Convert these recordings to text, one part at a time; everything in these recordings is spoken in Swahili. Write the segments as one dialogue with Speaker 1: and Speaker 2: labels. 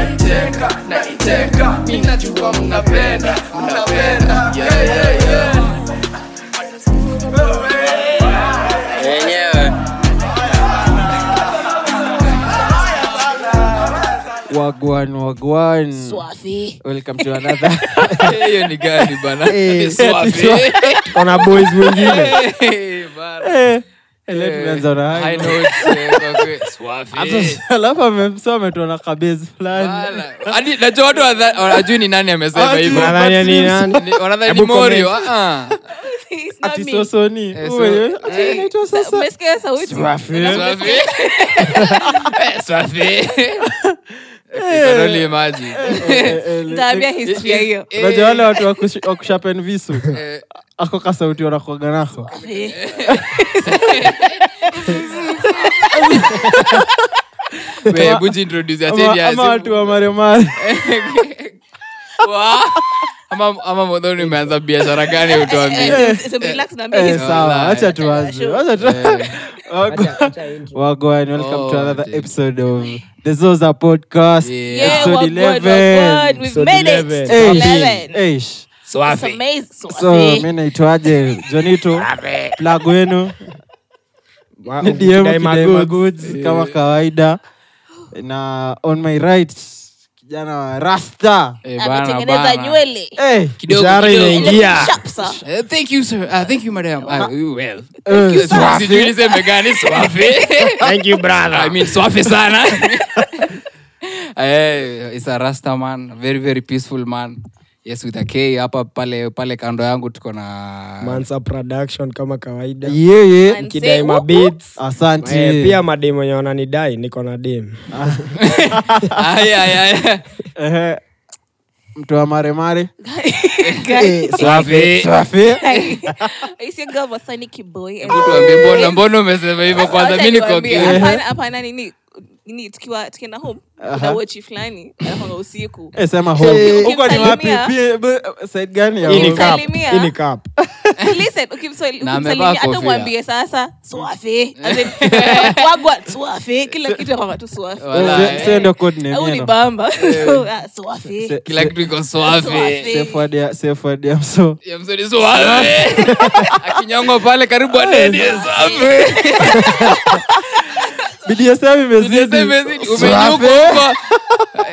Speaker 1: naitenga naitenga minajua mnapenda mnapenda yeah, yeah, yeah.
Speaker 2: yenyewe
Speaker 3: wagwan wagwan
Speaker 4: Swafi.
Speaker 3: welcome to another
Speaker 2: hiyo ni gani bana
Speaker 3: Eh,
Speaker 2: Swafi.
Speaker 3: ona boys mwingine
Speaker 2: Eh, bana.
Speaker 3: Leo
Speaker 2: Eh,
Speaker 3: tumeanza na hayo.
Speaker 2: I know Eh. it's, eh, kwa kweli. Swafi.
Speaker 3: Sasa, alafu amemsa ametuona kabezi fulani
Speaker 2: Bana. Hadi, najua watu wadha- wanajui ni nani amesema
Speaker 3: Hadi-
Speaker 2: hivyo.
Speaker 3: Nadhani ni nani?
Speaker 2: Ni- wanadhani ni
Speaker 3: Hebu
Speaker 2: Morio, ah, ah.
Speaker 4: It's not
Speaker 3: ati
Speaker 4: me.
Speaker 3: sosoni
Speaker 2: Eh,
Speaker 3: Uwe,
Speaker 2: so-
Speaker 3: eh, ati
Speaker 2: eh,
Speaker 3: inaitwa
Speaker 4: Sa-
Speaker 3: soso
Speaker 4: umesikia sauti?
Speaker 2: Swafi. Eh, Swafi. Eh, can only imagine.
Speaker 3: Eh, eh,
Speaker 4: Nitaambia
Speaker 3: le-
Speaker 4: historia hiyo.
Speaker 2: Eh,
Speaker 3: unajua wale watu wa kush- wa kushapen visu
Speaker 2: eh,
Speaker 3: ako kasauti wanakuaga nako
Speaker 4: Eh,
Speaker 2: we, hebu jiintroduce,
Speaker 3: Ama-
Speaker 2: acheni
Speaker 3: ama
Speaker 2: asi-
Speaker 3: watu wa maremare
Speaker 2: Wa- ama- ama modhoni umeanza biashara gani utuambie
Speaker 4: Eh, so- so relax, naambia
Speaker 3: Eh,
Speaker 4: history.
Speaker 3: sawa
Speaker 2: Wallahi.
Speaker 3: acha tuanze Wacha tu-
Speaker 2: Eh.
Speaker 3: Wagwan- wagwan welcome to
Speaker 2: Oh,
Speaker 3: another
Speaker 2: dear.
Speaker 3: episode of the zoza podcast
Speaker 2: Yeah.
Speaker 4: Yeah,
Speaker 3: episode
Speaker 4: we're good, we're
Speaker 3: 11
Speaker 4: good. We've made it.
Speaker 3: Eish,
Speaker 4: 11.
Speaker 3: eish.
Speaker 4: It's
Speaker 2: Swafi.
Speaker 4: amazing.
Speaker 3: so
Speaker 4: Swafi.
Speaker 3: mi naitwaje jonito plag wenu ni DM kidaima goods kama kawaida na on my right kijana wa rasta
Speaker 2: Eh, bana,
Speaker 4: ametengeneza
Speaker 2: bana.
Speaker 4: nywele
Speaker 3: Eh,
Speaker 2: Kidogo,
Speaker 3: mshahara
Speaker 2: kidogo.
Speaker 3: inaingia
Speaker 4: Sharp, sir.
Speaker 2: Eh, thank you sir Ah, thank you madam Ah, you well
Speaker 3: Eh,
Speaker 2: Swafi. Sijui niseme gani, Swafi. I mean, Swafi sana Eh, is a rasta man very very peaceful man yes with a k hapa pale pale kando yangu tuko na
Speaker 5: Mansa production kama kawaida
Speaker 3: Yeah, yeah.
Speaker 4: And
Speaker 5: Kidai
Speaker 4: say,
Speaker 5: ma
Speaker 4: whoop,
Speaker 5: beats. Eh,
Speaker 3: asante
Speaker 5: pia mademu wenye wananidai niko na dem
Speaker 2: Ay, ay, ay.
Speaker 3: Ehe. mtu wa maremare Eh,
Speaker 4: Guys,
Speaker 2: Swafi.
Speaker 3: safi
Speaker 4: it's your girl Bothanic Boy. Ah,
Speaker 2: Hebu tuambie mbona mbona umesema hivyo kwanza mi niko
Speaker 4: Niwaambie,
Speaker 2: ki-
Speaker 4: hapana- hapana nini nini tukiwa tukienda home kuna wochi fulani anakwanga usiku
Speaker 3: Eh, sema home.
Speaker 4: Ukimsalimia.
Speaker 3: huko ni wapi Pia- b- side gani ya
Speaker 5: Hii ni
Speaker 3: home?
Speaker 5: cup.
Speaker 4: Salimia.
Speaker 5: Hii ni cup.
Speaker 4: Listen, ukimsali-
Speaker 2: Na amevaa
Speaker 4: ukimsalimia hata
Speaker 2: kofia.
Speaker 4: mwambie sasa swafi As in, wagwa swafi kila kitu akwanga tu swafi
Speaker 2: Wala,
Speaker 3: Se-
Speaker 2: eh.
Speaker 3: se ndo code name
Speaker 4: au ni
Speaker 3: yenu.
Speaker 4: bamba So, ah, swafi
Speaker 3: Se-
Speaker 2: kila kitu iko Swafi.
Speaker 4: Swafi.
Speaker 3: se- forward ya- se- forward ya mso
Speaker 2: Ya mzuri Swafi. akinyongwa pale karibu aneni Swafi.
Speaker 3: bdsm
Speaker 2: Sasa
Speaker 3: imezidi
Speaker 2: imezidi, umenyuka huko.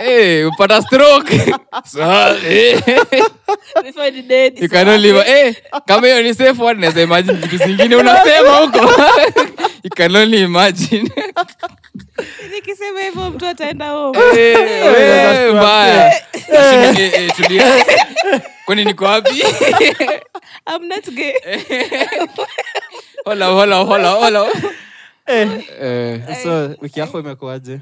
Speaker 2: Eh, upata stroke Swafi.
Speaker 4: Before the dead,
Speaker 2: You can only- eh, kama hiyo ni safe word naweza imagine vitu zingine unasema huko You can only imagine.
Speaker 4: swafi. nikisema hivyo mtu ataenda home
Speaker 2: Eh, eh, mbaya. Nashindwa, eh, eh, tulia. kwani niko wapi
Speaker 4: I'm not gay.
Speaker 2: hola hola hola hola Eh,
Speaker 3: so wiki yako imekuaje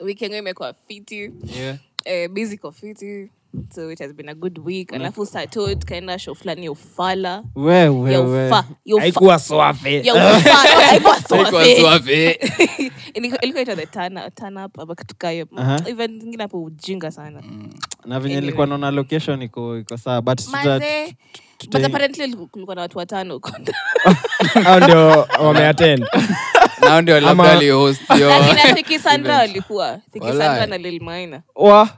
Speaker 4: Wiki yangu imekuwa fiti
Speaker 2: yeah.
Speaker 4: eh, busy kwa fiti so it has been a good week alafu sato tukaenda show fulani ya ufala ya ufa ya ufa-
Speaker 5: haikuwa swafe
Speaker 4: ya ufa haikuwa
Speaker 2: Haikuwa
Speaker 4: swafi.
Speaker 2: Swafi.
Speaker 4: Ilikuwa- ilikuwa ita the turn up- turn up, ama kitu kaa hiyo.
Speaker 3: Aha.
Speaker 4: Event zingine hapo ujinga sana
Speaker 3: na venye
Speaker 4: Anyway.
Speaker 3: nilikuwa naona location iko iko sawa but tuta-
Speaker 4: Manze,
Speaker 3: tuta-
Speaker 4: but apparently kulikuwa na watu watano huko.
Speaker 5: au ndio wameatend
Speaker 2: Nao ndio labda
Speaker 5: Ama-
Speaker 2: walihost hiyo.
Speaker 4: Lakini Thiki Sandra walikuwa Thiki
Speaker 2: Walai.
Speaker 4: Sandra na Lil Maina.
Speaker 3: Wa-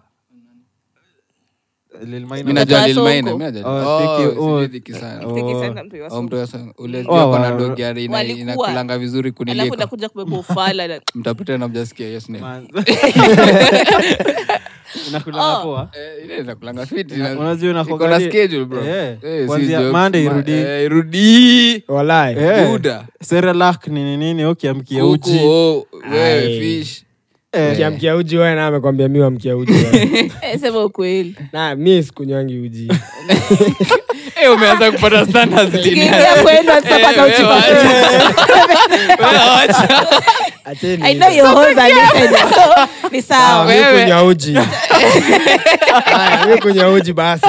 Speaker 3: Lil Maina.
Speaker 2: Mi najua
Speaker 4: Mtoto wa
Speaker 2: Lil Maina,
Speaker 4: Sonko.
Speaker 2: mi najua-
Speaker 3: Oh,
Speaker 2: Oh,
Speaker 3: Thiki,
Speaker 2: sijui
Speaker 3: oh,
Speaker 2: Thiki sana.
Speaker 3: oh.
Speaker 4: Thiki Sandra mtu wa
Speaker 2: Au mtu
Speaker 4: Sonko.
Speaker 2: wa Sonko. Ule
Speaker 3: Oh,
Speaker 2: ako na
Speaker 3: wow.
Speaker 2: dogi ari ina-
Speaker 4: Walikuwa.
Speaker 2: inakulanga vizuri
Speaker 4: alafu
Speaker 2: kuniliko
Speaker 4: nakuja kubeba ufala na-
Speaker 2: mtapita na mjasikia yes name.
Speaker 3: Man- Inakulanga
Speaker 4: Oh.
Speaker 3: poa?
Speaker 2: Eh, ile inakulanga fit, ina-
Speaker 3: unajua inakuwa
Speaker 2: iko na
Speaker 3: gani-
Speaker 2: schedule, bro.
Speaker 3: Eh,
Speaker 2: Eh, si
Speaker 3: kuanzia
Speaker 2: jokes,
Speaker 3: Monday
Speaker 2: ma-
Speaker 3: irudi.
Speaker 2: eh, irudi.
Speaker 5: walai
Speaker 3: Eh,
Speaker 2: Buda.
Speaker 3: Cerelac ni nini nini ukiamkia
Speaker 2: Kuku,
Speaker 3: uji
Speaker 2: oh, wewe,
Speaker 5: Ai.
Speaker 2: fish.
Speaker 3: Eh,
Speaker 5: Mkia- mkia uji wewe na amekwambia mi wa mkia uji wewe.
Speaker 4: Eh, sema ukweli
Speaker 5: na mi sikunywangi uji
Speaker 2: Eh, umeanza kupata standards lini?
Speaker 4: Tukiingia kwenu hatutapata
Speaker 2: Eh, wewe,
Speaker 4: uchipakaji.
Speaker 2: Acha.
Speaker 5: Acheni.
Speaker 4: I know your hoes are listening, so ni
Speaker 5: Ah,
Speaker 4: sawa.
Speaker 5: mi
Speaker 2: Wewe.
Speaker 5: kunywa uji Haya, mi kunywa uji basi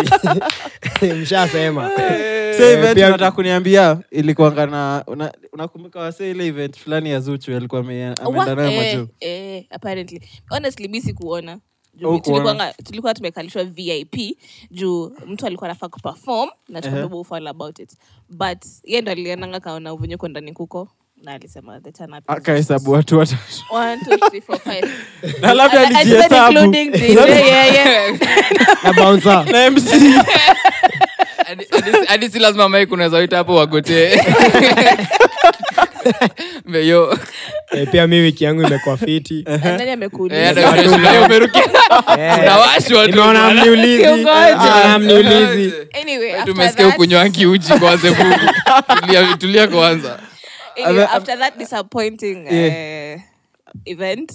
Speaker 5: mshasema
Speaker 3: Sasa
Speaker 5: Eh,
Speaker 3: event
Speaker 5: pia-
Speaker 3: unataka kuniambia ilikuanga na una- unakumbuka wase ile event fulani ya Zuchu alikuwa ame- ameenda nayo
Speaker 4: Eh,
Speaker 3: majuu
Speaker 4: eh, apparently. Honestly, mi sikuona Juu
Speaker 3: Au kuona.
Speaker 4: tulikuwanga- tulikuwa tumekalishwa vip juu mtu alikuwa anafaa kuperform na tukabeba ufala about it but ye ndo alienanga kaona venye ko ndani kuko na alisema the turn up is
Speaker 3: akahesabu watu watatu
Speaker 4: one, two, three, four, five.
Speaker 3: na labda
Speaker 4: And- and then
Speaker 3: alijihesabu
Speaker 4: including the- yeah, yeah, yeah.
Speaker 5: na bouncer.
Speaker 3: na mc
Speaker 2: Hadi- hadi- hadi si lazima mike unaweza wita hapo wagotee meyo
Speaker 5: Eh, pia mi wiki yangu imekuwa fiti
Speaker 4: And nani amekuuliza?
Speaker 2: Eh, hata kwenye shule yao umerukia.
Speaker 5: Eh.
Speaker 3: Eh.
Speaker 2: Unawashwa tu
Speaker 5: Nimeona
Speaker 2: bwana.
Speaker 5: hamniulizi.
Speaker 4: Usiongoje.
Speaker 5: Ah, hamniulizi.
Speaker 4: Anyway, after
Speaker 2: Eh, tumesikia
Speaker 4: that-
Speaker 2: ukunywangi uji kwanze bugu tulia, tulia kwanza
Speaker 4: anyway,
Speaker 3: Ame-
Speaker 4: after that disappointing uh, event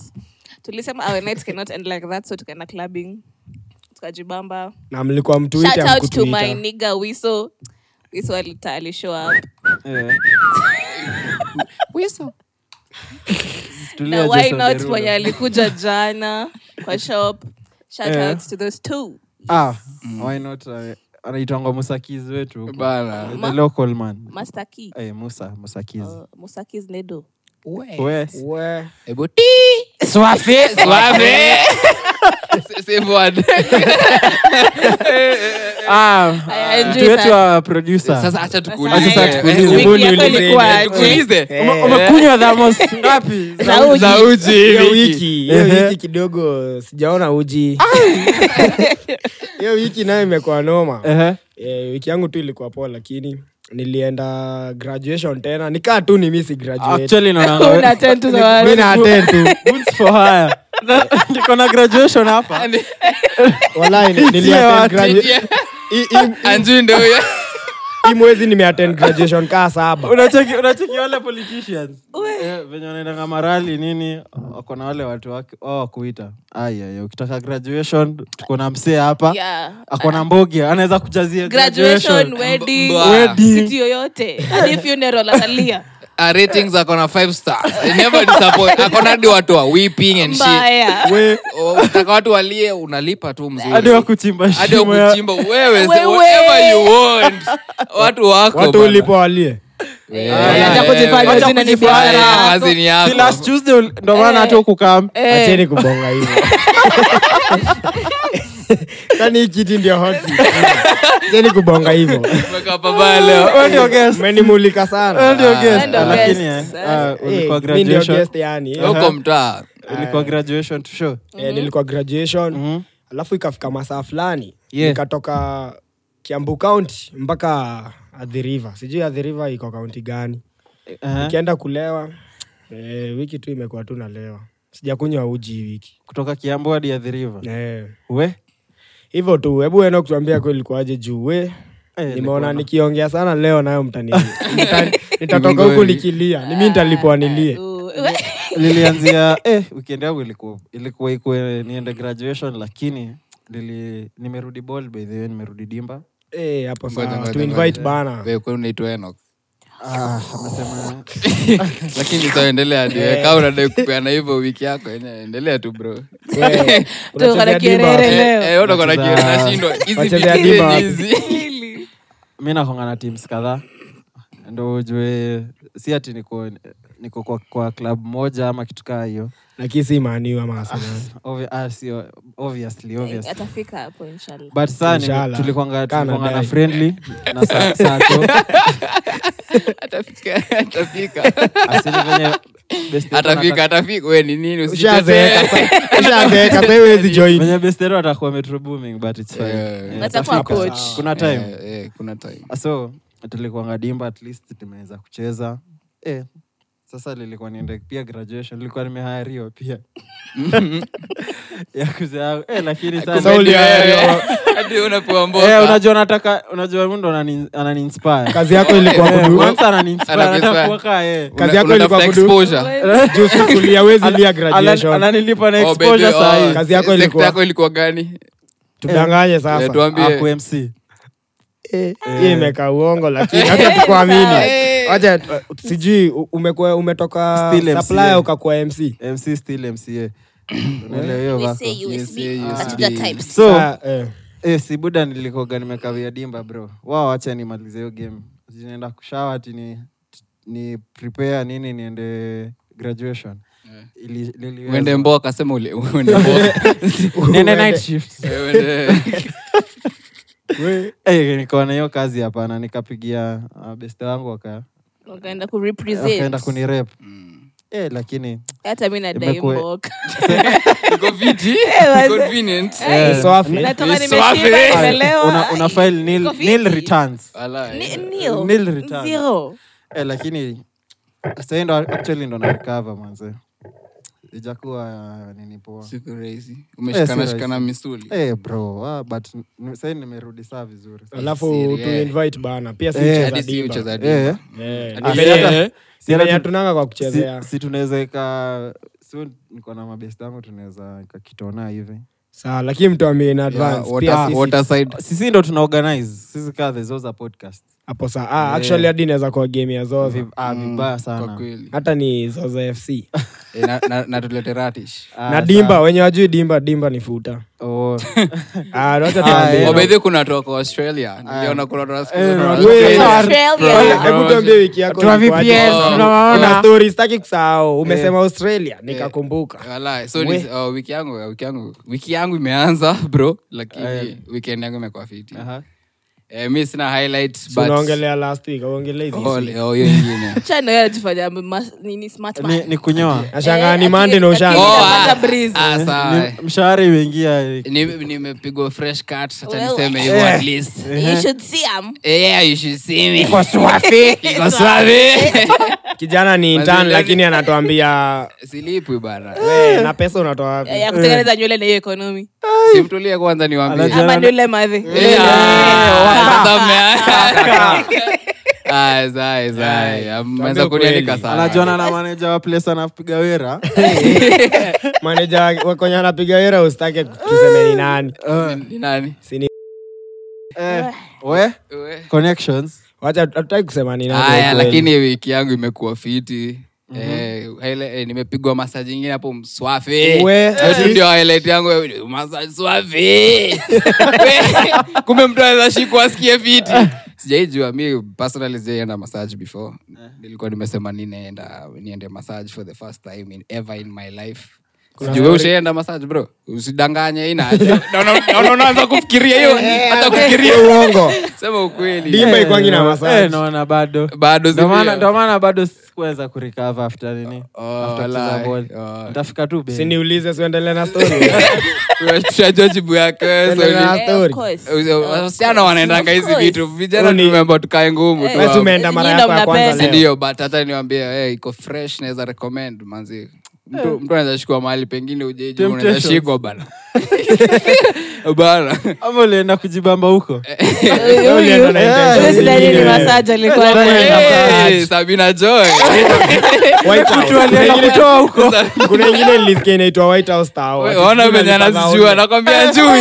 Speaker 4: tulisema our night cannot end like that so tukaenda clubbing tukajibamba
Speaker 5: na mlikuwa mtuite
Speaker 4: shout out to my
Speaker 5: hamkutuita.
Speaker 4: nigga wiso wiso alita- alishow up
Speaker 5: Eh.
Speaker 4: na why not mwenye alikuja jana kwa shop shout
Speaker 3: Eh.
Speaker 4: out to those two
Speaker 3: Ah,
Speaker 5: Mm.
Speaker 3: anaitangwa uh, musakizi wetu huko.
Speaker 2: bana
Speaker 3: the local man
Speaker 4: master key
Speaker 3: Eh, musa musakizi
Speaker 4: uh, musakis nedo Oh, eh.
Speaker 3: Wes.
Speaker 5: We.
Speaker 2: Hebu ti. Eh, Swafe. S- same word.
Speaker 3: Ah,
Speaker 4: I- I
Speaker 3: mtu
Speaker 4: enjoy
Speaker 3: wetu
Speaker 4: that.
Speaker 3: wa producer.
Speaker 2: Sasa acha
Speaker 4: Sasa,
Speaker 3: Sasa
Speaker 4: eh,
Speaker 3: tukuulize.
Speaker 4: wiki
Speaker 3: Hebu
Speaker 4: yako
Speaker 5: niulizeni.
Speaker 4: ilikuwa aje?
Speaker 2: tukuulize
Speaker 5: Eh,
Speaker 3: umekunywa dhamos ngapi
Speaker 4: Za uji.
Speaker 2: za uji
Speaker 5: hiyo
Speaker 2: hii
Speaker 5: wiki
Speaker 2: wiki.
Speaker 5: hiyo
Speaker 3: Ehe.
Speaker 5: wiki kidogo sijaona uji hiyo wiki nayo imekuwa noma
Speaker 3: Ehe.
Speaker 5: Eh, wiki yangu tu ilikuwa poa lakini nilienda graduation tena nikaa tu ni misi graduate
Speaker 3: Actually, naona-
Speaker 2: uh,
Speaker 4: Una ten to the
Speaker 5: mi
Speaker 4: world.
Speaker 5: na attend tu
Speaker 3: Goods for hire. Na- niko na graduation hapa
Speaker 2: Yaani,
Speaker 5: Walai, ni- nili
Speaker 3: Nitie
Speaker 5: attend
Speaker 3: watu.
Speaker 5: gradu-
Speaker 2: yeah.
Speaker 5: hii- hii-
Speaker 2: Anju ndio huyo.
Speaker 5: hii mwezi nimeattend graduation kaa saba
Speaker 3: unacheki unacheki wale politicians
Speaker 4: Uwe.
Speaker 3: Eh, venye wanaendanga marali nini wako na wale watu wake wao wakuita ayaya ukitaka graduation tuko na msee hapa
Speaker 4: Yeah.
Speaker 3: ako na mbogi anaweza kujazia
Speaker 4: graduation
Speaker 3: graduation.
Speaker 4: wedding
Speaker 2: Mbwa.
Speaker 3: Wedding.
Speaker 4: kitu yoyote hadi funeral atalia
Speaker 2: Ah, ratings akona five stars They never disappoint akona hadi watu wa weeping and shit
Speaker 4: mbaya
Speaker 5: we
Speaker 2: Oh, unataka watu walie unalipa tu
Speaker 3: hadi
Speaker 2: mzuri
Speaker 3: wakuchimba
Speaker 2: hadi
Speaker 3: shimo ya-
Speaker 2: wakuchimba wewe
Speaker 4: Wewe.
Speaker 2: whatever you want watu wako
Speaker 5: watu
Speaker 2: bana.
Speaker 5: ulipo Ah, walie
Speaker 3: Eh,
Speaker 2: Wewe.
Speaker 4: Acha kujifanya
Speaker 2: Acha
Speaker 4: jina ni
Speaker 2: kujifanya
Speaker 4: biashara yako.
Speaker 2: kazini
Speaker 3: Si last
Speaker 2: yako
Speaker 3: Tuesday ul- ndo maana hata ukukam
Speaker 4: Eh,
Speaker 5: acheni kubonga hivo yani Yaani hii kiti ndio hot seat. acheni kubonga hivo
Speaker 2: Umeweka pabaya leo
Speaker 5: menimulika sana
Speaker 4: Eh. Ah. ndio
Speaker 3: lakini
Speaker 4: guest.
Speaker 3: eh, ah,
Speaker 5: Eh,
Speaker 3: ulikuwa
Speaker 5: mi ndio
Speaker 3: graduation-
Speaker 5: guest yani
Speaker 2: huko mtaa
Speaker 3: ulikuwa graduation to show
Speaker 4: Mhm.
Speaker 5: Eh, nilikuwa graduation alafu ikafika masaa fulani
Speaker 3: Mhm. Yeah.
Speaker 5: nikatoka kiambu county mpaka Athi River sijui Athi River iko kaunti gani
Speaker 3: Aha.
Speaker 5: nikienda kulewa eh, wiki tu imekuwa tu nalewa sijakunywa uji hii wiki
Speaker 3: kutoka kiambu hadi adhiriva
Speaker 5: Eh,
Speaker 3: we
Speaker 5: hivyo tu hebu ena kutuambia kweli ilikuwaje juu we
Speaker 3: Eh,
Speaker 5: nimeona nikiongea sana leo nayo mtani mtani- nitatoka huku
Speaker 2: Mgori.
Speaker 5: nikilia ni mi nitalipwa
Speaker 3: Ah,
Speaker 5: nilie
Speaker 4: u-
Speaker 3: lilianzia eh, weekend yangu ilikuwa ilikuwa ikue niende graduation lakini lili nimerudi ball by the way nimerudi dimba
Speaker 5: Eh, hapo
Speaker 2: Ngoja,
Speaker 5: sawa
Speaker 2: ngoja,
Speaker 5: tu
Speaker 2: ngoja.
Speaker 5: invite bana
Speaker 2: Wewe kwani unaitwa Enoch?
Speaker 3: ah, amesema
Speaker 2: lakini itaendelea adiweka unadai kupeana hivyo wiki yako yenyewe. endelea tu bro
Speaker 5: Wewe,
Speaker 4: Tuko na
Speaker 5: unachezea dimba
Speaker 4: kierere
Speaker 5: wapi?
Speaker 4: Leo.
Speaker 2: Eh, eh, unakuwa na
Speaker 3: Wacheza-
Speaker 2: kitu nashindwa hizi
Speaker 5: wachezea
Speaker 2: vitu
Speaker 5: dimba
Speaker 2: zenye
Speaker 5: wapi?
Speaker 2: hizi
Speaker 4: Really?
Speaker 3: mi nakonga na teams kadhaa ndo ujue si ati niko niko kwa, kwa club moja ama kitu kaa hiyo
Speaker 5: lakini si maaniwa maasana
Speaker 3: Obvi- ah, sio, obviously, obviously.
Speaker 4: atafika hapo inshallah
Speaker 3: but saa ni-
Speaker 5: Inshallah.
Speaker 3: tulikwanga
Speaker 5: Eh, Kaa na
Speaker 3: tulikwanga na
Speaker 5: dai.
Speaker 3: friendly na sa- sako
Speaker 2: atafika atafika
Speaker 3: asili venye best yetu
Speaker 2: atafika atafika we ni nini Eh,
Speaker 5: Ushazeeka
Speaker 2: usitetee
Speaker 5: sa- ushazeeka sa iwezi join
Speaker 3: venye best yetu atakuwa metro booming but it's fine.
Speaker 2: Yeah, yeah.
Speaker 3: Yeah,
Speaker 4: Atakuwa
Speaker 3: itafika.
Speaker 4: coach.
Speaker 3: kuna time Ah,
Speaker 2: Eh, eh, kuna time
Speaker 3: so tulikuanga dimba at least tumeweza kucheza eh, sasa lilikuwa niende pia graduation lilikuwa nimehariwa pia ya kuzaa eh, lakini
Speaker 5: Kumbe
Speaker 3: sana
Speaker 5: Sauli
Speaker 2: Wewe,
Speaker 5: ayo.
Speaker 2: hadi unapewa
Speaker 3: Eh,
Speaker 2: mboga
Speaker 3: unajua nataka unajua mimi ndo anani- ananinspire
Speaker 5: kazi yako ilikuwa
Speaker 3: Eh,
Speaker 5: kudu-
Speaker 3: once ananiinspire, eh.
Speaker 2: Anakuinspire.
Speaker 3: nataka kuwa kaa yeye.
Speaker 5: kazi yako
Speaker 2: Una-
Speaker 5: ilikuwa
Speaker 2: unatafuta
Speaker 5: kudu-
Speaker 2: exposure.
Speaker 3: eh,
Speaker 5: juu sikulia wezi lia
Speaker 3: Ana-
Speaker 5: graduation
Speaker 3: ananilipa na
Speaker 2: Oh, baby,
Speaker 3: exposure
Speaker 2: oh,
Speaker 3: sahii
Speaker 5: Kazi yako
Speaker 2: sekta
Speaker 5: ilikuwa-
Speaker 2: yako ilikuwa gani
Speaker 5: tudanganye
Speaker 2: Eh,
Speaker 5: sasa
Speaker 2: tuambie
Speaker 3: kumc
Speaker 5: Eh, hii imeka uongo lakini hata tukuamini wacha uh, sijui u- umekuwa umetoka
Speaker 3: Eh. Still MC,
Speaker 5: supplier
Speaker 3: yeah.
Speaker 5: ukakuwa mc
Speaker 3: mc still mca Unaelewa hiyo
Speaker 4: We
Speaker 3: vako.
Speaker 4: say USB,
Speaker 2: USB.
Speaker 4: atakuja type C.
Speaker 3: so
Speaker 5: Sa- eh,
Speaker 3: Eh, sibuda nilikoga nimekavia dimba bro wao wacha nimalize hiyo game zinaenda kushawa ati ni, ni prepare nini niende graduation Ili- liliweza.
Speaker 2: uende mboa akasema ule- uende mboa
Speaker 3: Niende night shift.
Speaker 2: Eh, uende-
Speaker 5: we-
Speaker 3: Eh, nikawa na hiyo kazi hapana nikapigia uh, beste wangu waka
Speaker 4: wakaenda
Speaker 3: akaenda
Speaker 4: kurepresent
Speaker 3: kunirep eh, lakini
Speaker 4: hata mi
Speaker 3: Imekuwe-
Speaker 4: nadaimboka
Speaker 2: Iko fiti,
Speaker 4: Eh, wazee.
Speaker 2: convenient.
Speaker 3: Eh,
Speaker 4: natoka
Speaker 2: Ni swafi.
Speaker 4: nimeshinda imelewa
Speaker 3: una, una file nil,
Speaker 4: Iko fiti.
Speaker 3: nil returns
Speaker 2: Walai.
Speaker 4: Ni- nil.
Speaker 3: Nil return.
Speaker 4: Zero.
Speaker 3: eh, lakini sahii ndo actually ndo narekava manze ijakuwa nini poa
Speaker 2: Si crazy. Umeshikana-
Speaker 3: si
Speaker 2: shikana
Speaker 3: rahisi.
Speaker 2: misuli
Speaker 3: Eh, bro ah, but n- sahii nimerudi saa vizuri
Speaker 5: Ah,
Speaker 2: Siri,
Speaker 5: alafu
Speaker 2: eh.
Speaker 5: tuinvite bana pia si
Speaker 3: Eh,
Speaker 5: mchezo
Speaker 2: hadi si
Speaker 5: diba.
Speaker 2: mchezo adiba.
Speaker 3: Eh,
Speaker 5: Eh,
Speaker 2: Hadi
Speaker 5: venye-
Speaker 2: si-
Speaker 5: venye
Speaker 3: si hata tu-
Speaker 5: hatunanga kwa
Speaker 3: si,
Speaker 5: kuchezea
Speaker 3: si tunaweza ika si niko na mabest yangu tunaweza ikakitona hivi
Speaker 5: sawa lakini mtuambie in
Speaker 2: Yeah,
Speaker 5: advance
Speaker 2: water-
Speaker 5: pia sisi
Speaker 2: waterside.
Speaker 3: sisi ndo tuna organize sisi kaa thezoza podcast
Speaker 5: hapo saa ah, actually hadi inaweza kuwa game ya zoza
Speaker 3: Vi- ah, vibaya
Speaker 2: Kwa
Speaker 3: sana
Speaker 2: kweli.
Speaker 5: hata ni zoza fc
Speaker 2: Eh, na- na- na tulete ratish.
Speaker 3: Ah,
Speaker 5: na
Speaker 3: sa-
Speaker 5: dimba wenye wajui dimba dimba ni futa
Speaker 3: oh.
Speaker 5: Ah,
Speaker 3: eh,
Speaker 5: wacha
Speaker 2: Oh,
Speaker 5: tuambie.
Speaker 2: by the way, kuna watu wako australia niliona kuna watu wasikiza
Speaker 3: Eh,
Speaker 2: kuna
Speaker 3: no,
Speaker 2: watu
Speaker 5: we-
Speaker 2: Australia.
Speaker 4: Australia.
Speaker 5: Pale, hebu tuambie wiki yako
Speaker 3: Tuna
Speaker 5: ilikuwaje.
Speaker 3: VPS,
Speaker 5: Oh.
Speaker 3: tunawaona. Eh.
Speaker 5: Kuna story, sitaki kusahau umesema australia nikakumbuka
Speaker 2: Walai. So ni- oh, wiki yangu wiki yangu wiki yangu imeanza bro lakini weekend yangu imekuwa fiti
Speaker 3: Aha.
Speaker 2: eh, mi sina highlight
Speaker 5: Si
Speaker 2: but-
Speaker 5: unaongelea last week auongelei this
Speaker 2: Oh,
Speaker 5: week.
Speaker 2: le- oh, hiyo ingine
Speaker 4: Acha ndio anajifanya ma- nini smart man.
Speaker 3: ni, ni kunyoa
Speaker 5: Nashangaa ni
Speaker 4: Eh,
Speaker 5: Monday na
Speaker 4: akili-
Speaker 5: ushanga.
Speaker 4: akili
Speaker 2: Oh,
Speaker 4: inapata
Speaker 2: ah,
Speaker 4: breeze.
Speaker 2: ah, sawa.
Speaker 3: Ni- mshahara imeingia
Speaker 2: Ni- nimepigwa fresh cut hata
Speaker 4: Well,
Speaker 2: niseme
Speaker 4: eh.
Speaker 2: hivyo at least
Speaker 3: eh.
Speaker 4: You should see 'em.
Speaker 2: yeah you should see me Iko
Speaker 4: Sawa.
Speaker 2: swafi.
Speaker 5: kijana ni intern
Speaker 2: Mazingira
Speaker 5: lakini anatuambia
Speaker 2: silipwi bana
Speaker 5: "We, na pesa unatoa wapi?"
Speaker 4: Eh, ya kutengeneza nywele na hiyo ekonomi
Speaker 2: simtulie kwanza niwambie
Speaker 3: Anaja-
Speaker 4: ama
Speaker 3: Jana-
Speaker 4: ni ule madhi
Speaker 2: meza kunianika
Speaker 5: kweli.
Speaker 2: sana
Speaker 3: anajuana na maneja wa place anapiga wera
Speaker 5: maneja wa- wa- kwenye anapiga hera usitake tuseme ni nani
Speaker 2: Ni nani
Speaker 5: Si ni-
Speaker 3: Eh, we
Speaker 2: We.
Speaker 3: connections
Speaker 5: wacha hatutaki kusema ni nani
Speaker 2: haya
Speaker 5: ukweli.
Speaker 2: lakini wiki yangu imekuwa fiti Eh, highlight- eh, nimepigwa masaji ingine hapo mswafi
Speaker 5: We,
Speaker 2: Eh, tu ndio highlight yangu eh, massage swafi We, kumbe mtu anaweza shikwa asikie fiti sijaijua mi personally sijaienda massage before nilikuwa nimesema ninaenda niende massage for the first time in, ever in my life Sijui wewe ushaenda massage bro usidanganye ina Naona- naona unaanza kufikiria hiyo hata kufikiria
Speaker 5: uongo
Speaker 2: sema ukweli
Speaker 5: Dimba ikwangi na
Speaker 3: Eh,
Speaker 5: massage.
Speaker 3: eh, naona bado
Speaker 2: bado
Speaker 3: Ndio maana-
Speaker 2: sindio?
Speaker 3: ndio maana bado sikuweza kurikava after nini
Speaker 2: Oh,
Speaker 3: After kucheza
Speaker 2: walai.
Speaker 3: ball.
Speaker 2: Oh.
Speaker 3: Nitafika tu bed.
Speaker 5: siniulize siuendelee na story
Speaker 2: Tunajua jibu yake so
Speaker 5: Tuendelee na
Speaker 2: ni-
Speaker 4: Eh,
Speaker 5: story.
Speaker 4: of course.
Speaker 2: Uzo- wasichana wanaendanga hizi vitu vijana
Speaker 5: Huyu ni-
Speaker 2: tumemba tukae ngumu tu
Speaker 4: Eh,
Speaker 5: Wewe si
Speaker 2: hapo.
Speaker 5: umeenda mara
Speaker 4: Nyinyi
Speaker 5: yako ya
Speaker 4: mna
Speaker 5: kwanza
Speaker 4: pesa.
Speaker 5: leo.
Speaker 2: Sindio, but hata niwambie eh, iko fresh naweza recommend manzi mtu mtu anaweza shikwa mahali pengine ujeji unaweza
Speaker 3: Temptations.
Speaker 2: shikwa bana bana
Speaker 3: ama ulienda kujibamba huko
Speaker 2: Eh,
Speaker 4: Huyu-
Speaker 5: Ulienda na intention
Speaker 4: huyu sidhani ni
Speaker 5: nyingine.
Speaker 4: massage alikuwa
Speaker 5: Ulienda
Speaker 4: nayo.
Speaker 5: massage.
Speaker 2: Eh, sabina joy
Speaker 5: White House.
Speaker 2: eh,
Speaker 3: mtu alienda kutoa huko
Speaker 5: kuna ingine nilisikia inaitwa white house Tower.
Speaker 2: ona venye anazijua nakwambia njui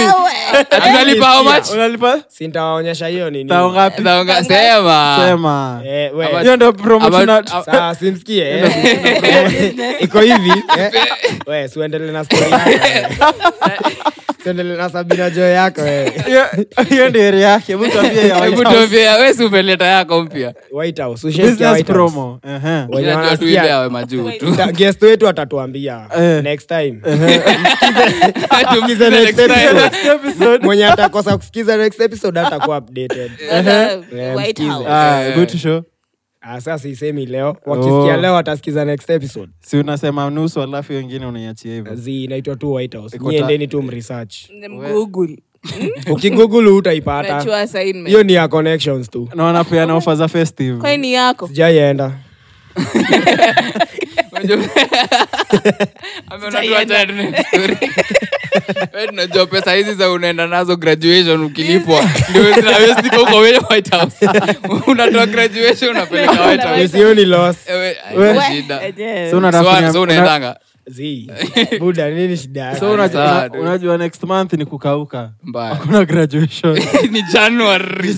Speaker 2: tunalipa how much
Speaker 3: unalipa
Speaker 5: sintawaonyesha hiyo ni nini.
Speaker 3: tao ngapi
Speaker 2: Naonga- sema
Speaker 3: sema
Speaker 5: Eh, we,
Speaker 2: Ama-
Speaker 3: hiyo ndio promo
Speaker 2: Ama-
Speaker 3: tuna-
Speaker 2: a-
Speaker 5: saa simsikie eh. iko hivi eh. we siuendele na story yako, eh. siuendele na sabina jo yako eh.
Speaker 3: hiyo- hiyo ndio area yake Hebu tuambie ya
Speaker 2: hebu
Speaker 3: White House.
Speaker 2: tuambie wewe si umeleta yako mpya
Speaker 5: White House, ushaisikia
Speaker 3: business
Speaker 5: White House.
Speaker 3: promo Ehe.
Speaker 5: Wenye
Speaker 2: Tunajua tu ile
Speaker 5: wanasikia-
Speaker 2: awe majuu tu
Speaker 5: Ta- guest wetu atatuambia
Speaker 3: Eh.
Speaker 5: next time
Speaker 2: Tumsikize next time.
Speaker 3: Next episode.
Speaker 5: mwenye atakosa kusikiza next episode atakuwa updated
Speaker 4: Another White
Speaker 5: msikize.
Speaker 4: House.
Speaker 3: Ah,
Speaker 2: Eh.
Speaker 3: good show
Speaker 5: Ah, sasa siisemi leo wakisikia
Speaker 3: Oh.
Speaker 5: leo watasikiza next episode
Speaker 3: si unasema nusu alafu hiyo ingine unaiachia hivyo
Speaker 5: zinaitwa tu White House
Speaker 3: Iko ta-
Speaker 5: niendeni tu mresearch
Speaker 4: Google.
Speaker 5: ukigoogle utaipata
Speaker 4: Unachua assignment.
Speaker 5: hiyo ni ya connections tu
Speaker 3: na wanapeana ofa za
Speaker 4: Kwa hiyo
Speaker 3: festive
Speaker 4: ni yako
Speaker 5: sijaienda
Speaker 2: Unajua- Ama unajua acha tune story. Wewe tunajua pesa hizi za unaenda nazo graduation ukilipwa ndio zinawestika uko wewe White House unatoa graduation unapeleka White House
Speaker 5: sioni los
Speaker 2: Eh, we- haina shida
Speaker 4: Aje.
Speaker 3: So unataka
Speaker 2: So,
Speaker 3: kunia-
Speaker 2: so
Speaker 3: una-
Speaker 2: unaendanga
Speaker 5: z buda nini shida yako?
Speaker 3: so unajua-
Speaker 2: Sawa,
Speaker 3: una-
Speaker 2: dude.
Speaker 3: unajua next month ni kukauka
Speaker 2: mbaya
Speaker 3: hakuna graduation
Speaker 2: ni January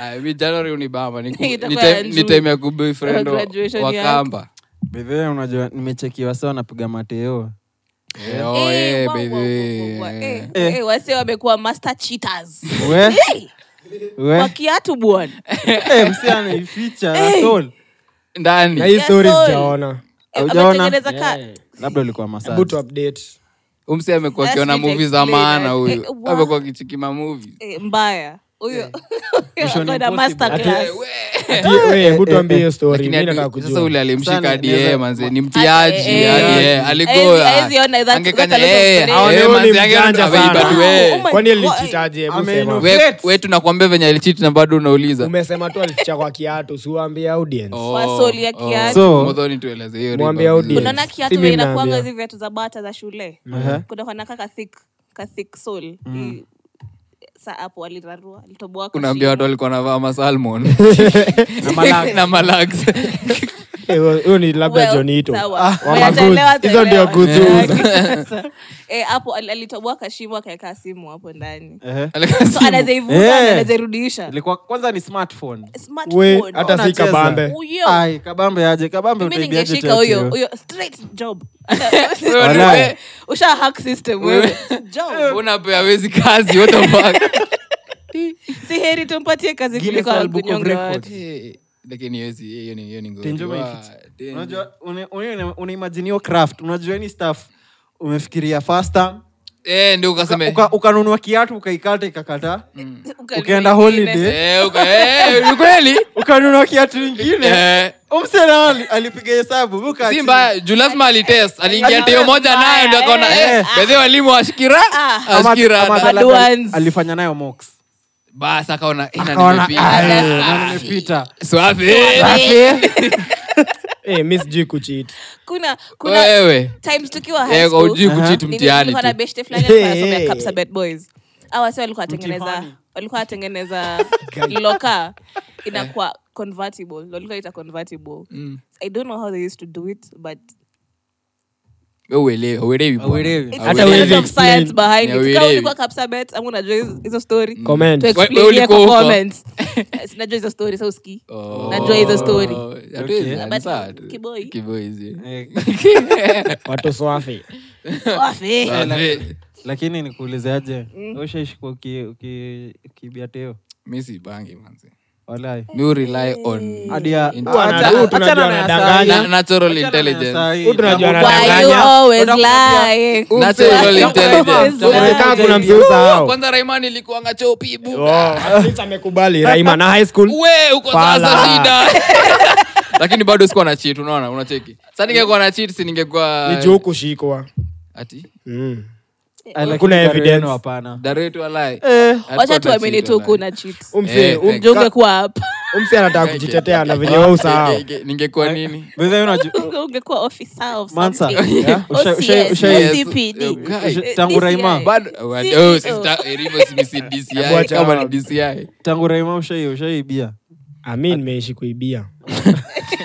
Speaker 2: Ah, mi January unibamba ni ku- ni
Speaker 4: Itakuwa
Speaker 2: time- ni
Speaker 4: June.
Speaker 2: time ya kuboyfriend wa-
Speaker 4: Graduation
Speaker 2: wa
Speaker 4: yako.
Speaker 2: kamba
Speaker 3: Bidhee, unajua nimechekiwa saa wanapiga mateo
Speaker 2: Eh, oh, eh,
Speaker 4: wa- wa-
Speaker 2: baby,
Speaker 4: wa- wa-
Speaker 2: eh.
Speaker 4: eh, eh, wase wamekuwa master cheaters
Speaker 3: we
Speaker 4: Hey, kwa
Speaker 3: we
Speaker 4: kiatu bwana
Speaker 3: Eh, msee anaificha
Speaker 4: Eh.
Speaker 3: that's all.
Speaker 5: na
Speaker 2: ndani
Speaker 5: hii story
Speaker 4: sorry.
Speaker 5: sijaona
Speaker 4: Eh,
Speaker 3: Haujaona? Eh.
Speaker 4: ametengeneza ka-
Speaker 3: labda ulikuwa massage.
Speaker 5: hebu tu update
Speaker 2: umsi amekuwa akiona
Speaker 4: That's
Speaker 2: muvi za
Speaker 4: ridiculous.
Speaker 2: maana
Speaker 4: Eh,
Speaker 2: huyu
Speaker 4: what?
Speaker 2: amekuwa akichikima muvi
Speaker 4: eh, mbaya huyo
Speaker 3: Mission
Speaker 4: Got a
Speaker 3: impossible.
Speaker 4: masterclass.
Speaker 5: hebu tuambie hiyo
Speaker 2: Eh,
Speaker 5: story
Speaker 2: Lakini
Speaker 5: mimi
Speaker 2: hadi-
Speaker 5: nataka
Speaker 2: sasa
Speaker 5: kujua
Speaker 2: ule alimshika
Speaker 3: Sana,
Speaker 2: hadi
Speaker 3: naweza-
Speaker 2: yeye manze ni mtiaji
Speaker 4: Hadi yeye.
Speaker 2: hadi yeye
Speaker 4: Hawezi-
Speaker 2: aligoa
Speaker 4: hawezi ona that- that's a lot of
Speaker 2: eh,
Speaker 4: story.
Speaker 5: Aone huyu ni mjanja sana.
Speaker 4: Oh my-
Speaker 2: wewe
Speaker 5: kwani alichitaje hebu
Speaker 3: Ame-
Speaker 5: sema
Speaker 2: we tunakwambia venye alichiti na bado unauliza
Speaker 5: umesema tu alificha kwa kiatu siwaambia audience
Speaker 2: Oh,
Speaker 4: Fasoli ya
Speaker 2: oh.
Speaker 4: kiatu.
Speaker 3: So-
Speaker 2: Mudhoni tueleze hiyo
Speaker 5: Mwambie
Speaker 2: riba.
Speaker 5: audience.
Speaker 4: unaona
Speaker 5: Yes.
Speaker 4: kiatu
Speaker 5: Si mimi
Speaker 4: inakuanga
Speaker 5: naambia. Uh-huh.
Speaker 4: hizi viatu za bata za shule kuna kanaka ka thick- ka thick sole.
Speaker 5: Mm.
Speaker 4: Hii- sa hapo alirarua alitoboa kwa
Speaker 2: unaambia watu
Speaker 4: shimo.
Speaker 2: walikuwa navaa masalmon na malax
Speaker 5: Eh, huyo ni labda
Speaker 4: Well,
Speaker 5: jonito
Speaker 4: sawa.
Speaker 5: wa
Speaker 4: Well,
Speaker 5: magoods.
Speaker 4: ataelewa,
Speaker 5: Hizo ndio
Speaker 4: ataelewa.
Speaker 5: goods
Speaker 4: Yeah.
Speaker 5: huuza.
Speaker 4: So, eh, hapo al- alitoboa kashimo akaeka simu hapo ndani
Speaker 3: Ehe.
Speaker 4: so anazaivuna
Speaker 3: Eh.
Speaker 4: na anazairudisha
Speaker 3: ilikuwa kwanza ni smartphone
Speaker 5: we
Speaker 4: Smartphone.
Speaker 5: hata si
Speaker 3: Unacheza.
Speaker 5: kabambe
Speaker 4: Huyo.
Speaker 3: Ai, kabambe aje kabambe
Speaker 4: mimi
Speaker 3: utaibiaje
Speaker 4: ningeshika
Speaker 3: tatu
Speaker 4: huyo
Speaker 3: hiyo?
Speaker 4: huyo straight job
Speaker 3: Walai.
Speaker 2: Wewe-
Speaker 4: usha hack system wewe job
Speaker 2: unapea wezi kazi what the fuck
Speaker 4: si heri tumpatie kazi
Speaker 3: Guinness
Speaker 4: kuliko
Speaker 3: World Book of
Speaker 4: kunyonga
Speaker 3: Records.
Speaker 4: watu.
Speaker 2: Eh, lakini hiyo si- hiyo ni- hiyo ni ngori.
Speaker 3: Tenjo
Speaker 2: Wa-
Speaker 3: benefits.
Speaker 2: tenjo.
Speaker 3: Unajua, une- une- unaimagine hiyo craft unajua ni staff umefikiria fasta
Speaker 2: Eh, ndio ukasema
Speaker 3: uka- ukanunua kiatu ukaikata ikakata
Speaker 2: Mm.
Speaker 4: Uka-
Speaker 3: Ukienda
Speaker 4: mwingine.
Speaker 3: holiday.
Speaker 2: Eh, uka- eh, ni kweli
Speaker 3: ukanunua kiatu ingine
Speaker 2: Eh,
Speaker 3: umsena alipiga hesabu uka-
Speaker 2: si mbaya juu lazima alitest aliingia
Speaker 4: Aliingia
Speaker 2: teo moja
Speaker 4: eh, mbaya,
Speaker 2: nayo ndio akaona
Speaker 4: eh,
Speaker 2: eh,
Speaker 3: ah.
Speaker 2: bedhi walimu washikira
Speaker 4: Ah.
Speaker 3: Ama-
Speaker 2: ashikira
Speaker 3: ama
Speaker 4: Bad
Speaker 3: labda
Speaker 4: ones.
Speaker 3: alifanya nayo mox
Speaker 2: basi akaona eh, na
Speaker 3: Akaona,
Speaker 2: nimepita.
Speaker 3: "Ai,
Speaker 2: Eh,
Speaker 3: na nimepita
Speaker 2: swafi.
Speaker 5: Eh, mi sijui kuchit
Speaker 4: kuna kuna
Speaker 2: wewe
Speaker 4: times tukiwa high
Speaker 2: Eh, kwa
Speaker 4: school,
Speaker 2: ujui kuchit
Speaker 4: nili-
Speaker 2: mtihani
Speaker 4: nilikuwa na
Speaker 2: tu.
Speaker 4: beshte fulani alikuwa
Speaker 5: Hey,
Speaker 4: anasomea
Speaker 5: hey.
Speaker 4: Kapsabet boys awa si walikuwa watengeneza
Speaker 3: Mtihani.
Speaker 4: walikuwa watengeneza loka
Speaker 2: Eh.
Speaker 4: inakuwa convertible walikuwa ita convertible
Speaker 2: Mm.
Speaker 4: i don't know how they used to do it but
Speaker 2: Wewe uelewi- hauelewi bwana.
Speaker 3: Hauelewi.
Speaker 4: it's
Speaker 5: Hata
Speaker 4: a
Speaker 5: huwezi
Speaker 4: lot of
Speaker 5: explain.
Speaker 4: science behind it kama
Speaker 2: Hauelewi.
Speaker 4: ulikuwa Kapsabet ama unajua hizo- hizo story
Speaker 5: Comment.
Speaker 4: to
Speaker 5: We-
Speaker 2: we
Speaker 4: explain here
Speaker 2: Mm. ulikuwa
Speaker 4: kwa
Speaker 2: huko.
Speaker 4: comments. Eh, sinajua hizo story so usikii.
Speaker 2: Oh.
Speaker 4: najua hizo story
Speaker 2: Hatuwezi,
Speaker 3: Okay.
Speaker 2: ni
Speaker 4: But
Speaker 2: sawa tu.
Speaker 4: kiboi.
Speaker 2: Kiboi, si.
Speaker 3: Eh,
Speaker 5: watoswafi
Speaker 4: Wafi.
Speaker 3: eh,
Speaker 2: Swafi.
Speaker 3: lakini nikuulizeaje
Speaker 4: Mm.
Speaker 3: ushaishikwa ukibia teo
Speaker 2: mi sibangi manzi
Speaker 3: walai
Speaker 4: Eh.
Speaker 2: mi urely on
Speaker 3: Adia-
Speaker 2: in-
Speaker 3: Acha-
Speaker 5: ana-
Speaker 3: achana
Speaker 5: huu tunajua
Speaker 3: na
Speaker 5: anadanganya.
Speaker 3: ya
Speaker 2: na-
Speaker 3: sahi.
Speaker 2: natural
Speaker 3: Eh. Achana na
Speaker 2: intelligence.
Speaker 3: ya sahi.
Speaker 5: Huu tunajua
Speaker 3: Kama-
Speaker 5: anadanganya.
Speaker 4: Why you always lying?
Speaker 2: Natural
Speaker 4: Why you
Speaker 2: intelligence.
Speaker 4: always
Speaker 3: Unaweza
Speaker 4: lying?
Speaker 5: Kama
Speaker 3: Ndio.
Speaker 5: kuna msiusahau
Speaker 2: kwanza raimani ilikuanga chopibu
Speaker 5: Oh, amekubali raima na high school
Speaker 2: we uko
Speaker 5: Fala.
Speaker 2: sasa shida lakini bado sikuwa na chit unaona unacheki sa ningekuwa na chit si ningekuwa
Speaker 5: ni juu kushikwa
Speaker 2: ati
Speaker 5: Mm.
Speaker 3: Ah, lakini
Speaker 5: Kuna
Speaker 3: Dario
Speaker 5: evidence.
Speaker 3: yenu hapana
Speaker 2: daretu alai
Speaker 4: Eh, wacha tuamini tu kuna cheat.
Speaker 5: Umse-
Speaker 2: Eh,
Speaker 5: um-
Speaker 4: Mjonge kuwa hapa.
Speaker 5: umse anataka kujitetea na venye wau sahau Eh.
Speaker 2: ningekuwa nini
Speaker 3: By the way, unajua-
Speaker 4: Unge- ungekuwa officer of
Speaker 3: Mansa,
Speaker 4: something. Oh,
Speaker 3: yeah? Usha- usha-
Speaker 4: OCS,
Speaker 3: usha-
Speaker 4: OCPD.
Speaker 2: Yes. Okay.
Speaker 4: Eh,
Speaker 3: Tangu
Speaker 4: DCI.
Speaker 3: Raima.
Speaker 2: bado
Speaker 4: CEO.
Speaker 2: oh, sister, eh, Rivo si- si DCI,
Speaker 5: Abuacha
Speaker 2: kama ni
Speaker 5: hapo.
Speaker 2: dci
Speaker 3: tangu raima ushai ushaibia
Speaker 5: ami nimeishi kuibia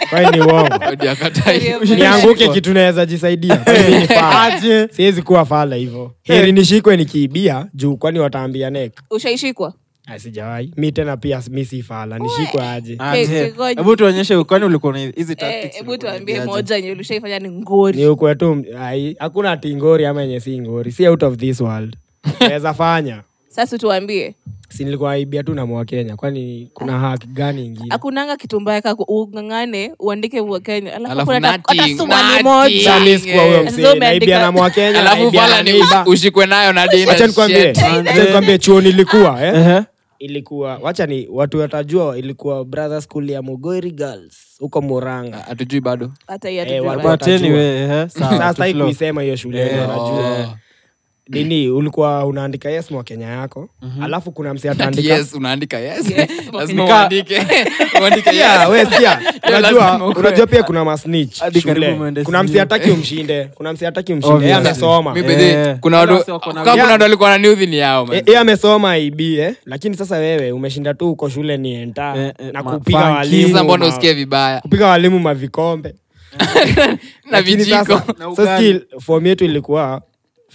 Speaker 5: kwani ni uongo
Speaker 2: Hadi akatai.
Speaker 5: nianguke kitu naweza jisaidia Kwani mi ni fala?
Speaker 4: Eh,
Speaker 3: aje
Speaker 5: siwezi kuwa fala hivyo heri nishikwe nikiibia juu kwani wataambia nek
Speaker 4: ushaishikwa
Speaker 5: sijawai mi tena pia mi si fala nishikwe aje
Speaker 3: aje
Speaker 4: Ngoja.
Speaker 3: hebu tuonyeshe kwani ulikuwa na hizi
Speaker 4: Eh,
Speaker 3: tactics
Speaker 4: hebu
Speaker 3: ulikuwa
Speaker 4: tuambie
Speaker 3: unaibiaje?
Speaker 4: moja yenye ulishaifanya ni
Speaker 5: ni
Speaker 4: ngori
Speaker 5: ukwetu m- ai, hakuna ati ngori ama yenye si ngori si out of this world naweza fanya
Speaker 4: sasa tuambie
Speaker 5: si nilikuwa naibia tu na mwakenya kwani kuna haki gani ingine
Speaker 4: akunanga kitu mbaya kako ungangane uandike wakenya alafu
Speaker 2: Alafu
Speaker 4: hakuna hata- hata
Speaker 2: nothing,
Speaker 4: sumali
Speaker 2: nothing.
Speaker 4: moja
Speaker 5: Sasa mi sikuwa huyo
Speaker 2: Eh.
Speaker 5: msee,
Speaker 4: Sasa umeandika-
Speaker 5: naibia na mwakenya
Speaker 2: alafu
Speaker 5: naibia na
Speaker 2: pala ni
Speaker 5: neighbor.
Speaker 2: ushikwe nayo na dina
Speaker 5: Wacha nikwambie,
Speaker 2: shit.
Speaker 5: wacha nikwambie chuo nilikuwa eh?
Speaker 3: Ehe.
Speaker 5: ilikuwa wacha ni watu watajua ilikuwa brother school ya mugori girls huko muranga
Speaker 2: hatujui bado
Speaker 4: hata hiyo
Speaker 5: Eh,
Speaker 4: hatujui.
Speaker 5: wa-
Speaker 3: But anyway, eh? ehe, sawa, Eh,
Speaker 5: sasa hii
Speaker 3: tuflow.
Speaker 5: kuisema hiyo shule wenyewe wanajua.
Speaker 2: Oh.
Speaker 5: nini ulikuwa unaandika yes mwakenya yako
Speaker 3: Mhm.
Speaker 5: alafu kuna msee
Speaker 2: Ati
Speaker 5: ataandika
Speaker 2: yes unaandika yes lazima
Speaker 3: Nika-
Speaker 2: uandike uandike
Speaker 5: Yeah,
Speaker 2: yes
Speaker 5: we, Ah, sikia. Unajua-
Speaker 2: lazima ukwe.
Speaker 5: unajua pia kuna masnitch
Speaker 3: Hadi
Speaker 5: shule.
Speaker 3: karibu mwende
Speaker 5: kuna msi
Speaker 3: sijui.
Speaker 5: ataki umshinde kuna msi ataki umshinde Yeye
Speaker 3: Obviously.
Speaker 5: amesoma
Speaker 2: Mi bedhi,
Speaker 3: Eh.
Speaker 2: kuna
Speaker 3: Wala
Speaker 2: watu
Speaker 3: wasi wako na-
Speaker 2: kama kuna
Speaker 5: Yeah.
Speaker 2: watu walikuwa na niudhi ni yao man.
Speaker 5: E- yeye amesoma IB eh? lakini sasa wewe umeshinda tu uko shule ni enta
Speaker 3: Eh, eh,
Speaker 5: na
Speaker 3: ma-
Speaker 5: kupiga
Speaker 3: funky.
Speaker 2: sasa
Speaker 5: walimu
Speaker 2: mbona
Speaker 5: ma-
Speaker 2: usikie vibaya
Speaker 5: kupiga walimu mavikombe
Speaker 2: na
Speaker 5: Lakini
Speaker 2: vijiko
Speaker 5: sasa-
Speaker 3: Na
Speaker 5: sasa
Speaker 3: ugali.
Speaker 5: still, form yetu ilikuwa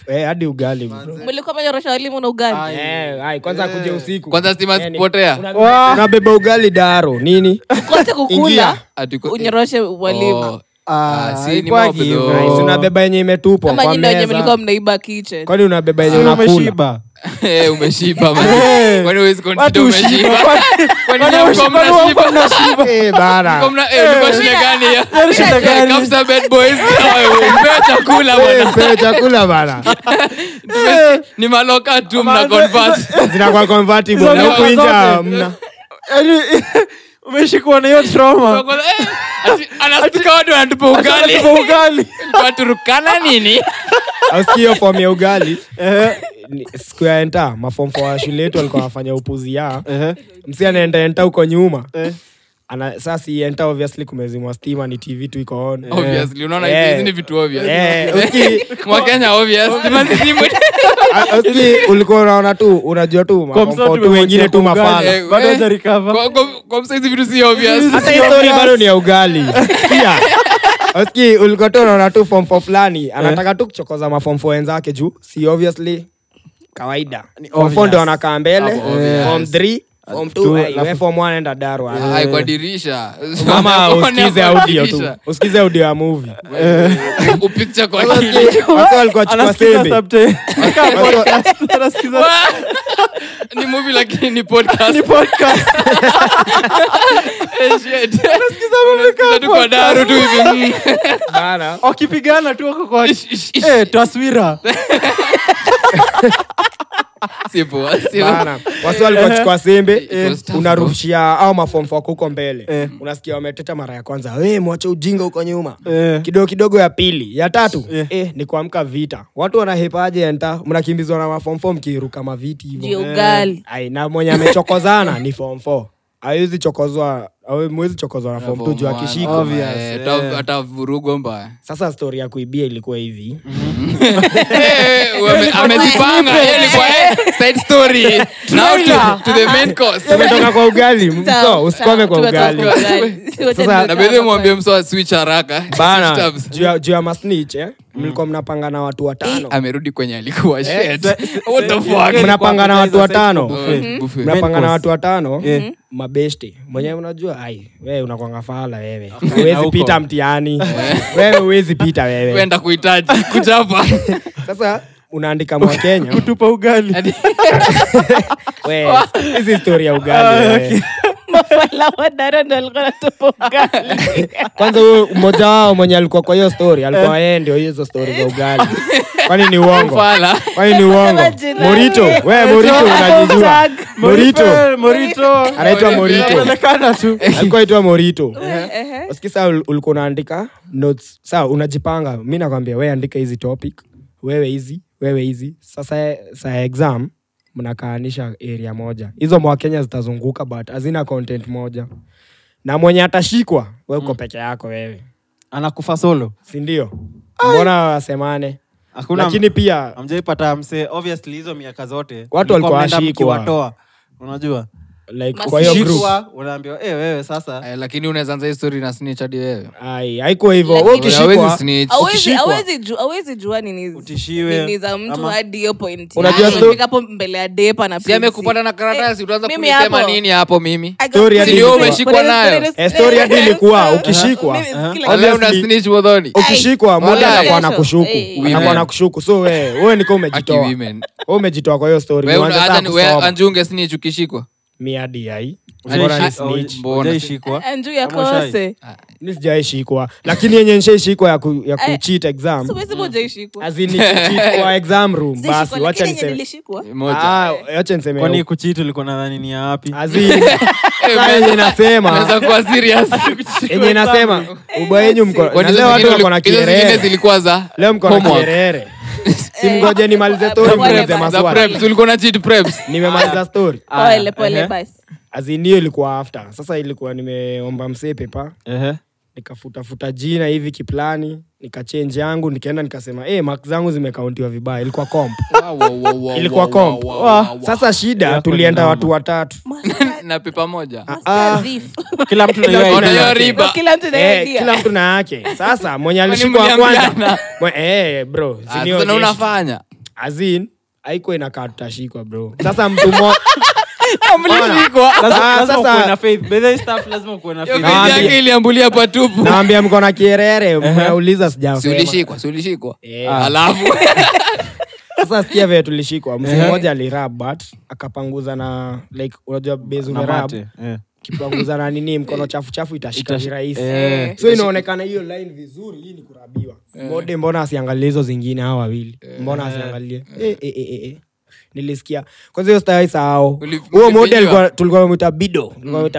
Speaker 5: eh, hadi ugali bro.
Speaker 4: mlikuwa mnyorosha walimu na ugali
Speaker 5: Eh, ai, kwanza kuja usiku
Speaker 2: kwanza stima
Speaker 5: Eh, ni-
Speaker 2: zikipotea
Speaker 5: Unabeba- unabeba ugali daro nini
Speaker 2: Oh.
Speaker 4: kwanza
Speaker 5: Ingia.
Speaker 4: kukula
Speaker 2: Ati uko-
Speaker 4: unyoroshe
Speaker 2: Ah. Oh.
Speaker 4: walimu
Speaker 3: Ah,
Speaker 2: Ah, si ni
Speaker 3: haikuwa
Speaker 2: mob
Speaker 3: hivyo.
Speaker 2: though.
Speaker 5: Ai, si
Speaker 2: Oh.
Speaker 5: unabeba yenye imetupwa
Speaker 4: ama
Speaker 5: kwa
Speaker 4: nyinyi ndio wenye
Speaker 5: meza
Speaker 4: mlikuwa mnaiba kitchen
Speaker 5: kwani unabeba
Speaker 3: Si
Speaker 5: yenye unakula
Speaker 3: umeshiba?
Speaker 2: Eh, umeshiba man.
Speaker 3: Eh.
Speaker 2: Kwani huwezi consider
Speaker 3: Watu hushiba.
Speaker 2: umeshiba?
Speaker 3: Kwani-
Speaker 2: Kwani
Speaker 3: kwani
Speaker 2: nyie mko
Speaker 3: hushiba, kwani
Speaker 2: mnashiba?
Speaker 3: wako mnashiba?
Speaker 5: Eh, bana.
Speaker 2: Mko mna- eh, ulikuwa shida gani hiyo?
Speaker 3: Yaani shida gani?
Speaker 2: Kapsa bad boys. Mpewa chakula
Speaker 5: Eh,
Speaker 2: bwana.
Speaker 5: mpewe chakula bana
Speaker 3: eh.
Speaker 2: Ni maloka tu mna
Speaker 3: Ama-
Speaker 2: convert.
Speaker 3: eh,
Speaker 5: zinakuwa convertible na huku nja mna
Speaker 3: Yaani, umeshikwa na hiyo trauma
Speaker 2: Eh, ati- anastuka watu wanatupa ugali.
Speaker 3: Kwa ugali
Speaker 2: Waturukana nini?
Speaker 5: auski hiyo fom ya ugali Eh, Ni- siku ya enta mafom wa shule yetu alikuwa anafanya upuzi ya
Speaker 3: Ehe.
Speaker 5: msi anaenda enta huko nyuma
Speaker 3: Eh.
Speaker 5: ana saa si enta obviously kumezimwa stima ni tv tu iko on
Speaker 2: Obviously, unaona
Speaker 5: Eh.
Speaker 2: hizi- hizi ni vitu obvious.
Speaker 5: Eh, uski-
Speaker 2: Mwakenya obvious. Mazizimu.
Speaker 5: Husky, Ah, ulikuwa unaona tu unajua tu ma-
Speaker 3: Kwa msa
Speaker 5: tu
Speaker 3: tumemwachia
Speaker 5: wengine tu
Speaker 3: kwa ugali.
Speaker 5: mafala
Speaker 2: Eh,
Speaker 3: Bado
Speaker 2: eh.
Speaker 3: hajarecover.
Speaker 2: Kwa- kwa- kwa msa hizi vitu si obvious.
Speaker 5: hata hiyo story bado ni ya ugali Sikia. Husky, Ah, ulikuwa tu unaona tu form four fulani anataka tu kuchokoza mafom four wenzake juu si obviously kawaida form four
Speaker 3: obvious.
Speaker 5: ndio anakaa mbele Eh.
Speaker 2: Hapo obvious.
Speaker 5: form three form two
Speaker 3: Two,
Speaker 5: eh,
Speaker 3: alafu-
Speaker 5: we form one enda darwa
Speaker 2: Ai, kwa dirisha
Speaker 5: mama
Speaker 2: Unaona
Speaker 5: usikize
Speaker 2: kwa
Speaker 5: audio tu Eh.
Speaker 2: dirisha.
Speaker 5: usikize audio ya movie
Speaker 2: upicha kwa kile.
Speaker 5: Husky alikuwa chukua
Speaker 3: Anasikiza
Speaker 5: sembe
Speaker 3: subtitle. Anasikiza-
Speaker 2: Wa- ni movie lakini ni podcast.
Speaker 3: ni podcast.
Speaker 2: Eh, shit. Unasikiza tu kwa daru tu hivi. Mm.
Speaker 5: Bana.
Speaker 3: wakipigana tu wako kwa
Speaker 2: Ish, ish, ish.
Speaker 3: Eh, taswira
Speaker 2: Si poa, si poa.
Speaker 5: Bana. wasi walikuwa chukua sembe
Speaker 2: Oh, It was tough,
Speaker 5: unarushia au mafomfo wako huko mbele
Speaker 3: Eh.
Speaker 5: unasikia wameteta mara ya kwanza we mwache ujinga huko nyuma
Speaker 3: Eh.
Speaker 5: kidogo kidogo ya pili ya tatu
Speaker 3: Eh.
Speaker 5: eh, ni kuamka vita watu wanahepaje enta mnakimbizwa na mafomfo mkiruka maviti
Speaker 4: Ndio
Speaker 5: hivo
Speaker 4: ugali.
Speaker 5: Eh. ai na mwenye amechokozana ni fomfo awezi chokozwa awe- mwezi chokozwa na fom tu juu akishika
Speaker 3: Obvious,
Speaker 2: Eh, ata- atavurugwa mbaya
Speaker 5: sasa stori ya kuibia ilikuwa hivi
Speaker 2: Eh, eh, wame- amezipanga Yeye alikuwa, eh, side story now to, to the main course
Speaker 5: tumetoka kwa ugali mso
Speaker 4: Sawa,
Speaker 5: usikome kwa
Speaker 4: sawa, tumetoka
Speaker 5: ugali
Speaker 4: kwa ugali. Wote
Speaker 5: Sasa-
Speaker 2: na bedhi
Speaker 4: tumetoka
Speaker 2: mwambie
Speaker 4: kwa-
Speaker 2: mso aswitch haraka Switch
Speaker 5: bana
Speaker 2: tabs.
Speaker 5: juu ya- juu ya masnich eh? mlikuwa mnapanga na watu watano
Speaker 2: amerudi kwenye
Speaker 5: Eh,
Speaker 2: alikuwa shit. What the fuck?
Speaker 3: se-
Speaker 5: mnapanga na watu watano
Speaker 2: Oh, buffet.
Speaker 5: mnapanga na
Speaker 3: Main
Speaker 5: watu watano
Speaker 3: Eh.
Speaker 5: mabeshte mwenyewe unajua ai wewe unakwanga fahala wewe
Speaker 3: na
Speaker 5: huwezi
Speaker 3: huko.
Speaker 5: pita mtihani wewe huwezi pita wewe
Speaker 2: kwenda kuhitaji kuchapa
Speaker 5: sasa unaandika mwa kenya
Speaker 3: kutupa ugali
Speaker 5: Wewe, hizi story ya ugali wewe.
Speaker 4: Mafala wa dara ndo alikuwa anatupa ugali.
Speaker 5: kwanza huyo mmoja wao mwenye alikuwa kwa hiyo story alikuwa yeye ndio hizo story za ugali kwani ni uongo
Speaker 2: fala
Speaker 5: kwani ni uongo
Speaker 4: Majirani.
Speaker 5: morito wewe morito unajijua
Speaker 4: Tag.
Speaker 5: morito
Speaker 3: Morife, morito
Speaker 5: anaitwa morito
Speaker 3: Anapelekana tu
Speaker 5: alikuwa aitwa morito
Speaker 4: Ehe.
Speaker 5: Usiki saa ul- ulikuwa unaandika notes saa unajipanga mi nakwambia we andika hizi topic wewe hizi wewe hizi sasa saa ya exam mnakaanisha area moja hizo mwa kenya zitazunguka but hazina content moja na mwenye atashikwa we uko
Speaker 4: Mm.
Speaker 5: peke yako wewe
Speaker 3: anakufa solo
Speaker 5: sindio mbona wasemane
Speaker 3: hakuna
Speaker 5: lakini pia
Speaker 3: amjaipata mse obviously hizo miaka zote
Speaker 5: Watu walikuwa
Speaker 3: mnaenda
Speaker 5: washikwa.
Speaker 3: mkiwatoa. unajua
Speaker 5: like
Speaker 4: Must
Speaker 5: kwa hiyo group
Speaker 3: Shikwa, unaambiwa eh, wewe sasa
Speaker 2: Eh, lakini unaweza anza hii story na snitch hadi wewe
Speaker 5: ai haikuwa hivyo we
Speaker 4: Lakini-
Speaker 2: Hawezi
Speaker 5: ukishikwa
Speaker 2: snitch.
Speaker 4: Hawezi-
Speaker 5: Ukishikwa.
Speaker 4: hawezi ju- hawezi jua nini
Speaker 3: Utishiwe,
Speaker 4: nini za mtu
Speaker 3: ama-
Speaker 4: hadi hiyo point
Speaker 5: Unajua
Speaker 4: yake.
Speaker 5: sto-
Speaker 4: Fika hapo mbele ya depa na
Speaker 2: si amekupata
Speaker 4: prinsi.
Speaker 2: na karatasi utaanza
Speaker 4: Mimi
Speaker 2: kunisema
Speaker 4: hapo.
Speaker 2: nini hapo mimi
Speaker 4: I got-
Speaker 5: Story hadi
Speaker 4: Si ndio
Speaker 5: ilikuwa-
Speaker 2: umeshikwa nayo?
Speaker 5: Eh, story hadi ilikuwa, ukishikwa.
Speaker 4: Mimi- kila-
Speaker 5: Obviously.
Speaker 2: Ale una snitch modhoni
Speaker 4: Ai,
Speaker 5: ukishikwa
Speaker 2: Wala.
Speaker 5: moja anakuwa
Speaker 4: Special.
Speaker 5: anakushuku
Speaker 4: Eh.
Speaker 5: anakuwa
Speaker 2: Women.
Speaker 5: anakushuku so we wewe niko
Speaker 2: Aki
Speaker 5: umejitoa
Speaker 2: women.
Speaker 5: Wewe umejitoa kwa hiyo story
Speaker 2: Wewe una-
Speaker 5: unaanza
Speaker 2: hata
Speaker 5: sasa
Speaker 2: ni- wewe
Speaker 5: kusoma
Speaker 2: anjunge snitch ukishikwa
Speaker 5: mi hadi ai
Speaker 2: Mbona ni
Speaker 3: Hujaishi-
Speaker 2: snitch?
Speaker 3: hujai-
Speaker 2: Mbona?
Speaker 3: hujaishikwa.
Speaker 4: Andrew Eh, ya
Speaker 3: Kama ushai.
Speaker 4: kose.
Speaker 5: mi sijaishikwa lakini yenye nishaishikwa ya, ku, ya
Speaker 4: Eh.
Speaker 5: kucheat exam
Speaker 4: So, wewe sema hujaishikwa.
Speaker 5: As in, nikicheat kwa exam room
Speaker 4: Sijashikwa,
Speaker 5: basi wacha
Speaker 4: lakini yenye
Speaker 5: niseme
Speaker 4: nilishikwa.
Speaker 2: moja
Speaker 5: Ah, wacha niseme
Speaker 3: kwani
Speaker 5: huko.
Speaker 3: kuchiti ulikuwa nadhani ni ya wapi
Speaker 5: As in,
Speaker 2: Eh,
Speaker 5: saa yenye nasema
Speaker 2: unaweza kuwa serious
Speaker 5: yenye nasema ubwa yenyu mko na
Speaker 2: Kwani
Speaker 5: leo
Speaker 2: hizo
Speaker 5: watu
Speaker 2: zingine
Speaker 5: wako na
Speaker 2: uli- hizo zingine
Speaker 5: kierere
Speaker 2: zilikuwa za
Speaker 5: leo mko na
Speaker 2: homework.
Speaker 5: kierere
Speaker 4: Eh,
Speaker 5: simgoje nimalize story
Speaker 4: Za
Speaker 5: mlete
Speaker 4: preps,
Speaker 2: za
Speaker 5: maswali
Speaker 2: preps ulikuwa na cheat preps
Speaker 5: nimemaliza story
Speaker 4: Pole, pole, basi.
Speaker 5: azinio ilikuwa after sasa ilikuwa nimeomba msee pepa
Speaker 3: Ehe.
Speaker 5: nikafutafuta jina hivi kiplani nikachange yangu nikaenda nikasema hey, mak zangu zimekauntiwa vibaya ilikuwa comp ilikuwa comp sasa shida tulienda watu watatu
Speaker 2: na pepa moja
Speaker 5: Ah,
Speaker 2: Ah,
Speaker 4: Ustadhifu.
Speaker 3: kila mtu na hiyo
Speaker 2: Ona
Speaker 3: aina
Speaker 2: hiyo
Speaker 3: yake.
Speaker 2: riba
Speaker 4: Kila mtu na
Speaker 5: Eh,
Speaker 4: idea.
Speaker 5: kila mtu na yake sasa mwenye
Speaker 2: Kwani
Speaker 5: alishikwa wa
Speaker 2: mliambiana?
Speaker 5: kwanza mwe- eh, bro
Speaker 2: Ah,
Speaker 5: sinio
Speaker 2: sasa na
Speaker 5: jeshi.
Speaker 2: unafanya
Speaker 5: Azin, haikuwa inakaa tutashikwa bro sasa mtu mmoja
Speaker 3: Lazima-
Speaker 5: Ah,
Speaker 3: lazima
Speaker 5: sasa-
Speaker 3: ukuwe na faith. By the way, staff, lazima ukuwe na faith.
Speaker 5: Naambia-
Speaker 2: yake iliambulia patupu
Speaker 5: naambia mko na kierere mnauliza
Speaker 2: Si
Speaker 5: sijasema
Speaker 2: ulishikwa si ulishikwa
Speaker 5: Eh.
Speaker 2: alafu
Speaker 5: sasa sikia vile tulishikwa msee mmoja alirab but akapanguza na like unajua base
Speaker 3: Na
Speaker 5: umerab
Speaker 3: mate, eh.
Speaker 5: kipanguza na nini mkono chafu chafu itashika
Speaker 3: Itash-
Speaker 5: virahisi
Speaker 3: eh.
Speaker 5: so inaonekana hiyo line vizuri hii ni kurabiwa mode mbona asiangalie hizo zingine hawa wawili mbona asiangalie eh, eh, eh, eh, eh. nilisikia kwanza hiyo stai sahau
Speaker 2: Uli-
Speaker 5: huo mode
Speaker 2: mlifinywa?
Speaker 5: alikuwa- tulikuwa namwita bido
Speaker 3: Mm.
Speaker 5: Tulikuwa tunamwita-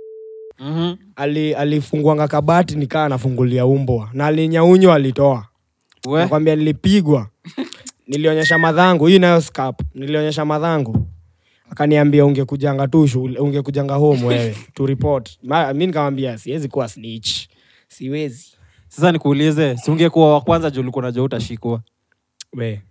Speaker 3: Mhm.
Speaker 5: Ali- alifunguanga kabati nikaa anafungulia umbwa na alinyaunywa alitoa
Speaker 3: We.
Speaker 5: nakwambia nilipigwa nilionyesha madhangu hii nayo scap nilionyesha madhangu akaniambia ungekujanga tu shule ungekujanga home wewe tu report Ma- mi nikamwambia siwezi kuwa snitch siwezi
Speaker 3: sasa nikuulize siungekuwa wa kwanza juu ulikuwa najua utashikwa
Speaker 5: we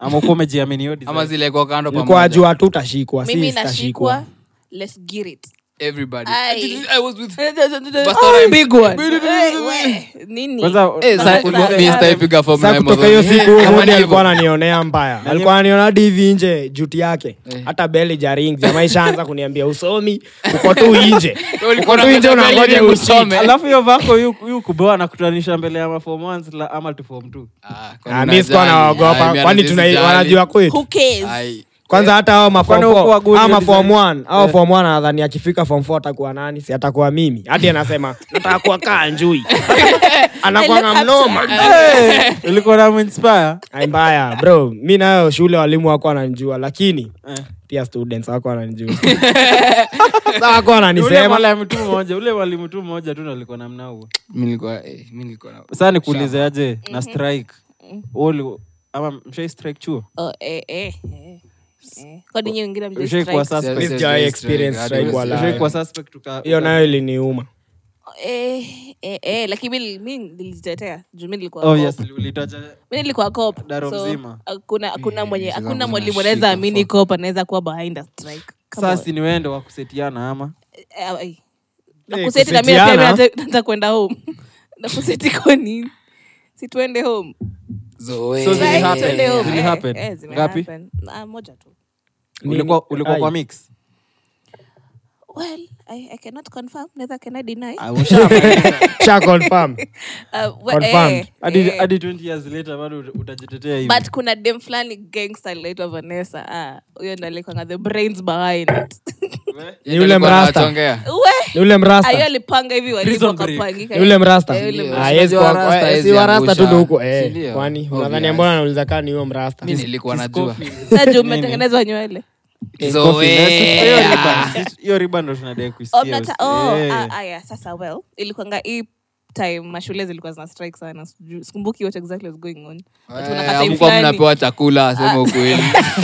Speaker 3: ama ukuwa umejiamini hiyo design?
Speaker 2: ama zile kwa kando
Speaker 5: nilikuwa
Speaker 2: pamoja
Speaker 5: jua tu utashikwa si
Speaker 4: mimi
Speaker 5: sitashikwa.
Speaker 4: nashikwa let's get it
Speaker 2: everybody
Speaker 4: Ai.
Speaker 2: I was with
Speaker 4: Oh, big one. Eh, we, nini
Speaker 3: Kwanza,
Speaker 2: Eh,
Speaker 3: sasa
Speaker 2: sa-
Speaker 4: Sasa-
Speaker 2: uli- mi sitaipiga form
Speaker 5: Sasa
Speaker 2: na
Speaker 5: kutoka
Speaker 2: Amazon.
Speaker 5: hiyo siku
Speaker 2: Kama
Speaker 5: huyo
Speaker 2: ni
Speaker 5: Mudi alikuwa
Speaker 2: hivyo.
Speaker 5: ananionea mbaya alikuwa ananiona hadi hivi nje juti yake
Speaker 2: Eh.
Speaker 5: hata beli jaring jamaa ishaanza kuniambia usomi uko tu nje
Speaker 2: Ulikuwa
Speaker 5: uko tu
Speaker 2: unapenda
Speaker 5: nje unangoja
Speaker 2: beli
Speaker 5: ushike."
Speaker 2: usome.
Speaker 3: alafu hiyo vako yu kubewa nakutanisha mbele ya mafom la ama tufom t
Speaker 2: Ah, kwani
Speaker 5: Ah, mi
Speaker 2: unajali?
Speaker 5: sikuwa
Speaker 2: Ai,
Speaker 5: nawagopa
Speaker 2: Yaani mi
Speaker 5: kwani
Speaker 2: anasisi
Speaker 5: tuna-
Speaker 2: jali.
Speaker 5: wanajua kwetu
Speaker 4: who cares
Speaker 2: Ai.
Speaker 5: kwanza hata hao
Speaker 3: Kwani hukuwa good hiyo
Speaker 5: mafom
Speaker 3: design?
Speaker 5: au fom anadhani akifika fom f atakuwa nani si atakuwa mimi hadi anasema nataka kuwa kaa njui anakwanga mnoma
Speaker 3: ulikuwa naminspire
Speaker 5: Ai, mbaya bro mi nayo shule walimu wako wananjua lakini
Speaker 2: Eh.
Speaker 5: pia students wako wananjua sa wako
Speaker 3: ule
Speaker 5: wananisema
Speaker 3: mwalimu tu mmoja ule mwalimu tu mmoja tu ndo alikuwa namna huo
Speaker 2: Mi nilikuwa- eh, mi nilikuwa na-
Speaker 3: sasa nikuulize aje na
Speaker 4: Mhm.
Speaker 3: strike
Speaker 4: Mm-hmm.
Speaker 3: Uli- ama mshai strike chuo
Speaker 4: oh, eh, eh, eh, eh. kwani nyinyi wengine hamjui
Speaker 3: ushaikuwa
Speaker 4: strike?
Speaker 2: Sasa-
Speaker 5: Please
Speaker 2: sasa-
Speaker 5: joy
Speaker 2: sasa-
Speaker 5: experience
Speaker 2: sasa-
Speaker 5: strike
Speaker 2: sasa-
Speaker 5: wala.
Speaker 3: ushaikuwa suspect uka-
Speaker 5: hiyo nayo iliniuma
Speaker 4: Eh, eh, eh, lakini mi- mi nilijitetea juu mi nilikuwa
Speaker 3: Oh,
Speaker 4: cop.
Speaker 3: yes, ulitaja
Speaker 4: mi nilikuwa cop,
Speaker 3: Daro
Speaker 4: so,
Speaker 3: mzima.
Speaker 4: hakuna- hakuna mwenye
Speaker 2: zangu
Speaker 4: hakuna mwalimu
Speaker 2: zinashika
Speaker 4: anaweza amini cop anaweza kuwa behind a strike Come on.
Speaker 3: sasi ni wendo wa kusetiana ama
Speaker 4: Eh, ai.
Speaker 5: Eh,
Speaker 4: Nakuseti na mimi pia
Speaker 5: kusetiana.
Speaker 4: mimi nata- nataka kwenda home nakuseti kwa nini si tuende home
Speaker 2: Zoe.
Speaker 3: So zili
Speaker 4: Right,
Speaker 3: happen.
Speaker 4: tuende home.
Speaker 3: Zili
Speaker 4: Eh,
Speaker 3: happen.
Speaker 4: eh, zime
Speaker 3: Ngapi?
Speaker 4: happen. Ah, moja tu
Speaker 5: Nini?
Speaker 3: ulikuwa ulikuwa kwa
Speaker 5: Ai.
Speaker 3: mix
Speaker 4: well I, i cannot confirm neither can i deny
Speaker 3: Ah, ushamaliza.
Speaker 5: Cha confirm.
Speaker 4: Uh, we-
Speaker 5: Confirmed.
Speaker 4: eh,
Speaker 3: hadi
Speaker 4: eh,
Speaker 3: hadi 20 years later bado ut- utajitetea hivi
Speaker 4: but kuna dem fulani gangster aliitwa vanessa Ah, huyo ndo alikwanga the brains behind it.
Speaker 2: Yeye
Speaker 5: Ni ule
Speaker 2: alikuwa
Speaker 5: mrasta.
Speaker 2: anachongea.
Speaker 4: we
Speaker 5: Ni ule mrasta
Speaker 4: ayo alipanga hivi
Speaker 3: Prison break.
Speaker 4: walipokapangika
Speaker 5: Ni ule mrasta
Speaker 4: Eh, yule
Speaker 2: Ndio.
Speaker 4: mrasta.
Speaker 5: Ah, yes,
Speaker 2: Si
Speaker 5: kwa-
Speaker 2: warasta
Speaker 5: kwa-
Speaker 2: hizi
Speaker 5: si warasta tu
Speaker 2: angusha.
Speaker 5: ndo huko eh,
Speaker 2: Si ndio?
Speaker 5: kwani
Speaker 2: Obvious.
Speaker 5: unadhani mbona nauliza kaa ni huyo mrasta
Speaker 2: Mi nilikuwa najua.
Speaker 3: Coffee.
Speaker 4: Saju, umetengenezwa nywele
Speaker 2: Zoe.
Speaker 3: Hiyo ribbon, si- hiyo riba ndo tunadai
Speaker 4: Eh. Oh,
Speaker 3: kuisikia
Speaker 4: mnata-
Speaker 3: usi-
Speaker 4: oh,
Speaker 3: Eh.
Speaker 4: ah, ah, yeah, sasa well ilikwanga hii time mashule zilikuwa zina strike sana sijui- sikumbuki what exactly was going on But kuna
Speaker 2: Eh,
Speaker 4: ka time
Speaker 2: hamkuwa
Speaker 4: fulani-
Speaker 2: mnapewa chakula asema ukweli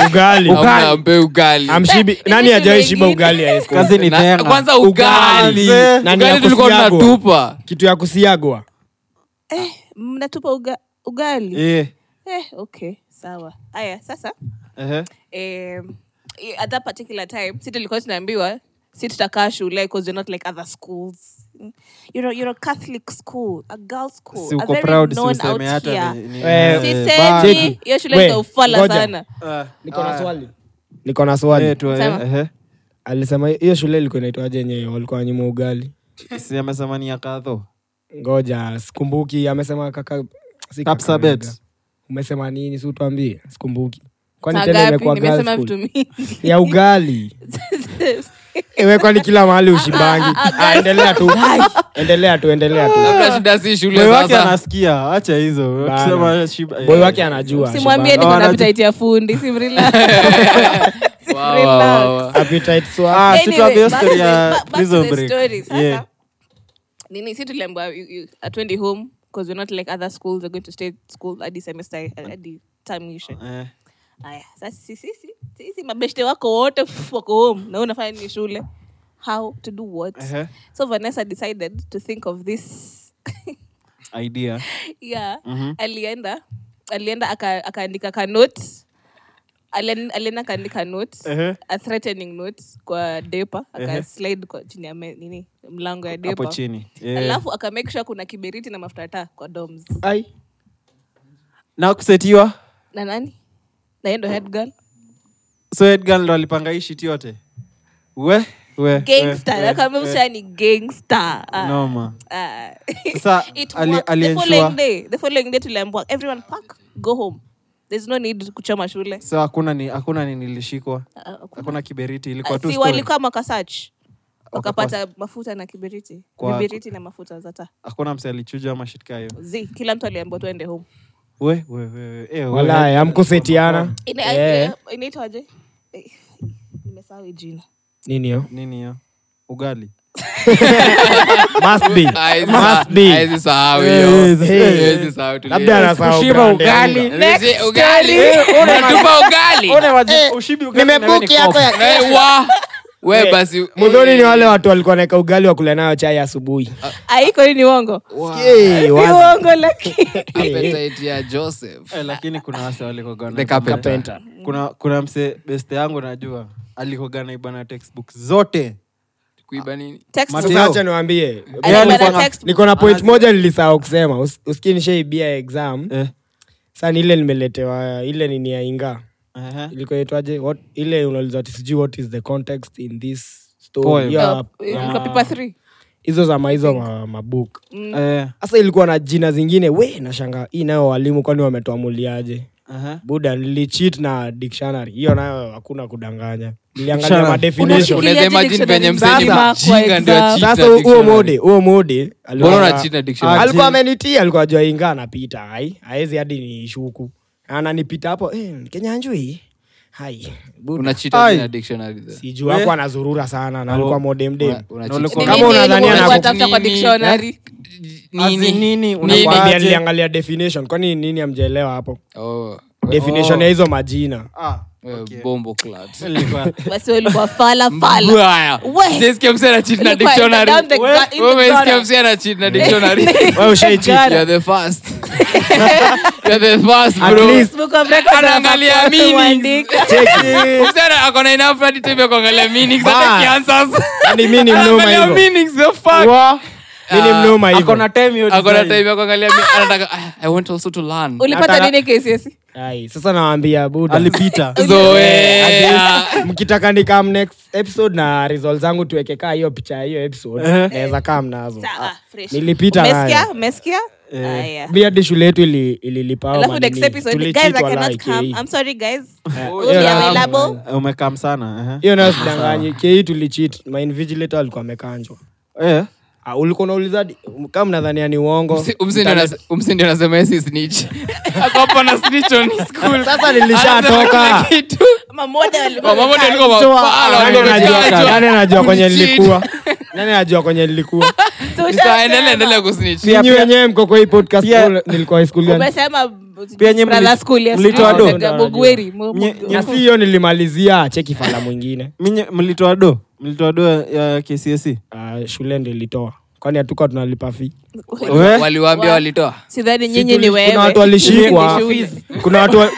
Speaker 5: ugali
Speaker 2: Hamna mpe ugali
Speaker 5: amshibi nani
Speaker 4: shule
Speaker 5: ajawai shiba
Speaker 4: ingine.
Speaker 5: ugali ya esco?
Speaker 3: kazi ni
Speaker 2: Na-
Speaker 3: tena
Speaker 2: kwanza ugali
Speaker 3: Eh.
Speaker 5: Ugali. Na ni ya
Speaker 2: ugali tulikuwa
Speaker 5: kusiagwa.
Speaker 2: tunatupa
Speaker 5: kitu ya kusiagwa
Speaker 4: Eh, mnatupa uga, ugali
Speaker 3: Eh,
Speaker 4: eh, okay sawa aya sasa
Speaker 3: ehe.
Speaker 4: um, at that particular time si tulikuwa tunaambiwa si tutakaa shule because you're not like other schools you're a, you're a catholic school a girl school
Speaker 3: Si
Speaker 4: a
Speaker 3: uko
Speaker 4: very
Speaker 3: proud, si
Speaker 4: known
Speaker 3: useme
Speaker 4: out
Speaker 3: hata
Speaker 4: here.
Speaker 3: ni- ni-
Speaker 5: Eh,
Speaker 4: sisemi hiyo shule
Speaker 5: We,
Speaker 4: za ufala
Speaker 5: ngoja.
Speaker 4: sana
Speaker 3: Ah, ah,
Speaker 5: niko na swali
Speaker 3: eh, tu- eh,
Speaker 4: Sema.
Speaker 3: ehe.
Speaker 5: alisema hiyo shule ilikuwa inaitwaje yenye walikuwa wanyuma ugali
Speaker 3: Si amesema ni ya kadho
Speaker 5: ngoja sikumbuki amesema kaka si kaka
Speaker 3: Kapsabet.
Speaker 5: Mega. umesema nini si tuambie sikumbuki kwani tena
Speaker 4: tangapi
Speaker 5: imekuwa girls
Speaker 4: nimesema vitu
Speaker 5: school?
Speaker 4: mingi
Speaker 5: ya ugali Ewe kwani kila mahali ushibangi Ah, endelea tu endelea tu endelea tu
Speaker 2: labda shida si shule
Speaker 3: boy wake
Speaker 2: sasa
Speaker 3: anasikia acha hizo
Speaker 5: Bana.
Speaker 3: Tusema shib- eh.
Speaker 5: boy wake anajua
Speaker 3: Oh,
Speaker 4: simwambie
Speaker 5: shibanga.
Speaker 4: niko na
Speaker 3: anajua.
Speaker 4: appetite ya fundi simrila
Speaker 2: Wa, wa, wa, wa.
Speaker 5: Appetite swap.
Speaker 3: Ah, si
Speaker 4: Anyway,
Speaker 3: tuambie hiyo
Speaker 4: back
Speaker 3: story
Speaker 4: to
Speaker 3: ya
Speaker 4: the- back to
Speaker 3: prison
Speaker 4: the
Speaker 3: break.
Speaker 4: story. Sasa,
Speaker 3: Yeah.
Speaker 4: nini si tuliambiwa you- you- atwendi home because we're not like other schools we're going to stay at school hadi semester hadi term ishe.
Speaker 3: Eh.
Speaker 4: Aya, sasa sisi sisi sisi mabeshte wako wote pff, wako home na wewe unafanya nini shule how to do what
Speaker 3: Ehe.
Speaker 4: so Vanessa decided to think of this
Speaker 3: idea
Speaker 4: yeah
Speaker 3: Mm-hmm.
Speaker 4: alienda alienda aka- akaandika aka kanote alienda akaandika note
Speaker 3: Ehe.
Speaker 4: a threatening note kwa depa akaslide kwa chini ya me- nini mlango ya
Speaker 3: hapo
Speaker 4: depa
Speaker 3: chini Eh.
Speaker 4: alafu akamake sure kuna kiberiti na mafuta ya taa kwa doms
Speaker 5: Ai.
Speaker 3: na kusetiwa
Speaker 4: na nani naendo head girl
Speaker 3: so edgar ndo alipanga hii shit yote we we
Speaker 4: gangster
Speaker 3: we, we, we.
Speaker 4: akamemsha ni gangster Ah,
Speaker 3: Noma.
Speaker 4: ah.
Speaker 3: eh. Sasa,
Speaker 4: It
Speaker 3: ali-
Speaker 4: worked. the
Speaker 3: aliensure-
Speaker 4: following day the following day tuliambiwa everyone pack go home there's no need kuchoma shule
Speaker 3: so hakuna ni hakuna ni nilishikwa
Speaker 4: Ah, ah, kuna-
Speaker 3: hakuna kiberiti ilikuwa
Speaker 4: Ah,
Speaker 3: tu
Speaker 4: si
Speaker 3: story.
Speaker 4: walikuwa makasach wakapata
Speaker 3: Wakakosa.
Speaker 4: mafuta na kiberiti
Speaker 3: Kwa-
Speaker 4: kiberiti na mafuta zata
Speaker 3: hakuna mse alichuja ama shitkayo
Speaker 4: z kila mtu aliambiwa tuende home
Speaker 3: we we we eh, we.
Speaker 5: walaye amkusetiana
Speaker 4: Ina-
Speaker 5: Eh.
Speaker 4: inaitwaje Eh, nimesahau hii jina
Speaker 5: nini yo
Speaker 3: nini hiyo ugali
Speaker 5: must be
Speaker 2: Haezi
Speaker 5: must
Speaker 2: sa-
Speaker 5: be
Speaker 2: haezi sahau
Speaker 3: Eh,
Speaker 2: hiyo.
Speaker 3: eh, eh.
Speaker 2: Haezi sahau tulie.
Speaker 5: labda anasahau
Speaker 3: Kushiba
Speaker 5: brand ya
Speaker 3: ugali.
Speaker 5: unga.
Speaker 2: Nizi- ugali. Unatupa ugali.
Speaker 4: Eh,
Speaker 5: eh,
Speaker 3: nimebuki yako ya
Speaker 2: Na we- wa-
Speaker 3: Eh,
Speaker 2: we basi
Speaker 5: mudhoni ni wale watu walikuwa naeka ugali wakula nayo chai asubuhi
Speaker 4: Ah, aiko ni uongo
Speaker 5: Eh,
Speaker 4: ni
Speaker 5: wazi.
Speaker 4: uongo lakini
Speaker 2: appetite ya joseph
Speaker 3: Eh, lakini kuna wase walikoga
Speaker 2: The carpenter.
Speaker 3: kuna kuna mse beste yangu najua alikoga na ibana textbook zote
Speaker 2: kuiba nini
Speaker 4: Textbook.
Speaker 5: Sasa acha niwaambie
Speaker 4: Alikuwa na
Speaker 5: Niko na-
Speaker 4: textbook.
Speaker 5: niko na
Speaker 3: Ah,
Speaker 5: point moja nilisahau kusema Us- usikie nishaibia exam
Speaker 3: eh,
Speaker 5: sasa ni ile nimeletewa ile nini ya inga
Speaker 3: aha.
Speaker 5: ilikuwa itwaje What- ile unaulizwa ati sijui what is the context in this
Speaker 3: Poem.
Speaker 5: story
Speaker 4: Uh,
Speaker 5: Yeah,
Speaker 4: ilikuwa paper three.
Speaker 5: hizo za maizo ma, mabook
Speaker 3: Eh,
Speaker 5: sasa ilikuwa na jina zingine we nashanga hii nayo walimu kwani wametuamuliaje
Speaker 3: aha.
Speaker 5: buda nilichit na dictionary hiyo nayo hakuna kudanganya niliangalia
Speaker 3: Dictionary.
Speaker 4: Una-
Speaker 5: madefinition
Speaker 2: unaweza imagine venye mseni
Speaker 4: Sasa-
Speaker 2: mjinga ndio
Speaker 4: Sasa
Speaker 2: acheat na
Speaker 5: sasa huo
Speaker 2: dictionary.
Speaker 5: mode huo mode
Speaker 2: Mbona
Speaker 5: alikuwa-
Speaker 2: unacheat na dictionary?
Speaker 5: alikuwa amenitia alikuwa ajua inga anapita ai aezi hadi ni shuku ananipita hapo eh, kenyanjui hai buda.
Speaker 2: Una cheat aje
Speaker 3: Ai.
Speaker 2: na dictionary there?
Speaker 5: sijuu hapo anazurura sana na alikuwa modemdem
Speaker 2: Una- una
Speaker 3: Na
Speaker 2: cheat.
Speaker 3: ulikuwa-
Speaker 5: Kama
Speaker 4: Nini
Speaker 5: unadhania
Speaker 4: ilikuwa
Speaker 5: na-
Speaker 4: tafuta kwa
Speaker 2: Nini?
Speaker 4: dictionary?
Speaker 2: Yaani, Nini?
Speaker 3: Azi nini, unakuwa-
Speaker 2: Nini?
Speaker 5: Kwani
Speaker 3: Aje.
Speaker 5: aliangalia definition kwani nini amjaelewa hapo
Speaker 2: Oh,
Speaker 5: definition ya hizo majina
Speaker 3: Ah,
Speaker 2: eh,
Speaker 3: okay.
Speaker 2: bombo clat.
Speaker 3: Ilikuwa-
Speaker 4: Basi wewe ulikuwa fala fala.
Speaker 2: Mbaya.
Speaker 4: We.
Speaker 2: Sijaisikia msee ana cheat na
Speaker 4: Ilikuwa
Speaker 2: dictionary.
Speaker 4: down the
Speaker 2: Wewe
Speaker 4: gu- in the
Speaker 2: umesikia
Speaker 4: gutter.
Speaker 2: msee ana cheat na dictionary.
Speaker 5: Wewe ushaichi
Speaker 2: You are the first. You are the first,
Speaker 5: At
Speaker 2: bro.
Speaker 5: least-
Speaker 4: Book of records
Speaker 2: Anaangalia
Speaker 4: ambapo
Speaker 2: meanings.
Speaker 4: huandika.
Speaker 2: Msee ana- ako na enough hadi time ya kuangalia meanings, hata
Speaker 5: Bas.
Speaker 2: kianswers.
Speaker 5: Yaani mimi ni mnoma
Speaker 2: Anaangalia
Speaker 5: hivyo
Speaker 2: meanings, the fuck.
Speaker 3: Wa,
Speaker 5: mimi ni
Speaker 2: Ah,
Speaker 5: mnoma
Speaker 3: ako na
Speaker 5: hivyo
Speaker 3: time hiyo
Speaker 2: Ako na
Speaker 3: design.
Speaker 2: time ya kuangalia me- anataka, "Ah, I want also to learn."
Speaker 4: ulipata
Speaker 5: Nataka-
Speaker 4: nini KCSE?
Speaker 5: Ai, sasa nawaambia buda
Speaker 3: alipita
Speaker 4: Eh,
Speaker 2: Zoea.
Speaker 5: mkitaka ni kam next episode na result zangu tuweke kaa hiyo picha ya hiyo episode
Speaker 3: Eh.
Speaker 5: naweza kaa mnazo
Speaker 4: Sawa, fresh.
Speaker 5: nilipita Eh,
Speaker 4: Umesikia?
Speaker 5: nayo.
Speaker 4: Umesikia? Haya.
Speaker 5: Pia hadi shule yetu ili- ililipa hao
Speaker 4: Alafu next
Speaker 5: manini.
Speaker 4: episode,
Speaker 5: Tulicheat
Speaker 4: guys, I
Speaker 5: walai,
Speaker 4: cannot come.
Speaker 5: KE.
Speaker 4: I'm sorry, guys.
Speaker 2: Oh,
Speaker 4: We'll be
Speaker 5: eh. yeah.
Speaker 4: available.
Speaker 3: Eh, umekam sana aha.
Speaker 5: hiyo
Speaker 4: Ah,
Speaker 5: nayo sidanganyi kei tulichit mainvigilator alikuwa amekanjwa
Speaker 3: Eh,
Speaker 5: Ah, ulikuwa unauliza kama mnadhania ni uongo
Speaker 2: Umsi- umsi ndio anase- umsi ndio anasema yeye si snitch Ako hapa na snitch on his school.
Speaker 5: Sasa
Speaker 2: Anasema kila
Speaker 5: nilishatoka
Speaker 2: kitu.
Speaker 4: Mamoda walikuwa
Speaker 2: Mamoda walikuwa wa-
Speaker 5: Toa.
Speaker 2: wala
Speaker 5: Nani
Speaker 2: walikuwa
Speaker 5: anajua-
Speaker 2: wamejaa-
Speaker 5: nani Yaani anajua kwenye
Speaker 2: Kucheat.
Speaker 5: nilikuwa nani anajua kwenye nilikuwa
Speaker 4: Tusha-
Speaker 2: Sawa, endelea endelea kusnitch
Speaker 5: ninyi wenyewe mko kwa hii podcast
Speaker 3: Pia-
Speaker 5: ule- nilikuwa high school gani
Speaker 4: Umesema
Speaker 3: Pia nyinyi
Speaker 4: brother
Speaker 3: mli-
Speaker 4: school ya
Speaker 3: mlitoa
Speaker 4: sijui,
Speaker 5: do?
Speaker 4: na Bugweri, mu-
Speaker 3: Nye-
Speaker 4: mu-
Speaker 5: Na si hiyo nilimalizia cheki fala mwingine
Speaker 3: minye- mlitoa do mlitoa do ya- ya kcse
Speaker 5: Ah, shule ndio ilitoa kwani hatukuwa tunalipa fi Eh?
Speaker 2: waliwaambia walitoa
Speaker 4: sidhani nyinyi ni wewe.
Speaker 5: kuna watu walishikwa
Speaker 4: Nyinyi ni shule.
Speaker 5: kuna watu wa-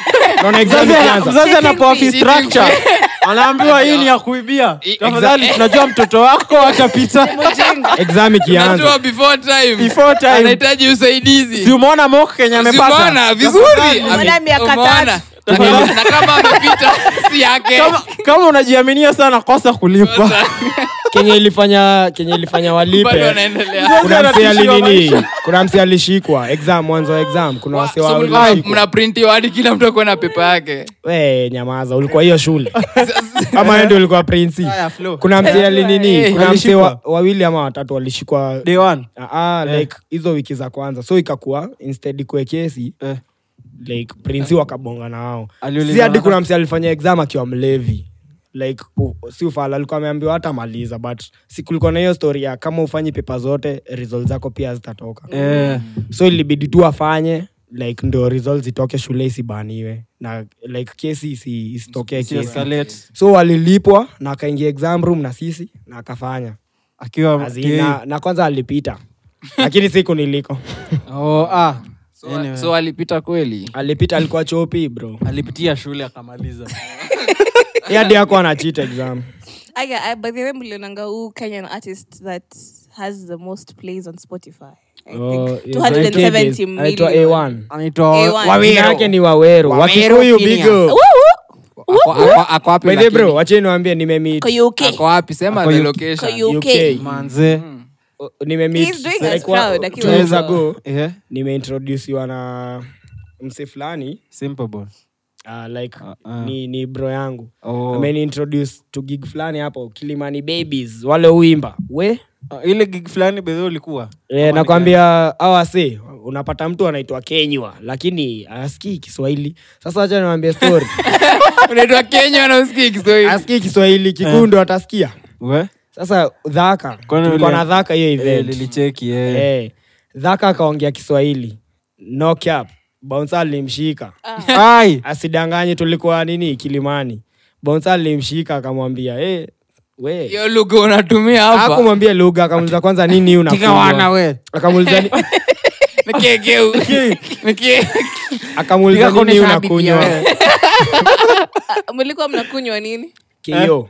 Speaker 5: naona exam ikianza
Speaker 3: mzazi anapewa fee
Speaker 2: Cheating
Speaker 3: structure anaambiwa hii ni ya kuibia
Speaker 2: I-
Speaker 3: tafadhali
Speaker 2: exa-
Speaker 3: tunajua mtoto wako atapita
Speaker 5: exam
Speaker 2: Najua
Speaker 5: ikianza
Speaker 2: before time.
Speaker 3: Before time.
Speaker 2: anahitaji usaidizi
Speaker 3: si umeona mok kenya amepata
Speaker 2: Siumeona? vizuri
Speaker 4: Umeona miaka
Speaker 2: Umeona?
Speaker 4: tatu.
Speaker 2: Na kama- na kama amepita si yake
Speaker 3: kama, kama unajiaminia sana kosa kulipwa
Speaker 2: Sasa,
Speaker 5: kenye ilifanya kenye ilifanya
Speaker 2: bado
Speaker 5: walipe
Speaker 2: wanaendelea
Speaker 5: kuna mse
Speaker 3: Anatishiwa
Speaker 5: alinini kuna mse alishikwa exam mwanzo wa exam kuna wase
Speaker 2: So,
Speaker 5: wa
Speaker 2: mlikuwa
Speaker 5: walishikwa.
Speaker 2: mnaprintiwa hadi kila mtu akuwa na pepa yake
Speaker 5: we nyamaza ulikuwa hiyo shule
Speaker 2: Sasa-
Speaker 5: ama ndo ulikuwa prinsi
Speaker 3: Haya, flow.
Speaker 5: kuna mse alinini
Speaker 2: Eh,
Speaker 5: kuna mse
Speaker 3: alishikwa.
Speaker 5: wa- wawili ama watatu walishikwa
Speaker 3: Day one.
Speaker 5: Ah, ah, like hizo wiki za kwanza so ikakuwa instead kuwe kesi
Speaker 3: Eh,
Speaker 5: like prinsi wakabonga na wao
Speaker 3: Aliuliza
Speaker 5: si hadi
Speaker 3: wana-
Speaker 5: kuna msi alifanya exam akiwa mlevi like u- si ufala alikuwa ameambiwa hata maliza but si kulikuwa na hiyo story ya kama ufanyi pepa zote result zako pia zitatoka
Speaker 3: eh,
Speaker 5: so ilibidi tu afanye like ndo result zitoke shule isibaniwe na like kesi isi- isitokee
Speaker 3: si
Speaker 5: kesi
Speaker 3: escalate.
Speaker 5: so walilipwa na akaingia exam room na sisi na akafanya
Speaker 3: akiwa
Speaker 5: As in, na, na kwanza alipita lakini siku niliko
Speaker 3: Oh, ah.
Speaker 2: So,
Speaker 3: Anyway.
Speaker 2: so alipita kweli
Speaker 5: alipita alikuwa chopi bro
Speaker 3: alipitia shule akamaliza
Speaker 5: yadi ako ana cheat exam
Speaker 4: Aya, I- by the way mlionanga huu kenyan artist that has the most plays on spotify I
Speaker 5: Oh,
Speaker 4: think
Speaker 5: yes, I take
Speaker 4: 270
Speaker 5: it. Anaitwa
Speaker 4: million.
Speaker 5: A1.
Speaker 3: anaitwa
Speaker 4: A1.
Speaker 5: Jina yake ni wawero wakikuyu bigo
Speaker 4: Woo, woo.
Speaker 2: Ako- ako- ako wapi
Speaker 5: By the way, bro
Speaker 2: lakini?
Speaker 5: wache niwaambie nimemit
Speaker 4: Kwa UK.
Speaker 2: ako wapi sema
Speaker 3: Ako
Speaker 2: the
Speaker 3: UK.
Speaker 2: location
Speaker 4: Kwa UK.
Speaker 5: UK.
Speaker 3: manze
Speaker 5: o- Oh, nimemit-
Speaker 4: He's doing
Speaker 5: like
Speaker 4: us
Speaker 5: wa-
Speaker 4: proud,
Speaker 5: two years
Speaker 4: akiwa-
Speaker 5: ago
Speaker 3: Eh,
Speaker 5: nimeintrodusiwa na mse fulani
Speaker 3: simple boy.
Speaker 5: uh, like
Speaker 3: Ah,
Speaker 5: uh,
Speaker 3: ah.
Speaker 5: ni, ni bro yangu
Speaker 3: Oh.
Speaker 5: ameniintroduce to gig fulani hapo kilimani babies wale huimba we
Speaker 3: Ah, ile gig fulani bedhe ulikuwa
Speaker 5: Eh, nakwambia awase unapata mtu anaitwa kenywa lakini askii kiswahili sasa wacha niwambie story
Speaker 2: unaitwa kenya na usikii kiswahili
Speaker 5: askii kiswahili kigundo atasikia
Speaker 3: we
Speaker 5: sasa dhaka
Speaker 3: Eh. Kwani
Speaker 5: tulikuwa
Speaker 3: ule-
Speaker 5: na dhaka hiyo
Speaker 3: Eh,
Speaker 5: event
Speaker 3: lilicheki eh.
Speaker 5: Eh, dhaka akaongea kiswahili no cap bouncer alimshika
Speaker 3: Ai,
Speaker 5: asidanganye tulikuwa nini kilimani bouncer alimshika akamwambia eh, we
Speaker 2: hiyo lugha unatumia hapa
Speaker 5: akumwambia lugha akamuliza kwanza nini
Speaker 3: tika wana
Speaker 5: unakunywa
Speaker 3: we
Speaker 5: akamuliza ni-
Speaker 2: nikekeu Nike-
Speaker 5: akamuuliza
Speaker 3: Tika
Speaker 5: nini
Speaker 3: kune shabiki
Speaker 5: unakunywa
Speaker 4: Ah, mlikuwa mnakunywa nini
Speaker 3: Eh?
Speaker 5: kio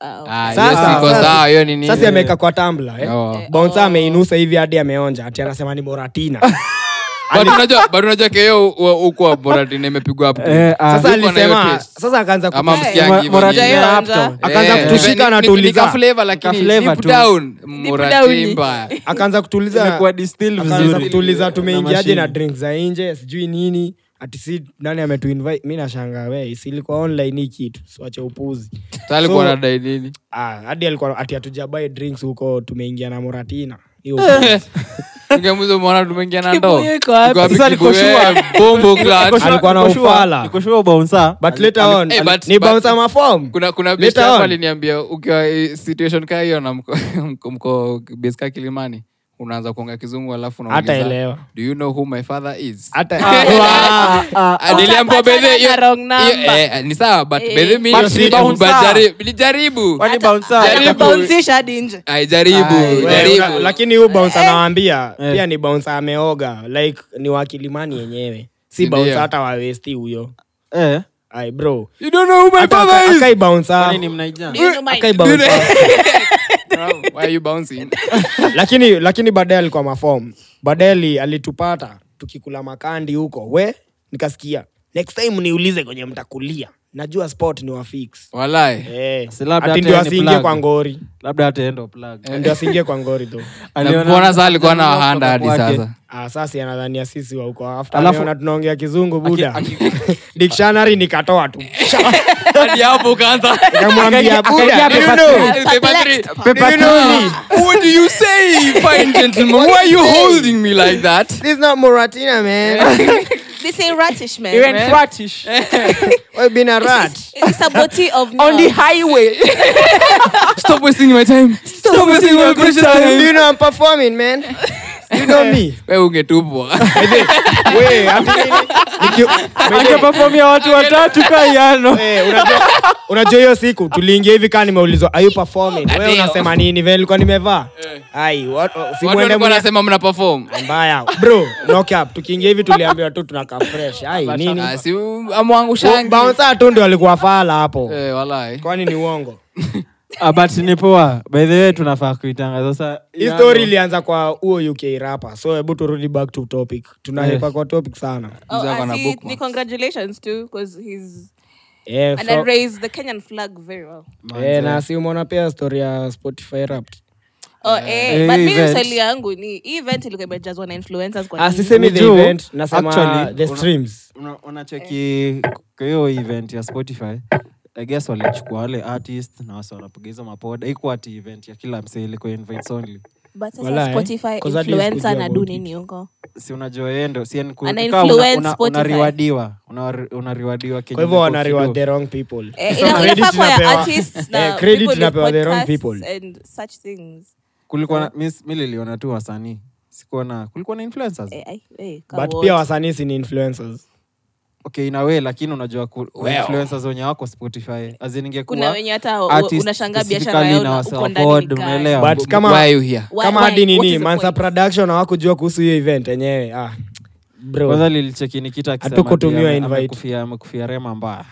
Speaker 4: Ah, okay.
Speaker 2: Ah, hiyo
Speaker 5: Sasa-
Speaker 2: siko
Speaker 5: sasa-
Speaker 2: sawa hiyo ni nini?
Speaker 5: sasa ameweka kwa tambla eh?
Speaker 2: Oh.
Speaker 5: bouncer ameinusa hivi hadi ameonja ati anasema ni moratina
Speaker 2: But unajua- but unajua keo huko boratina imepigwa hapo
Speaker 3: Eh, ah.
Speaker 5: sasa
Speaker 2: Uko na hiyo
Speaker 5: alisema
Speaker 2: taste.
Speaker 5: sasa akaanza ku-
Speaker 2: ama
Speaker 4: Hey.
Speaker 2: msikiangi hivyo
Speaker 3: Moratina
Speaker 2: nyinyi.
Speaker 4: Jai
Speaker 3: ya
Speaker 4: Hamza.
Speaker 3: Upton.
Speaker 5: akaanza
Speaker 2: Eh,
Speaker 5: kutushika
Speaker 2: ni-
Speaker 5: na
Speaker 2: ni-
Speaker 5: tuuliza.
Speaker 2: nika flavor, lakini
Speaker 3: Nika flavor
Speaker 2: deep
Speaker 3: tu.
Speaker 2: down,
Speaker 4: Deep
Speaker 2: Moratina
Speaker 4: down.
Speaker 2: mbaya.
Speaker 5: akaanza kutuliza
Speaker 3: Imekuwa distilled
Speaker 5: akaanza
Speaker 3: vizuri.
Speaker 5: kutuliza
Speaker 3: Na
Speaker 5: tumeingiaje na
Speaker 3: machine.
Speaker 5: drink za nje sijui nini ati si nani ametuinvite mi nashangaa we si ilikuwa online hii kitu siwache upuzi
Speaker 2: Sasa alikuwa
Speaker 5: So-
Speaker 2: anadai nini?
Speaker 5: ah, hadi alikuwa ati hatujabai drinks huko tumeingia na moratina Hiyo
Speaker 2: Ungemuuliza mwana tumeingia na ndoo.
Speaker 4: Kibuyu iko wapi?
Speaker 2: Iko wapi
Speaker 3: Sasa
Speaker 2: kibuyu?
Speaker 3: alikoshua.
Speaker 2: Eh, bombo clutch.
Speaker 5: Alikoshua. Alikuwa na ufala.
Speaker 3: nikoshua ubaunsa
Speaker 5: but later on
Speaker 2: eh, but-
Speaker 5: ni
Speaker 2: but-
Speaker 5: bouncer mafom
Speaker 2: kuna kuna
Speaker 5: Later
Speaker 2: besti hapa
Speaker 5: on.
Speaker 2: aliniambia ukiwa eh, situation kaa hiyo na mko, mko, mko base kaa kilimani unaanza kuongea kizungu alafu unaongeza,
Speaker 5: Hataelewa. ah,
Speaker 2: do you know who my father is Ah,
Speaker 4: Utapata
Speaker 2: niliambiwa bedhe,
Speaker 4: tena
Speaker 2: hiyo-
Speaker 4: wrong
Speaker 2: hiyo-
Speaker 4: number.
Speaker 2: eh, ni sawa but
Speaker 4: Eh.
Speaker 2: bedhe mi-
Speaker 3: But
Speaker 2: ni-
Speaker 5: si
Speaker 2: but
Speaker 3: bouncer.
Speaker 2: jari- nilijaribu.
Speaker 3: Kwani bouncer?
Speaker 2: Jaribu.
Speaker 4: Alibaunzisha Yaani hadi nje
Speaker 2: Ai, jaribu
Speaker 5: Wewe, una-
Speaker 2: jaribu
Speaker 5: lakini huyu bouncer anawaambia
Speaker 3: Eh.
Speaker 5: pia ni bouncer ameoga like ni wakilimani yenyewe si
Speaker 2: Ndio.
Speaker 5: bouncer hata wawesti huyo
Speaker 3: Eh,
Speaker 5: ai bro
Speaker 2: You don't know who my
Speaker 5: Hata
Speaker 2: father
Speaker 5: aka-
Speaker 2: is.
Speaker 5: akai bouncer
Speaker 3: kwani ni mnaija
Speaker 4: Do you know my-
Speaker 5: akai bouncer
Speaker 2: Wow, why are you bouncing?
Speaker 5: lakini lakini baadaye alikuwa mafom baadaye ali- alitupata tukikula makandi huko we nikasikia next time niulize kwenye mtakulia najua spot ni wafix
Speaker 2: Walai.
Speaker 5: Eh,
Speaker 3: Si labda
Speaker 5: ati
Speaker 3: hata
Speaker 5: ndio
Speaker 3: yeye ni
Speaker 5: asiingie
Speaker 3: plug.
Speaker 5: kwa ngori
Speaker 3: labda ataenda plug
Speaker 5: ndio asiingie kwa ngori tu
Speaker 3: Aliona-
Speaker 2: Nakuona sasa alikuwa Eh, na
Speaker 3: aliona
Speaker 2: wahanda hadi
Speaker 3: kutoka kwake.
Speaker 2: sasa
Speaker 5: Ah, sasa anadhania sisi wa huko after
Speaker 3: Alafu-
Speaker 5: ameona tunaongea kizungu buda dictionary nikatoa tu
Speaker 2: hadi hapo ukaanza
Speaker 5: nikamwambia
Speaker 3: Akaingia- akaingia
Speaker 5: buda you know,
Speaker 3: Pepper
Speaker 2: You know, what do you say, fine gentleman? Why are you holding me like that?
Speaker 5: this is not moratina man
Speaker 4: This ain't ratish, man.
Speaker 3: Even British.
Speaker 5: we've been a rat
Speaker 4: It's a body of
Speaker 3: highway
Speaker 2: Stop wasting my time. Stop, wasting my precious
Speaker 5: do you
Speaker 2: time.
Speaker 5: know i'm performing man Do you know me
Speaker 2: Wewe ungetupwa.
Speaker 5: we hata nini- niki-
Speaker 3: angepafomia watu watatu kaiano
Speaker 5: Eh, unajua- unajua hiyo siku tuliingia hivi kaa nimeulizwa "Are you performing?" Wewe unasema nini vile nilikuwa nimevaa ai what- oh,
Speaker 2: Watu
Speaker 5: si mwende
Speaker 2: walikuwa
Speaker 5: mwenye-
Speaker 2: wanasema mna perform.
Speaker 5: mbaya bro knock up tukiingia hivi tuliambiwa tu tunakaa fresh ai nini
Speaker 2: Ah, si amwangushangi.
Speaker 5: bouncer tu ndio alikuwa fala hapo
Speaker 2: Eh, walai.
Speaker 5: kwani ni uongo
Speaker 3: Ah, but ni poa by the way tunafaa kuitangaza sasa
Speaker 5: hii
Speaker 3: Yaani.
Speaker 5: story ilianza kwa huo uk rapa so hebu turudi back to topic tunaepa
Speaker 3: Yes.
Speaker 5: kwa topic sana
Speaker 4: Oh,
Speaker 2: Mzee ako na
Speaker 4: as he,
Speaker 2: bookmarks.
Speaker 4: congratulations too, because he's
Speaker 5: eh,
Speaker 4: and I
Speaker 5: fro-
Speaker 4: raised the Kenyan flag very well.
Speaker 5: eh, na si umeona pia story ya spotify rap
Speaker 4: Oh, eh,
Speaker 3: Eh,
Speaker 4: but
Speaker 3: hii
Speaker 4: mimi
Speaker 3: event.
Speaker 4: swali yangu ni hii event ilikuwa imejazwa na influencers kwa nini?
Speaker 5: asisemi the
Speaker 3: Juu,
Speaker 5: event nasema
Speaker 3: actually,
Speaker 5: the
Speaker 3: una-
Speaker 5: streams
Speaker 3: Una- unacheki kwa hiyo event ya spotify I guess walichukua wale artist na wase wanapiga hizo mapoda ikuwa ati event ya kila msee ilikuwa invites only
Speaker 4: But sasa
Speaker 5: Wala, eh.
Speaker 4: Spotify
Speaker 5: 'Cause at least
Speaker 4: influencer
Speaker 5: kujua
Speaker 4: anadu
Speaker 5: about
Speaker 4: nini huko?
Speaker 3: si unajua yendo si yani ku-
Speaker 4: Ana
Speaker 3: ni kama una-
Speaker 4: influence
Speaker 3: una-
Speaker 4: Spotify.
Speaker 3: unariwadiwa Una- unariwadiwa
Speaker 5: kwa hivyo wanariwa the wrong people
Speaker 4: Eh,
Speaker 5: So
Speaker 4: ina-
Speaker 5: credit
Speaker 4: inafaa kwa ya
Speaker 5: tunapewa-
Speaker 4: artists
Speaker 5: Eh,
Speaker 4: na
Speaker 5: credit
Speaker 4: people with
Speaker 5: tunapewa the wrong
Speaker 4: podcasts Eh,
Speaker 5: people.
Speaker 4: and such things.
Speaker 3: kulikuwa mi liliona tu wasanii sikuona kulikuwa na influencers
Speaker 4: Eh, ai- eh,
Speaker 5: but
Speaker 4: kawote.
Speaker 5: pia wasanii si ni influencers
Speaker 3: okay in a way lakini unajua ku, influencers wenye wako spotify aziningekuwa
Speaker 4: kuna wenye hata u- unashangaa biashara yao uko ndani ni gani.
Speaker 3: unaelewa
Speaker 5: but kama
Speaker 2: Why are you here?
Speaker 4: Why-
Speaker 5: kama
Speaker 4: why?
Speaker 5: hadi
Speaker 4: What is
Speaker 5: nini
Speaker 4: the
Speaker 5: mansa
Speaker 4: point?
Speaker 5: production hawakujua kuhusu hiyo event yenyewe ah, bro.
Speaker 3: kwanza lilicheki nikita akisema
Speaker 5: Hatukutumiwa
Speaker 3: ati ame-
Speaker 5: invite.
Speaker 3: amekufia- amekufia rema mbaya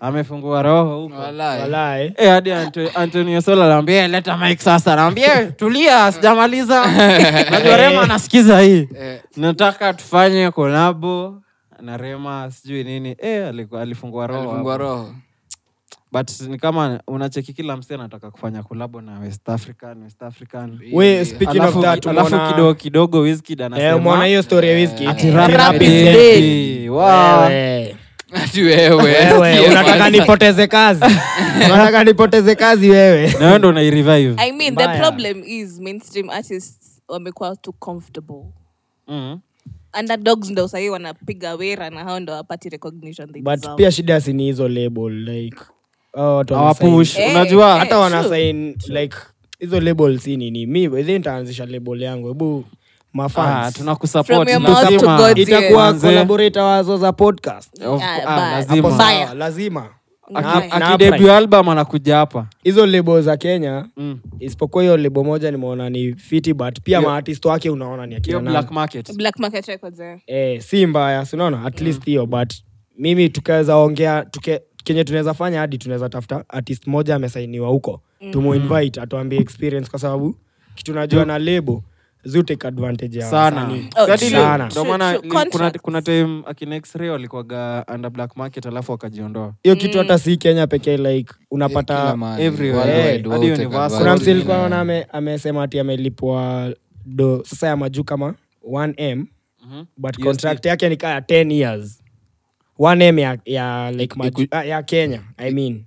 Speaker 3: amefungua roho huko
Speaker 2: Walai.
Speaker 5: Walai.
Speaker 3: Eh, hadi Anto- antonio sola anaambia "Eh, leta mike sasa naambia tulia sijamaliza najua rema anasikiza hii
Speaker 2: Eh.
Speaker 3: nataka tufanye kolabo na rema sijui nini eh, aliku- alifungua roho
Speaker 2: Alifungua
Speaker 3: hapo.
Speaker 2: roho.
Speaker 3: but ni kama unacheki kila msee anataka kufanya kolabo na west african west african
Speaker 5: We, speaking
Speaker 3: alafu,
Speaker 5: of that
Speaker 3: alafu
Speaker 5: umeona-
Speaker 3: kidogo kidogo wiskid
Speaker 5: Eh, umeona
Speaker 3: anasema
Speaker 5: hiyo story ya Wizkid?
Speaker 3: ati Eh, rap
Speaker 5: Rap is
Speaker 3: is
Speaker 5: dead.
Speaker 3: dead. Wow.
Speaker 5: Wewe.
Speaker 2: Ati wewe.
Speaker 5: wewe
Speaker 2: Yes,
Speaker 5: unataka
Speaker 2: man.
Speaker 5: nipoteze kazi unataka nipoteze kazi wewe
Speaker 3: na wewe ndo unairevive
Speaker 4: i mean the
Speaker 5: Mbaya.
Speaker 4: problem is mainstream artists wamekuwa too comfortable
Speaker 3: Mm.
Speaker 4: underdogs ndo sahii wanapiga wera na hao ndo wapati recognition they
Speaker 5: but
Speaker 4: deserve.
Speaker 5: pia shida si ni hizo label like hao watu
Speaker 3: Hawapush.
Speaker 5: wanasign-
Speaker 4: Eh,
Speaker 3: unajua-
Speaker 4: eh,
Speaker 5: hata
Speaker 4: true.
Speaker 5: wanasain like hizo label si nini mi wezi nitaanzisha label yangu hebu
Speaker 3: Ah,
Speaker 5: mafans
Speaker 3: tunakusupport,
Speaker 4: From your mouth to
Speaker 3: lazima.
Speaker 4: God's ear.
Speaker 5: itakuwa
Speaker 3: Manze.
Speaker 5: collaborator wazo za podcast
Speaker 3: Of-
Speaker 4: Ah,
Speaker 3: ah,
Speaker 4: bad.
Speaker 5: Hapo
Speaker 3: lazima.
Speaker 4: Bad.
Speaker 5: sawa,
Speaker 4: Mbaya.
Speaker 5: lazima
Speaker 3: Aki-
Speaker 5: Na-
Speaker 3: akidebut album anakuja hapa
Speaker 5: hizo lebo za kenya isipokuwa hiyo lebo moja nimeona ni fiti but pia maartist wake unaona ni akina
Speaker 3: hiyo black
Speaker 5: nani.
Speaker 3: market
Speaker 4: black market records eh.
Speaker 5: eh, si mbaya sinaona at least hiyo but mimi tukaweza ongea tuke, kenye tunaweza fanya hadi tunaweza tafuta artist moja amesainiwa huko mm. tumuinvite atuambie experience kwa sababu kitu najua na lebo zi take advantage ya
Speaker 3: sana
Speaker 5: wasanii.
Speaker 4: Oh,
Speaker 3: Sadi
Speaker 4: true,
Speaker 3: li-
Speaker 5: Sana.
Speaker 3: ndo
Speaker 4: true,
Speaker 3: maana
Speaker 4: true.
Speaker 3: li- kuna,
Speaker 4: Contracts.
Speaker 3: kuna time akina X-Ray walikuwaga under black market alafu wakajiondoa
Speaker 5: hiyo kitu hata si kenya pekee like unapata
Speaker 2: Kila mahali.
Speaker 3: everywhere.
Speaker 2: Worldwide,
Speaker 5: Eh,
Speaker 2: wote
Speaker 3: hadi Universal.
Speaker 2: kabisa.
Speaker 5: kuna msi
Speaker 3: Sorry,
Speaker 5: likuwa
Speaker 2: Yeah.
Speaker 5: naona ame- amesema ati amelipwa do sasa ya majuu kama 1m
Speaker 3: Mhm.
Speaker 5: but contract yake ni kaa 10 years 1m ya, ya, like maju, ah, ya kenya i mean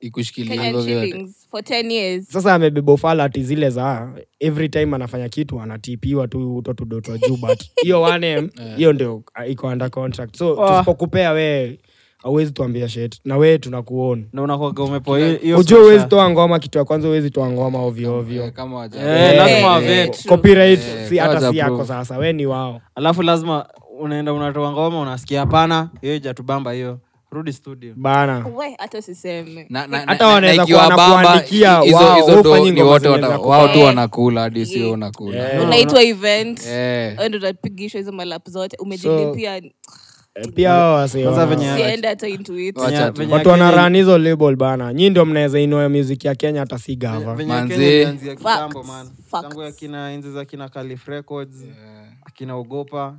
Speaker 2: Ikushikilia
Speaker 4: Kenyan
Speaker 2: hivyo vyote.
Speaker 4: shillings for 10 years
Speaker 5: sasa amebeba ufala ati zile za every time anafanya kitu anatipiwa tu uto tudotwa juu but hiyo 1m hiyo ndio ah, iko under contract so
Speaker 3: Ah.
Speaker 5: tusipokupea wee auwezi tuambia shet na wee tunakuona
Speaker 3: na unakwaga umepoa hiyo- hiyo
Speaker 5: ujue
Speaker 3: pressure.
Speaker 5: uwezi toa ngoma kitu ya kwanza uwezi toa ngoma ovyoovyo
Speaker 2: Eh, kama waja-
Speaker 3: Eh, lazima
Speaker 4: Eh,
Speaker 3: wave.
Speaker 4: eh, true.
Speaker 5: copyright
Speaker 2: Eh,
Speaker 5: si
Speaker 2: kawaza
Speaker 5: hata si yako
Speaker 2: approve.
Speaker 5: sasa we ni wao
Speaker 3: alafu lazima unaenda unatoa ngoma unasikia hapana hiyo ijatubamba hiyo rudi studio
Speaker 5: bana
Speaker 4: we hata usiseme
Speaker 2: Na- na-
Speaker 5: Hata
Speaker 2: na- na-
Speaker 5: wanaweza
Speaker 2: na ikiwa
Speaker 5: kuwa na
Speaker 2: bamba,
Speaker 5: kuandikia
Speaker 2: hizo-
Speaker 5: wao,
Speaker 2: hizo tu
Speaker 5: ufanyi
Speaker 2: ni
Speaker 5: ngoma
Speaker 2: wote
Speaker 5: zenye
Speaker 2: wata-
Speaker 5: zako.
Speaker 2: wao tu
Speaker 4: Eh.
Speaker 2: wanakula hadi sio unakula
Speaker 4: unaitwa event
Speaker 2: Eh.
Speaker 4: ndo unapigishwa hizo malap zote umejilipia
Speaker 5: Eh, pia wao wasee
Speaker 3: Kwanza
Speaker 5: wana-
Speaker 3: venye-
Speaker 4: sienda hata into it
Speaker 2: Wacha
Speaker 3: Venye-
Speaker 2: tu.
Speaker 3: venye
Speaker 5: watu
Speaker 3: Kenya-
Speaker 5: wanarani hizo label bana nyi ndio mnaweza inua music ya kenya hata si gava
Speaker 3: venye
Speaker 2: Manzi.
Speaker 3: Kenya ilianzia kitambo,
Speaker 4: Facts.
Speaker 3: man.
Speaker 4: Facts.
Speaker 3: Tangu ya kina enzi za kina Calif Records, akina ogopa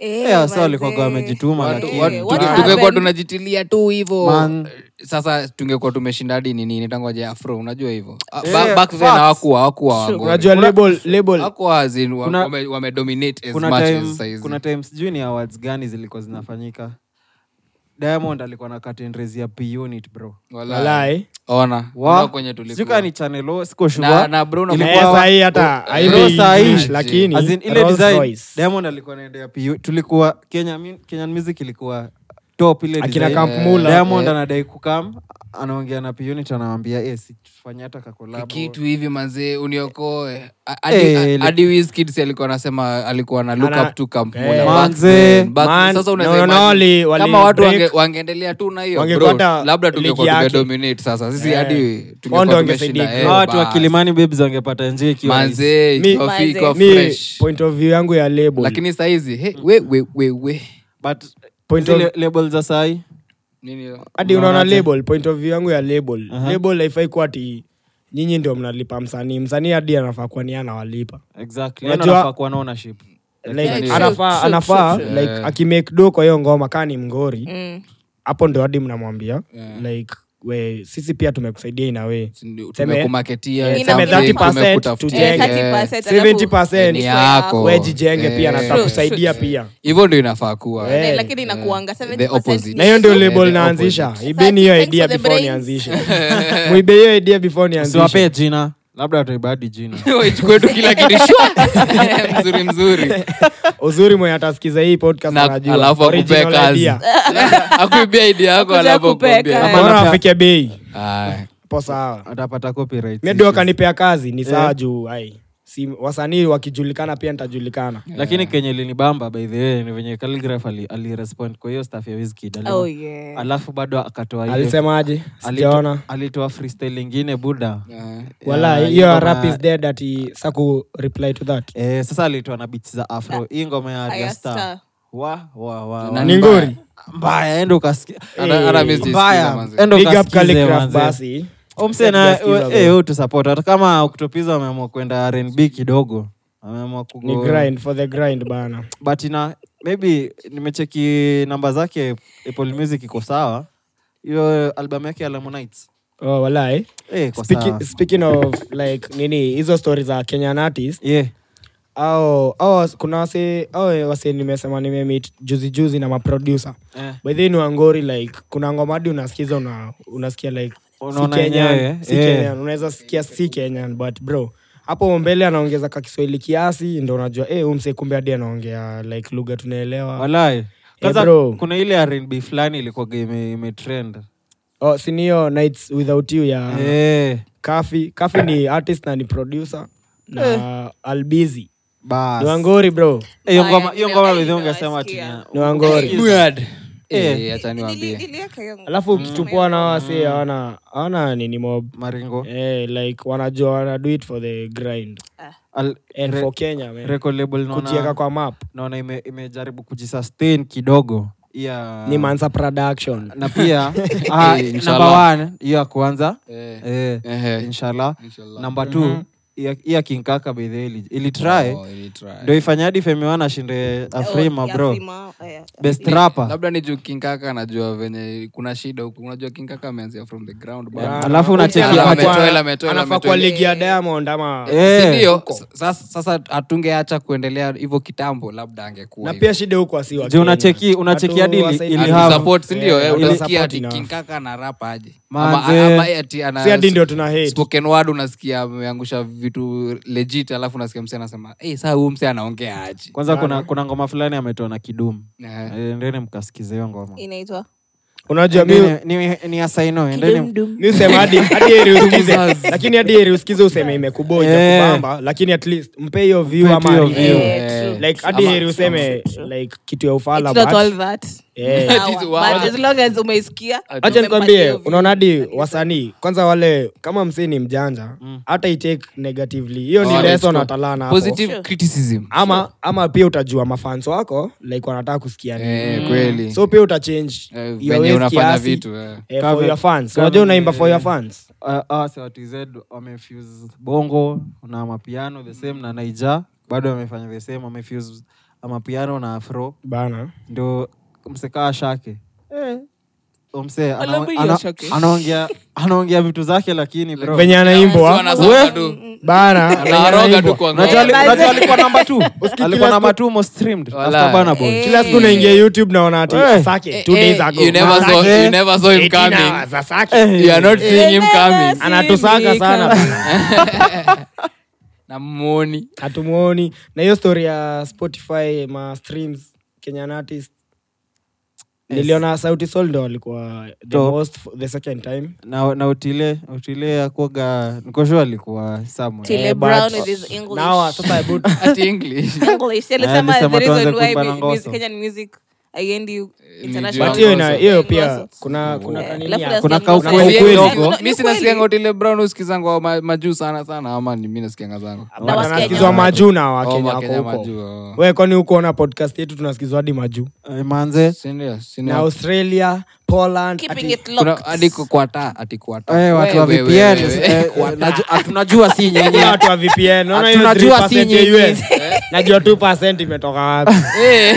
Speaker 4: Eh,
Speaker 3: Eh, hasa
Speaker 4: manze.
Speaker 3: walikuwaga wamejituma,
Speaker 4: Eh,
Speaker 3: lakini-
Speaker 4: what
Speaker 3: Watu-
Speaker 2: Tunge- tungekuwa
Speaker 4: happened?
Speaker 2: tunajitilia tu hivo Eh,
Speaker 3: Man.
Speaker 2: sasa tungekuwa tumeshinda hadi nini nitangoja afro unajua hivo Ah,
Speaker 3: Eh,
Speaker 2: ba- back then
Speaker 3: facts.
Speaker 2: hawakuwa hawakuwa
Speaker 5: unajua label label
Speaker 2: hawakuwa as in wa-
Speaker 3: Kuna-
Speaker 2: wame- wamedominate as
Speaker 3: kuna
Speaker 2: much as
Speaker 3: time-
Speaker 2: saizi.
Speaker 3: kuna time sijui ni awards gani zilikuwa zinafanyika diamond alikuwa na katendrezi ya punit bro
Speaker 2: Walai.
Speaker 5: walai
Speaker 2: Ona,
Speaker 3: Wa-
Speaker 2: ona kwenye
Speaker 3: sijui kama
Speaker 2: tulikuwa
Speaker 3: ni channel O, siko sure.
Speaker 2: Na- na bro, unakumbuka-
Speaker 5: Eh,
Speaker 3: Ilikuwa-
Speaker 5: sahii hata
Speaker 3: Bro,
Speaker 5: haimei
Speaker 3: sahii.
Speaker 5: English, lakini
Speaker 3: As in, ile
Speaker 5: Rolls
Speaker 3: design
Speaker 5: Royce.
Speaker 3: diamond alikuwa anaendea PU. tulikuwa kenya mu- kenyan music ilikuwa top ile
Speaker 5: Akina
Speaker 3: design.
Speaker 5: Camp Eh. Mula.
Speaker 3: diamond anadai kukam anaongea na punit anawambia e, situfanye hata kakolabo
Speaker 2: kitu hivi manzee uniokoe A-
Speaker 3: Eh,
Speaker 2: hadi
Speaker 3: le-
Speaker 2: hadi Wizkids alikuwa anasema alikuwa na look
Speaker 5: Ana-
Speaker 2: up to Camp
Speaker 5: Eh.
Speaker 2: Mulla. Back
Speaker 3: Manze.
Speaker 2: then, back then.
Speaker 5: Man,
Speaker 2: Sasa
Speaker 5: no,
Speaker 2: unaweza
Speaker 5: no,
Speaker 2: imagine,
Speaker 5: wali-
Speaker 2: kama watu
Speaker 5: wali-
Speaker 2: wange- wangeendelea tu na hiyo
Speaker 5: Wangekuwa
Speaker 2: bro,
Speaker 5: hata
Speaker 2: labda
Speaker 5: ligi
Speaker 2: tungekuwa
Speaker 5: yake.
Speaker 2: tumedominate sasa sisi
Speaker 5: Eh.
Speaker 2: hadi
Speaker 5: Wao
Speaker 2: tungekuwa
Speaker 5: ndio
Speaker 2: tumeshinda
Speaker 5: wangesaidia.
Speaker 2: eh,
Speaker 3: Hawa watu wa
Speaker 2: bas.
Speaker 3: kilimani babes wangepata njia ikiwa hizi.
Speaker 2: manzee
Speaker 5: Mi-
Speaker 2: ikiwa fi- ikiwa
Speaker 5: mi
Speaker 2: fresh
Speaker 5: point of view yangu ya label
Speaker 2: lakini saizi hey, we, we, we, we.
Speaker 3: but
Speaker 5: Point
Speaker 3: zile
Speaker 5: of-
Speaker 3: label za sai
Speaker 2: Nini hiyo?
Speaker 5: hadi unaona
Speaker 3: Unaonaje?
Speaker 5: label point of view yangu ya label label haifai kuwa ati nyinyi ndio mnalipa msanii msanii hadi anafaa kuwa ni anawalipa
Speaker 3: exactly
Speaker 5: Unajua-
Speaker 3: anafaa kuwa na ownership
Speaker 5: like,
Speaker 4: true,
Speaker 5: anafaa
Speaker 4: true,
Speaker 5: anafaa
Speaker 4: true,
Speaker 5: like akimake do kwa hiyo ngoma kaa ni mngori
Speaker 4: Mm.
Speaker 5: hapo ndio hadi mnamwambia like we sisi pia tumekusaidia ina we
Speaker 2: Sindi-
Speaker 5: Seme-
Speaker 2: tumekumaketia
Speaker 5: eh, seme
Speaker 2: something,
Speaker 5: 30%
Speaker 2: tumekutafutia,
Speaker 5: tujenge.
Speaker 2: eh,
Speaker 4: 30%, alafu-
Speaker 5: 70%
Speaker 2: ni yako.
Speaker 5: we jijenge pia
Speaker 2: Eh,
Speaker 5: nataka
Speaker 4: True,
Speaker 5: kusaidia pia
Speaker 2: hivyo ndio inafaa kuwa
Speaker 5: Eh.
Speaker 4: lakini inakuanga
Speaker 2: Oh, The opposite.
Speaker 5: na hiyo ndio
Speaker 2: Eh,
Speaker 5: label
Speaker 2: the
Speaker 5: naanzisha
Speaker 2: opposite.
Speaker 5: ibeni hiyo
Speaker 4: Thanks
Speaker 5: idea
Speaker 4: for the
Speaker 5: before
Speaker 4: brains.
Speaker 5: nianzishe mwibe hiyo idea before nianzishe
Speaker 3: siwapee jina labda wataibadi jina
Speaker 2: ichukue tu kila kitu shwa. mzuri mzuri
Speaker 5: uzuri mwenye atasikiza hii podcast
Speaker 2: Na-
Speaker 5: anajua.
Speaker 2: alafu akupee
Speaker 5: Original
Speaker 2: kazi
Speaker 5: idea.
Speaker 2: akuibia idi yako
Speaker 4: Akuja kupeka.
Speaker 2: alapokuambia
Speaker 5: Mbona wafike bei
Speaker 2: Aya.
Speaker 5: po sawa
Speaker 3: atapata copyright
Speaker 5: mi ndio akanipea kazi ni saa juu ai si wasanii wakijulikana pia nitajulikana
Speaker 3: lakini kenye linibamba by the way ni venye Khaligraph ali, alirespond kwa hiyo staff ya Wizkid ali-
Speaker 4: Oh, yeah.
Speaker 3: alafu bado akatoa ile-
Speaker 5: alisemaje
Speaker 3: alito-
Speaker 5: sijaona
Speaker 3: alitoa freestyle ingine buda
Speaker 5: wala
Speaker 3: Ya,
Speaker 5: hiyo
Speaker 3: ngoma-
Speaker 5: rap is dead ati saku reply to that
Speaker 3: eh, sasa alitoa na beats za afro hii ngoma ya
Speaker 4: Aya
Speaker 3: Arya
Speaker 4: Star.
Speaker 3: Star. Wa- wa- wa-
Speaker 2: Na
Speaker 3: wa-
Speaker 5: ni ngori
Speaker 3: mbaya endo ukasikia
Speaker 2: Ana- ana miss
Speaker 3: Mbaya,
Speaker 2: jisikiza manze.
Speaker 3: enda
Speaker 5: big up
Speaker 3: ukasikize
Speaker 5: Khaligraph
Speaker 3: manze.
Speaker 5: basi
Speaker 3: Omse na-
Speaker 5: Just give up.
Speaker 3: eh, eh, utusupport. hata kama oktopiza wameamua kwenda rnb kidogo ameamua
Speaker 5: ni
Speaker 3: kugo
Speaker 5: grind for the grind bana
Speaker 3: but ina maybe nimecheki namba zake apple music iko sawa hiyo albamu yake ya Harmonize,
Speaker 5: oh walai
Speaker 3: eh, iko
Speaker 5: Speaking,
Speaker 3: sawa.
Speaker 5: speaking of like nini hizo story za kenyan artist
Speaker 3: Yeah.
Speaker 5: au au kuna wase au wase nimesema nimemit juzi juzi na maproducer
Speaker 3: Eh.
Speaker 5: by the way ni wangori like kuna ngoma hadi unasikiza una, unasikia like
Speaker 3: Unaona
Speaker 5: si Kenyan,
Speaker 3: yenyewe,
Speaker 5: si
Speaker 3: eh.
Speaker 5: Kenyan. unaweza sikia si Kenyan but bro hapo mbele anaongeza ka Kiswahili kiasi ndio unajua eh huyu msee kumbe hadi anaongea like lugha tunaelewa
Speaker 3: walai kwanza
Speaker 5: Ah. bro.
Speaker 3: kuna ile rnb fulani ilikuwaga ime- imetrend
Speaker 5: oh si ni hiyo nights without you ya
Speaker 3: Eh,
Speaker 5: Kafi Kafi ni artist na ni producer na
Speaker 3: Eh.
Speaker 5: Albizi
Speaker 3: bas.
Speaker 5: ni wangori bro
Speaker 3: Eh, hiyo
Speaker 4: Baya,
Speaker 3: ngoma- hiyo ngoma
Speaker 4: nimewahi
Speaker 3: bidhi ungesema
Speaker 4: kuwasikia.
Speaker 3: tina-
Speaker 5: ni wangori
Speaker 2: Eh, acha niwaambie.
Speaker 4: Nili- niliweka hiyo ngoma.
Speaker 5: alafu ukitupua na wase hawana hawana nini mob
Speaker 3: maringo
Speaker 5: eh, like wanajua wana do it for the grind
Speaker 3: Al-
Speaker 5: and
Speaker 3: re-
Speaker 5: for Kenya man.
Speaker 3: record label naona-
Speaker 5: kujiweka kwa map
Speaker 3: naona ime- imejaribu kujisustain kidogo ya
Speaker 5: ni Mansa production
Speaker 3: na pia ah,
Speaker 2: Eh, inshallah.
Speaker 3: number one hiyo ya kwanza
Speaker 2: Eh.
Speaker 3: Eh,
Speaker 2: Ehe.
Speaker 3: inshallah
Speaker 2: Inshallah.
Speaker 3: number two hiyo ya kinkaka bedhe
Speaker 5: Eh.
Speaker 2: Oh,
Speaker 3: ilitry
Speaker 2: ilitry.
Speaker 3: ndo ifanyadi femiwana ashinde afrima
Speaker 4: Oh, ya
Speaker 3: bro
Speaker 4: Afrima, oh, yeah.
Speaker 3: best rapa
Speaker 2: labda ni juu kinkaka anajua venye kuna shida huku unajua kinkaka ameanzia from the ground bana.
Speaker 3: alafu
Speaker 2: Yeah,
Speaker 5: Anafaa
Speaker 2: ametoa
Speaker 3: unacheki
Speaker 5: kuwa-
Speaker 2: hela, ametoa hela,
Speaker 5: anafaa
Speaker 2: ametoa
Speaker 5: kwa
Speaker 2: hela.
Speaker 5: ligi ya Diamond ama
Speaker 2: Si
Speaker 3: Eh,
Speaker 2: ndio? Sasa- sasa hatungeacha kuendelea hivyo kitambo labda angekuwa
Speaker 5: na pia shida huko asi wa
Speaker 3: Juu
Speaker 5: Kenya.
Speaker 3: unacheki- unacheki
Speaker 5: Watu
Speaker 3: hadi ili-
Speaker 5: wasaidia.
Speaker 2: Atu
Speaker 3: ili- have-
Speaker 2: support, si ndio?
Speaker 5: Eh,
Speaker 2: Eh,
Speaker 5: ili
Speaker 2: utasikia
Speaker 5: support
Speaker 2: ati
Speaker 5: enough.
Speaker 2: kinkaka na rapa aje ama,
Speaker 3: Manze.
Speaker 2: ama ati ana
Speaker 5: Si hadi ndio tuna hate.
Speaker 2: spoken word unasikia ameangusha vitu legit alafu unasikia mse anasema hey, saa huu mse anaongea aje
Speaker 3: kwanza kuna, kuna ngoma fulani ametoa na kidumu
Speaker 2: Eh.
Speaker 3: Eh, endeni mkasikize hiyo ngoma
Speaker 4: inaitwa
Speaker 5: unajua mi
Speaker 3: Endeni- ni- ni asaino endeni
Speaker 4: Kidumdum.
Speaker 5: mi usema hadi hadi heri usikize
Speaker 2: Mzazi.
Speaker 5: lakini hadi heri usikize useme imekuboja
Speaker 3: Eh.
Speaker 5: kubamba lakini at least mpe hiyo view
Speaker 3: Mpe
Speaker 5: ama
Speaker 3: hiyo
Speaker 5: review.
Speaker 4: Eh,
Speaker 3: Ew.
Speaker 4: true.
Speaker 5: like hadi heri useme like kitu ya ufala
Speaker 4: It's not
Speaker 5: but-
Speaker 4: all that.
Speaker 5: Eh.
Speaker 4: Sawa,
Speaker 2: It is
Speaker 4: but
Speaker 2: wow.
Speaker 4: as long as umeisikia
Speaker 5: acha nikwambie
Speaker 4: umepatia view.
Speaker 5: unaona hadi wasanii kwanza wale kama msee ni mjanja hata itake negatively hiyo ni
Speaker 2: Mm. Oh,
Speaker 5: lesson
Speaker 2: let's go.
Speaker 5: atalana hapo. Ah,
Speaker 2: positive
Speaker 4: Sure.
Speaker 2: criticism
Speaker 5: ama ama pia utajua mafans wako like wanataka kusikia nini
Speaker 2: eh, kweli
Speaker 5: so pia utachange
Speaker 2: Eh,
Speaker 5: your
Speaker 2: venye
Speaker 5: ways
Speaker 2: unafanya
Speaker 5: kiasi,
Speaker 2: vitu, eh.
Speaker 5: eh, for
Speaker 3: Cover-
Speaker 5: your fans
Speaker 3: cover-
Speaker 5: unajua unaimba for
Speaker 3: eh.
Speaker 5: your fans
Speaker 3: Ah, ah, si watu Z wamefuse bongo na mapiano the same na naija bado wamefanya the same wamefuse mapiano na afro
Speaker 5: bana
Speaker 3: ndo msekaa shake mse
Speaker 4: Alambu hiyo Shake.
Speaker 3: anaongea anaongea vitu zake lakini bro.
Speaker 5: venye anaimbwa
Speaker 2: Wanasonga tu.
Speaker 5: bana venye
Speaker 2: Wanaroga tu
Speaker 5: anaibwa.
Speaker 2: kwa
Speaker 3: Unajua ali-
Speaker 4: Eh,
Speaker 3: unajua
Speaker 4: basi.
Speaker 3: alikuwa namba two
Speaker 5: Usikii
Speaker 3: alikuwa
Speaker 5: kila
Speaker 3: namba
Speaker 5: siku-
Speaker 3: two most streamed after
Speaker 2: Wala.
Speaker 3: Burna Boy.
Speaker 4: Eh.
Speaker 5: kila siku naingia youtube naona ati
Speaker 3: Eh.
Speaker 5: asake two days ago
Speaker 2: you never saw,
Speaker 5: Asake,
Speaker 2: you never saw him
Speaker 5: 18
Speaker 2: coming
Speaker 5: hours, Asake. Eh.
Speaker 2: you are not seeing him coming
Speaker 5: anatusaka sana
Speaker 4: Eh,
Speaker 2: na mwoni
Speaker 5: hatumuoni na hiyo story ya spotify ma streams kenyan artist niliona sauti sol ndo alikuwa the
Speaker 3: Top.
Speaker 5: most f- the second time
Speaker 3: na, na utile utile akuaga nikoshua alikuwa somewhere.
Speaker 4: Tile
Speaker 5: Eh, but
Speaker 4: Brown with his English.
Speaker 5: now Oh, sasa I put-
Speaker 2: at english
Speaker 4: English. Si alisema
Speaker 3: alisema
Speaker 4: there is
Speaker 3: tuanze
Speaker 4: a way
Speaker 3: kuimba na
Speaker 4: mu-
Speaker 3: ngoso.
Speaker 4: mu- Kenyan music haiendi
Speaker 5: but
Speaker 4: international.
Speaker 5: hiyo ina- hiyo pia
Speaker 4: Ngoso.
Speaker 5: kuna kuna
Speaker 4: Eh,
Speaker 5: kanini
Speaker 4: alafu
Speaker 5: ya-
Speaker 4: na
Speaker 3: kuna
Speaker 4: Steve
Speaker 3: ka
Speaker 4: Ngoso.
Speaker 3: ukweli
Speaker 4: Ni
Speaker 3: kidogo.
Speaker 4: kweli.
Speaker 3: Kidogo.
Speaker 2: mi sinasikianga utile brown usikizanga ma, majuu sana sana ama ni mi nasikianga zangu
Speaker 4: Na
Speaker 5: Watu
Speaker 4: Wakenya.
Speaker 5: wanasikizwa majuu na
Speaker 2: Oh,
Speaker 5: Ah, wakenya wako
Speaker 2: Wakenya
Speaker 5: huko
Speaker 2: majuu, oh.
Speaker 5: we kwani huko ona podcast yetu tunasikizwa hadi majuu
Speaker 3: Eh, manze
Speaker 2: Si ndio? Si
Speaker 5: na
Speaker 2: ndio?
Speaker 5: australia poland
Speaker 4: Keeping
Speaker 5: ati-
Speaker 4: it
Speaker 2: Kuna-
Speaker 4: locked.
Speaker 2: hadi kukwata ati kuata
Speaker 3: Eh, watu wa
Speaker 2: Wewe,
Speaker 3: VPN
Speaker 2: wewe,
Speaker 3: eh,
Speaker 2: wewe.
Speaker 3: naju- ah, tunajua si nyinyi
Speaker 5: Kuna watu wa VPN naona hiyo
Speaker 3: Tunajua si
Speaker 5: 3% ya
Speaker 3: nyinyi.
Speaker 5: US. najua 2% imetoka wapi
Speaker 2: Eh,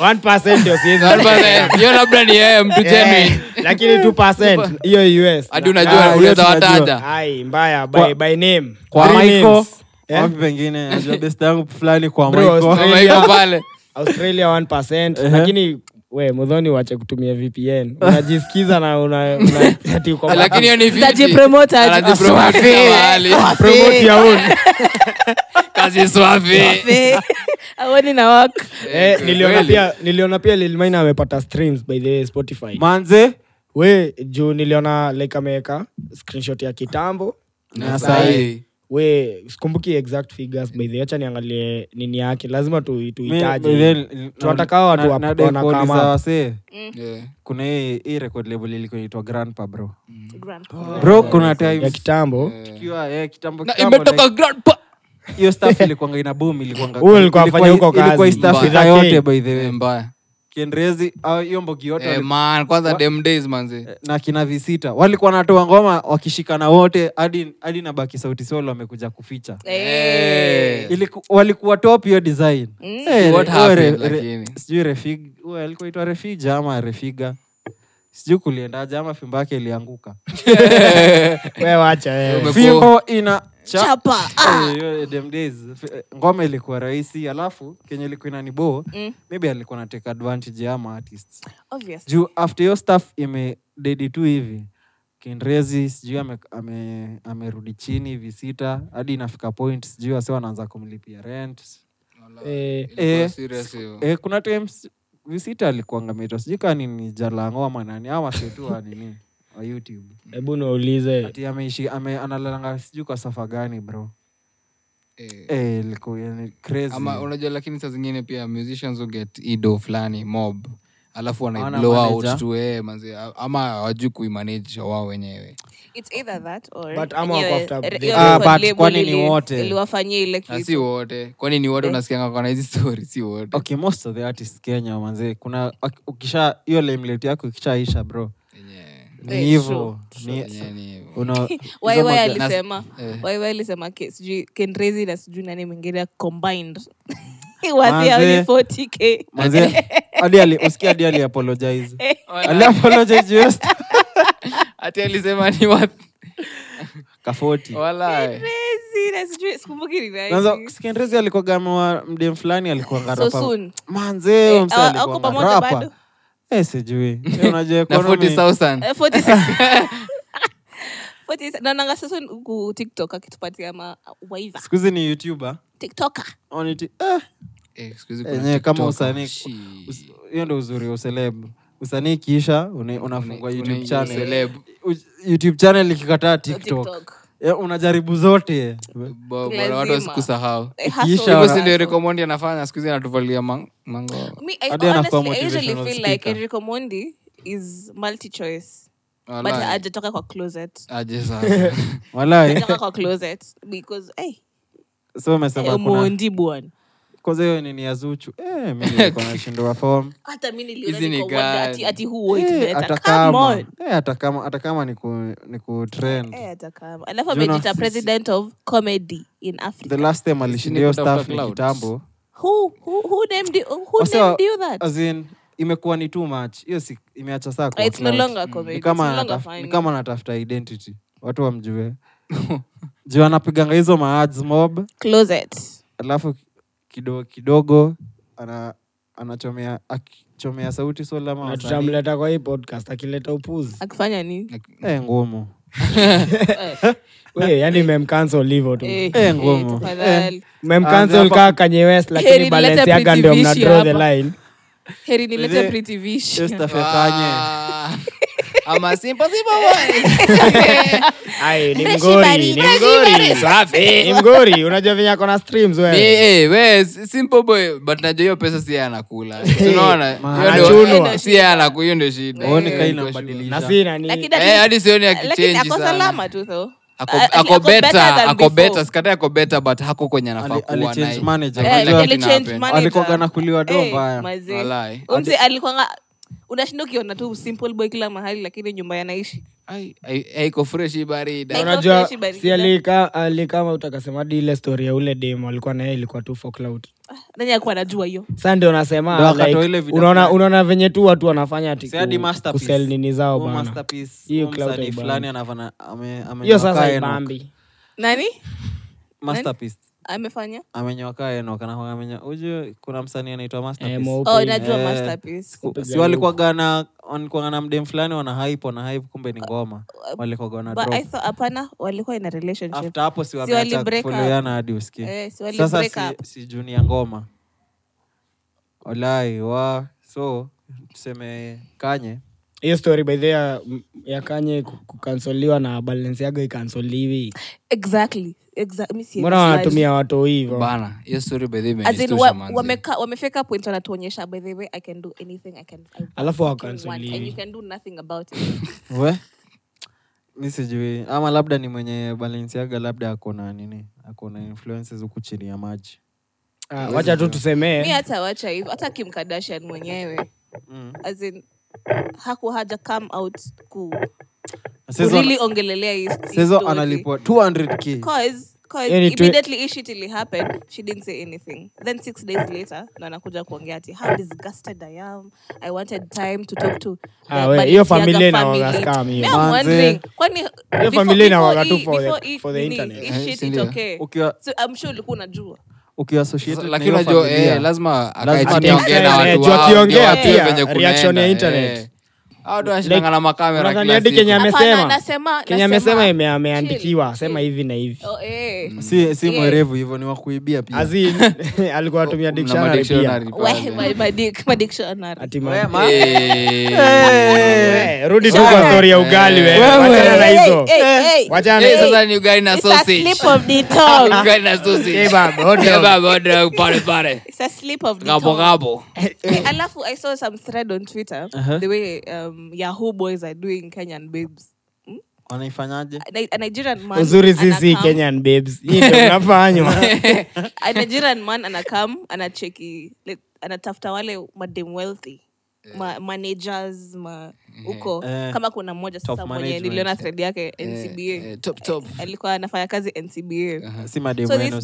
Speaker 5: 1% ndio siwezi
Speaker 2: bana, hiyo labda ni yeye mtu
Speaker 5: Eh,
Speaker 2: chemi
Speaker 5: lakini 2% hiyo US
Speaker 2: hadi
Speaker 5: Ah,
Speaker 2: unajua
Speaker 3: hiyo
Speaker 2: unaweza
Speaker 3: tunajua.
Speaker 2: wataja
Speaker 5: Ai, mbaya by, by name
Speaker 3: kwa
Speaker 5: Three
Speaker 3: Michael,
Speaker 5: names. Eh?
Speaker 3: wapi pengine najua best yangu fulani kwa
Speaker 5: Bro,
Speaker 3: Michael.
Speaker 5: Australia.
Speaker 2: iko pale
Speaker 5: australia 1%, lakini we mudhoni wache kutumia vpn unajisikiza na una, una, ati uko bad.
Speaker 2: lakini hiyo ni fiti.
Speaker 4: Tajipromote aje.
Speaker 2: Anajipromote
Speaker 3: Swafi.
Speaker 2: kama hali.
Speaker 5: Promote your own.
Speaker 2: kazi swafi
Speaker 4: Eh, hawoni na work.
Speaker 5: Eh, niliona
Speaker 2: kweli.
Speaker 5: pia niliona pia Lil Maina amepata streams by the way spotify
Speaker 3: manze
Speaker 5: we juu niliona like ameweka screenshot ya kitambo
Speaker 2: Na sahi.
Speaker 5: we sikumbuki exact figures by the way acha niangalie nini yake lazima tu-
Speaker 3: Mi-
Speaker 5: tuhitaji
Speaker 3: then-
Speaker 5: Tunataka watu
Speaker 3: na-
Speaker 5: wa-
Speaker 3: na- nadai
Speaker 5: wanakaa
Speaker 3: kuuliza
Speaker 5: map.
Speaker 3: wasee,
Speaker 2: Yeah.
Speaker 3: kuna hii hii record label ilikuwa inaitwa grandpa bro
Speaker 5: Mm.
Speaker 4: Grandpa.
Speaker 3: bro kuna
Speaker 5: ya
Speaker 3: times
Speaker 5: kitambo
Speaker 3: tukiwa, eh, kitambo
Speaker 2: Na
Speaker 3: kitambo,
Speaker 2: imetoka
Speaker 3: like,
Speaker 2: grandpa
Speaker 3: hiyo staff ilikuwanga ina boom ilikuwanga
Speaker 5: Huyo alikuwa
Speaker 3: ilikuwa-
Speaker 5: afanya huko
Speaker 3: ilikuwa
Speaker 5: kazi.
Speaker 3: hii staff
Speaker 2: Mbaya.
Speaker 3: ina yote by the
Speaker 2: Eh,
Speaker 3: way
Speaker 2: mbaya
Speaker 3: Kienrezi, au hiyo mbogi yote
Speaker 2: Eh,
Speaker 3: walikuwa-
Speaker 2: man kwanza dem days manzi
Speaker 3: na kina visita walikuwa wanatoa ngoma wakishikana wote hadi hadi na baki sauti solo wamekuja kuficha
Speaker 2: Eh.
Speaker 3: Iliku- walikuwa top hiyo design Eh,
Speaker 2: Mm. What
Speaker 3: re-
Speaker 2: happened,
Speaker 3: re- re-
Speaker 2: lakini?
Speaker 3: sijui refig huyo alikuwa itwa refija ama refiga sijui kuliendaje ama fimbo yake ilianguka
Speaker 5: we wacha eh.
Speaker 2: Umekuwa-
Speaker 3: fimbo ina Cha-
Speaker 4: Chapa. Ah.
Speaker 3: Eh, yo, dem days, f- eh, ngoma ilikuwa rahisi alafu kenye ilikuwa inaniboo mm. maybe alikuwa nateka advantage ya ama artist
Speaker 4: Obvious.
Speaker 3: juu after hiyo staff imededi tu hivi kinrezi sijui ame- ame- amerudi chini hivi sita hadi inafika point sijui wase wanaanza kumlipia rent
Speaker 5: Eh,
Speaker 2: Ilikuwa
Speaker 3: Eh,
Speaker 2: serious hiyo.
Speaker 3: eh, kuna times visita alikuangamita sijui kaa nini jalango ama nani ama setu wa nini wa youtube
Speaker 5: hebu niwaulize
Speaker 3: ati ameishi ame, analalanga sijui kwa safa gani bro
Speaker 2: Eh.
Speaker 3: eh, ilikuwa yani crazy
Speaker 2: ama unajua lakini saa zingine pia musicians will get ido fulani mob alafu
Speaker 3: Hawana
Speaker 2: wanailow out
Speaker 3: manager.
Speaker 2: tu eh, manzi ama hawajui kuimanage wao wenyewe
Speaker 4: It's either that or
Speaker 5: But ama wako
Speaker 4: yenyewe-
Speaker 5: after
Speaker 4: re-
Speaker 5: the-
Speaker 4: hiyo
Speaker 3: Ah,
Speaker 4: record
Speaker 3: but
Speaker 4: label
Speaker 3: kwani ni
Speaker 4: ili-
Speaker 3: wote?
Speaker 4: iliwafanyia ile
Speaker 2: na
Speaker 4: kitu
Speaker 2: si wote kwani ni wote unasikianga kona hizi story si wote
Speaker 3: okay most of the artists kenya manze kuna ak- ukisha hiyo limlet yako ikishaisha bro
Speaker 2: Yenyewe.
Speaker 3: ni
Speaker 4: Eh,
Speaker 3: hivo Ni-
Speaker 2: Yenyewe ni hivyo.
Speaker 3: una-
Speaker 4: Why-
Speaker 3: hizo
Speaker 4: why
Speaker 3: maki-
Speaker 4: alisema
Speaker 2: eh.
Speaker 4: why- why alisema ke- sijui kenrezi na sijui nani mwingine combined
Speaker 3: Manze.
Speaker 4: wahiaoni 40k
Speaker 3: manze hadi ali- usikie hadi ali apologize ali apologize juu ya st-
Speaker 2: ati alisema ni wapi
Speaker 3: kafoti
Speaker 2: wala eh,
Speaker 4: Crazy, na sijui- sikumbuki ni nani.
Speaker 3: kwanza skendrezi alikuwaga mwa mdem fulani alikuwa
Speaker 4: So soon.
Speaker 3: manze
Speaker 4: Eh,
Speaker 3: mse
Speaker 4: hawa-
Speaker 3: alikuwa nga-
Speaker 4: hawako pamoja
Speaker 3: rapper.
Speaker 4: bado?
Speaker 3: Eh, sijui Eh, unajua
Speaker 2: na
Speaker 3: economy.
Speaker 2: 40000
Speaker 4: Eh, 46. 46. Na nanga sasa huku tiktok akitupatia ma waiva
Speaker 3: siku hizi ni youtuber
Speaker 4: tiktoka
Speaker 3: On it- eh,
Speaker 2: Eh, siku hizi kuna
Speaker 3: enyewe kama
Speaker 2: TikTok.
Speaker 3: usanii
Speaker 2: Shi.
Speaker 3: us- hiyo ndo uzuri wa useleb usanii kiisha unafungua
Speaker 2: Une-
Speaker 3: youtube
Speaker 2: une-
Speaker 3: channel
Speaker 2: celeb.
Speaker 3: U- youtube channel ikikataa tiktok
Speaker 4: TikTok.
Speaker 3: Eh, unajaribu zote
Speaker 2: Bo- bora watu
Speaker 4: Lazima.
Speaker 2: wasikusahau
Speaker 4: Eh,
Speaker 3: Ikiisha
Speaker 4: hustle,
Speaker 2: hivyo si ndio
Speaker 4: hustle.
Speaker 2: Rico Mondi anafanya siku hizi anatuvalia mang- mango
Speaker 4: Me, I-
Speaker 3: Hadi anakuwa
Speaker 4: eh, honestly, I usually
Speaker 3: motivational
Speaker 4: feel like
Speaker 3: speaker.
Speaker 4: Enrico Mondi is multi-choice. But
Speaker 2: Walai.
Speaker 4: hajatoka kwa closet.
Speaker 2: aje sasa
Speaker 3: walai
Speaker 4: Hajatoka kwa closet because, eh,
Speaker 3: so umesema
Speaker 4: eh,
Speaker 3: kuna
Speaker 4: Mondi bwana.
Speaker 3: kwanza hiyo nini ya zuchu eh, mi nilikuwa nashindwa form
Speaker 4: Hata mi niliona
Speaker 2: Hizi ni
Speaker 4: niko wonder
Speaker 2: gani?
Speaker 4: ati- ati who it
Speaker 3: Eh,
Speaker 4: better.
Speaker 3: hata
Speaker 4: Come
Speaker 3: kama
Speaker 4: on.
Speaker 3: eh, hata kama hata kama ni ku- ni ku trend
Speaker 4: Eh, hata kama. Alafu
Speaker 3: Juno,
Speaker 4: amejiita
Speaker 3: si-
Speaker 4: president of comedy in Africa.
Speaker 3: the last time alishinda hiyo
Speaker 2: kutafuta
Speaker 3: staff ni
Speaker 2: clouds.
Speaker 3: kitambo
Speaker 4: Who- who- who named you- who
Speaker 3: Wase-
Speaker 4: named you that?
Speaker 3: Oh, as in, imekuwa ni too much hiyo si imeacha saa kuwa
Speaker 4: It's no
Speaker 3: clout.
Speaker 4: longer
Speaker 3: Mm.
Speaker 4: comedy.
Speaker 3: Ni kama
Speaker 4: It's no longer
Speaker 3: anataf-
Speaker 4: funny.
Speaker 3: ni kama anatafuta identity watu wamjue juu anapiganga hizo maads mob
Speaker 4: Closet.
Speaker 3: alafu kidogo kidogo ana anachomea akichomea sauti sol ama
Speaker 5: na
Speaker 3: wasanii.
Speaker 5: tutamleta kwa hii podcast akileta upuzi
Speaker 4: akifanya nini
Speaker 3: Eh, ngumu
Speaker 5: we yani memcancel hivo tu
Speaker 4: Eh, Ah,
Speaker 3: Eh,
Speaker 4: eh,
Speaker 3: ngumu.
Speaker 4: tafadhali.
Speaker 5: memcancel
Speaker 3: hapa-
Speaker 5: kaa kanye west
Speaker 4: Heri
Speaker 5: lakini
Speaker 4: nilete
Speaker 5: balenciaga ndio mna
Speaker 4: Pritivishi
Speaker 5: draw the
Speaker 4: hapa.
Speaker 5: line
Speaker 4: heri nilete
Speaker 3: Mzee,
Speaker 4: Pretty Vish.
Speaker 3: hiyo staff ya Kanye.
Speaker 2: Ah. ama simple simple boy
Speaker 5: Ai, ni mgori ni mgori
Speaker 2: safi
Speaker 4: Eh.
Speaker 5: ni mgori unajua venye akona streams
Speaker 2: Eh,
Speaker 5: wewe
Speaker 2: eh, we si- simple boy but najua hiyo pesa si yeye anakula unaona
Speaker 3: man.
Speaker 2: Hiyo ndio-
Speaker 5: Anachunwa.
Speaker 2: si yeye anakula hiyo ndio shida
Speaker 3: Uone kai
Speaker 2: Eh,
Speaker 5: na
Speaker 3: inambadilisha
Speaker 5: si nani
Speaker 4: Lakini at
Speaker 2: Eh, hadi
Speaker 4: least-
Speaker 2: sioni
Speaker 4: lakini
Speaker 2: akichange
Speaker 4: ako
Speaker 2: sana
Speaker 4: salama tu though.
Speaker 2: Ako-
Speaker 4: Ah,
Speaker 2: ako
Speaker 4: ako better
Speaker 2: beta
Speaker 4: than
Speaker 2: ako beta
Speaker 4: before.
Speaker 2: sikatai ako beta but hako kwenye anafaa
Speaker 3: Ali-
Speaker 2: kuwa
Speaker 3: alichange
Speaker 2: naye.
Speaker 3: manager.
Speaker 2: Hakuna
Speaker 4: Eh,
Speaker 2: kitu
Speaker 4: alichange
Speaker 2: kinahappen.
Speaker 4: manager.
Speaker 3: Alikuwaga anakuliwa do
Speaker 4: Eh,
Speaker 3: mbaya.
Speaker 4: mazee.
Speaker 2: Walai.
Speaker 4: Huyu mzee alikuwanga unashinda ukiona tu simple boy kila mahali lakini nyumba yanaishi
Speaker 2: Ai, ai- aiko fresh hii baridi
Speaker 4: Like,
Speaker 5: unajua
Speaker 4: fresh baridi.
Speaker 5: si alika- alikama utakasema hadi ile story ya ule dem alikuwa naye ilikuwa tu for clout
Speaker 4: nani akuwa anajua hiyo
Speaker 5: sa ndio
Speaker 3: Ndio
Speaker 5: nasema
Speaker 3: akatoa
Speaker 5: like,
Speaker 3: ile video
Speaker 5: unaona
Speaker 3: fulani.
Speaker 5: unaona venye tu watu wanafanya ati
Speaker 3: Si hadi
Speaker 5: ku-
Speaker 3: masterpiece.
Speaker 5: kusell nini zao
Speaker 3: Huo
Speaker 5: bana
Speaker 3: masterpiece,
Speaker 5: Hiyo
Speaker 3: huo
Speaker 5: clout
Speaker 3: msanii
Speaker 5: haibambi.
Speaker 3: fulani anafanya- ame- amenyoka
Speaker 5: hiyo sasa
Speaker 3: Enoch.
Speaker 5: ibambi
Speaker 4: nani
Speaker 3: Masterpiece.
Speaker 4: amefanya
Speaker 3: amenyoka enokanaamenya kuna msanii anaitwa
Speaker 5: Eh,
Speaker 3: Masterpiece.
Speaker 5: mweupe.
Speaker 4: oh najua
Speaker 3: Eh,
Speaker 4: masterpiece
Speaker 3: Ku-
Speaker 5: Kupiga
Speaker 3: si walikuwaga na walikuwaga na mdem fulani wana hype wana hype kumbe ni ngoma
Speaker 4: Uh,
Speaker 3: walikuwaga wana
Speaker 4: but i
Speaker 3: drop
Speaker 4: thought hapana walikuwa in a relationship
Speaker 3: after hapo si
Speaker 4: eh, Si
Speaker 3: wameacha
Speaker 4: wali break up.
Speaker 3: kufollowiana hadi usikie
Speaker 4: Eh, si wali
Speaker 3: sasa
Speaker 4: break
Speaker 3: si,
Speaker 4: up.
Speaker 3: si junior ngoma olai wa so tuseme kanye
Speaker 5: hiyo story by the way ya, ya kanye ku- kukansoliwa na balenciaga ikansoliwi
Speaker 4: exactly Exa- mi si-
Speaker 5: mbona
Speaker 4: si-
Speaker 5: wanatumia watu hivo
Speaker 2: bana hiyo story by the way
Speaker 4: As in,
Speaker 2: imenistusha
Speaker 4: wa-
Speaker 2: manzi.
Speaker 4: wameka- wamefika point wanatuonyesha by the way i can do anything i can I want
Speaker 5: Alafu
Speaker 4: what
Speaker 5: wakaanza
Speaker 4: you want, and
Speaker 5: lini?
Speaker 4: you can do nothing about it
Speaker 3: we mi sijui ama labda ni mwenye balensiaga labda akona nini akona influences huku chini ya maji
Speaker 5: Ah, wacha tu
Speaker 4: mi
Speaker 5: tusemee
Speaker 4: hata wacha hivyo hata kim kardashian mwenyewe as in haku haja come out ku
Speaker 3: Sizo-
Speaker 4: really ongelelea hii- hii
Speaker 3: sezo
Speaker 4: story.
Speaker 3: analipwa 200k
Speaker 4: Cause- 'Cause
Speaker 5: Any twe-
Speaker 4: immediately hii shit ilihappen she didn't say anything then six days later ndo anakuja kuongea ati how disgusted i am i wanted time to talk to the
Speaker 5: Ah, we,
Speaker 4: Balenciaga
Speaker 5: hiyo familia
Speaker 4: family."
Speaker 5: inawaga scam hiyo.
Speaker 4: Me, I'm
Speaker 3: Manze.
Speaker 4: wondering, kwani before-
Speaker 5: familia inawaga
Speaker 4: before
Speaker 5: tu
Speaker 4: hii-
Speaker 5: for the-
Speaker 4: before hii
Speaker 5: for the
Speaker 4: nini,
Speaker 5: internet.
Speaker 4: hii
Speaker 2: Eh,
Speaker 4: shit
Speaker 2: si ndio?
Speaker 4: itokee.
Speaker 3: Ukiwa-
Speaker 4: So, I'm sure ulikuwa unajua
Speaker 3: ukiassociated na
Speaker 2: lakini
Speaker 3: hiyo
Speaker 2: unajua eh,
Speaker 3: familia
Speaker 2: lazima
Speaker 3: Lazima
Speaker 2: akae chini
Speaker 3: ni
Speaker 2: aongee na
Speaker 5: internet,
Speaker 2: watu
Speaker 5: juu
Speaker 2: wao, ndio
Speaker 5: akiongea
Speaker 2: wajue
Speaker 5: pia,
Speaker 2: venye kunaenda,
Speaker 5: reaction ya internet.
Speaker 2: eh. Hao watu wanashindana na makamera
Speaker 5: Unadhani
Speaker 2: kila
Speaker 5: hadi
Speaker 2: siku.
Speaker 5: Kenya amesema?
Speaker 4: Hapana, nasema-
Speaker 5: Kenya
Speaker 4: nasema-
Speaker 5: amesema ime- ameandikiwa sema
Speaker 4: Chill.
Speaker 5: hivi na hivi
Speaker 4: Oh, eh.
Speaker 2: Mm,
Speaker 3: si, si
Speaker 4: Yeah.
Speaker 3: mwerevu hivyo ni wakuibia pia
Speaker 5: As in, alikuwa
Speaker 2: Mna
Speaker 5: atumia dictionary pia
Speaker 2: madictionary
Speaker 4: Weh,
Speaker 2: pale.
Speaker 4: my- my dic- my dictionary.
Speaker 5: Ati
Speaker 3: Wewe,
Speaker 5: ma-
Speaker 3: ma-
Speaker 5: Eh, rudi tu
Speaker 4: Wewe.
Speaker 5: kwa story ya ugali wewe. Wachana na
Speaker 4: Hey,
Speaker 5: hizo
Speaker 4: hey, hey,
Speaker 5: Wachana na
Speaker 2: Eh,
Speaker 5: hizo.
Speaker 2: sasa ni ugali na
Speaker 4: It's a
Speaker 2: sausage.
Speaker 4: slip of the tongue.
Speaker 2: Ugali na sausage.
Speaker 5: Eh, baba, hot dog.
Speaker 2: Eh, baba, hot dog, pale pale.
Speaker 4: It's a slip of the
Speaker 2: Gabo,
Speaker 4: tongue.
Speaker 2: gabo.
Speaker 4: Hey, alafu i saw some thread on twitter the way um, yahoo boys are doing kenyan babes Hmm?
Speaker 3: wanaifanyaje
Speaker 4: a, Ni- a nigerian man
Speaker 5: uzuri sisi
Speaker 4: anacome-
Speaker 5: kenyan babes Hii ndio mnafanywa
Speaker 4: a nigerian man anakam anacheki like, anatafuta wale madem wealthy ma, managers ma huko
Speaker 3: Eh.
Speaker 4: kama kuna mmoja sasa
Speaker 3: Top
Speaker 4: mwenye
Speaker 3: management.
Speaker 4: niliona thread yake ncba
Speaker 2: Eh, top, top.
Speaker 4: alikuwa anafanya kazi ncba
Speaker 3: si
Speaker 4: so this guy,
Speaker 3: mademweno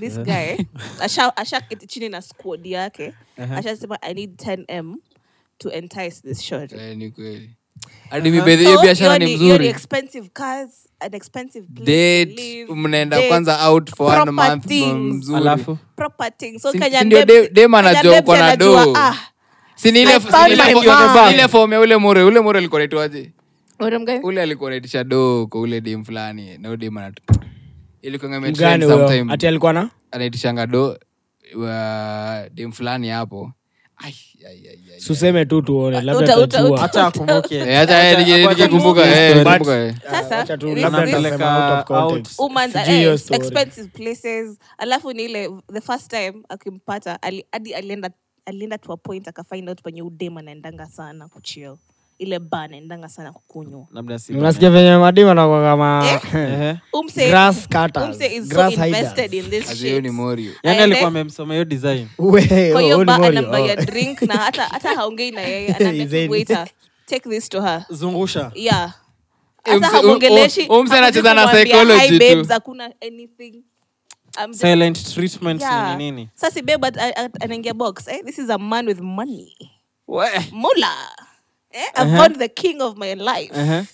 Speaker 4: this
Speaker 3: eh?
Speaker 4: guy asha ashaketi chini na squad yake ashasema i need 10 m to entice this short
Speaker 2: Eh, ni kweli. Hadi mibedhi- hiyo biashara ni mzuri
Speaker 4: expensive cars an expensive place to
Speaker 2: date
Speaker 4: live,
Speaker 2: mnaenda
Speaker 4: date,
Speaker 2: kwanza out for one
Speaker 4: proper
Speaker 2: month
Speaker 4: things.
Speaker 2: mzuri
Speaker 3: alafu
Speaker 4: proper things. So
Speaker 2: Si-
Speaker 4: Kenyan
Speaker 2: si ndio
Speaker 4: babes-
Speaker 2: de- dem
Speaker 4: Kenyan
Speaker 2: anajua
Speaker 4: babes
Speaker 2: uko na
Speaker 4: anajua,
Speaker 2: do.
Speaker 4: ah,
Speaker 2: Si ni ile-
Speaker 4: I
Speaker 2: si
Speaker 4: found
Speaker 2: ni ile
Speaker 4: my
Speaker 2: fo-
Speaker 4: mom. Eh?
Speaker 2: si ile fomu ya ule more ule more alikuwa anaitwaje
Speaker 4: madam gani?
Speaker 2: ule alikuwa anaitisha doo kwa ule dem fulani na huyo dem anat ilikuwa ngame trend
Speaker 5: mgani huyo
Speaker 2: sometime.
Speaker 5: ati alikuwa na
Speaker 2: anaitishanga do wa dem fulani hapo Ai, ai, ai, ai.
Speaker 5: suseme tu tuone labda
Speaker 4: Uta- uta-
Speaker 5: tutajua.
Speaker 4: uta-
Speaker 3: hata akumbuke
Speaker 2: Eh, acha yeye nige- nikikumbuka, eh,
Speaker 5: But-
Speaker 2: nikikumbuka, eh.
Speaker 4: Sasa,
Speaker 5: Acha tu,
Speaker 4: this-
Speaker 5: labda
Speaker 4: this-
Speaker 5: tutasema out of
Speaker 3: Peleka out.
Speaker 5: context.
Speaker 4: Woman's,
Speaker 5: Sijui hiyo
Speaker 4: eh,
Speaker 5: story.
Speaker 4: expensive places alafu ni ile the first time akimpata ali- hadi alienda alienda to a point akafind out penye udem anaendanga sana kuchil ile ba anaendanga sana kukunywa
Speaker 3: labda si Eh?
Speaker 5: unasikia venye madima nakwa kama
Speaker 3: Mm.
Speaker 4: Eh.
Speaker 3: Ehe.
Speaker 4: Umse-
Speaker 5: Grass cutters,
Speaker 4: Umse is so
Speaker 5: grass
Speaker 4: invested
Speaker 5: hiders.
Speaker 4: in this
Speaker 2: Asi, hiyo
Speaker 4: shit.
Speaker 2: ni Morio.
Speaker 3: yani
Speaker 4: Aende-
Speaker 3: Yaani alikuwa amemsomea hiyo design
Speaker 5: Uwe,
Speaker 4: Kwa hiyo
Speaker 5: huyu ni
Speaker 4: ba
Speaker 5: Morio.
Speaker 4: anambaya
Speaker 5: Oh.
Speaker 4: drink na hata hata haongei na yeye
Speaker 5: Izeni.
Speaker 4: anaambia waiter take this to her
Speaker 3: zungusha
Speaker 4: yeah
Speaker 2: Eh,
Speaker 4: hata
Speaker 2: mse-
Speaker 4: hamwongeleshi
Speaker 2: um- um- umse anacheza na
Speaker 4: hamwezi kumwambia,
Speaker 2: psychology
Speaker 4: "Hi,
Speaker 2: tu."
Speaker 4: babes, hakuna anything I'm just-
Speaker 3: silent treatment
Speaker 4: Yeah.
Speaker 3: ni nini
Speaker 4: sasa babe at- at- at- anaingia box eh? this is a man with money
Speaker 2: We.
Speaker 4: mula eh?
Speaker 2: Uh-huh.
Speaker 4: i found the king of my life
Speaker 3: Ehe.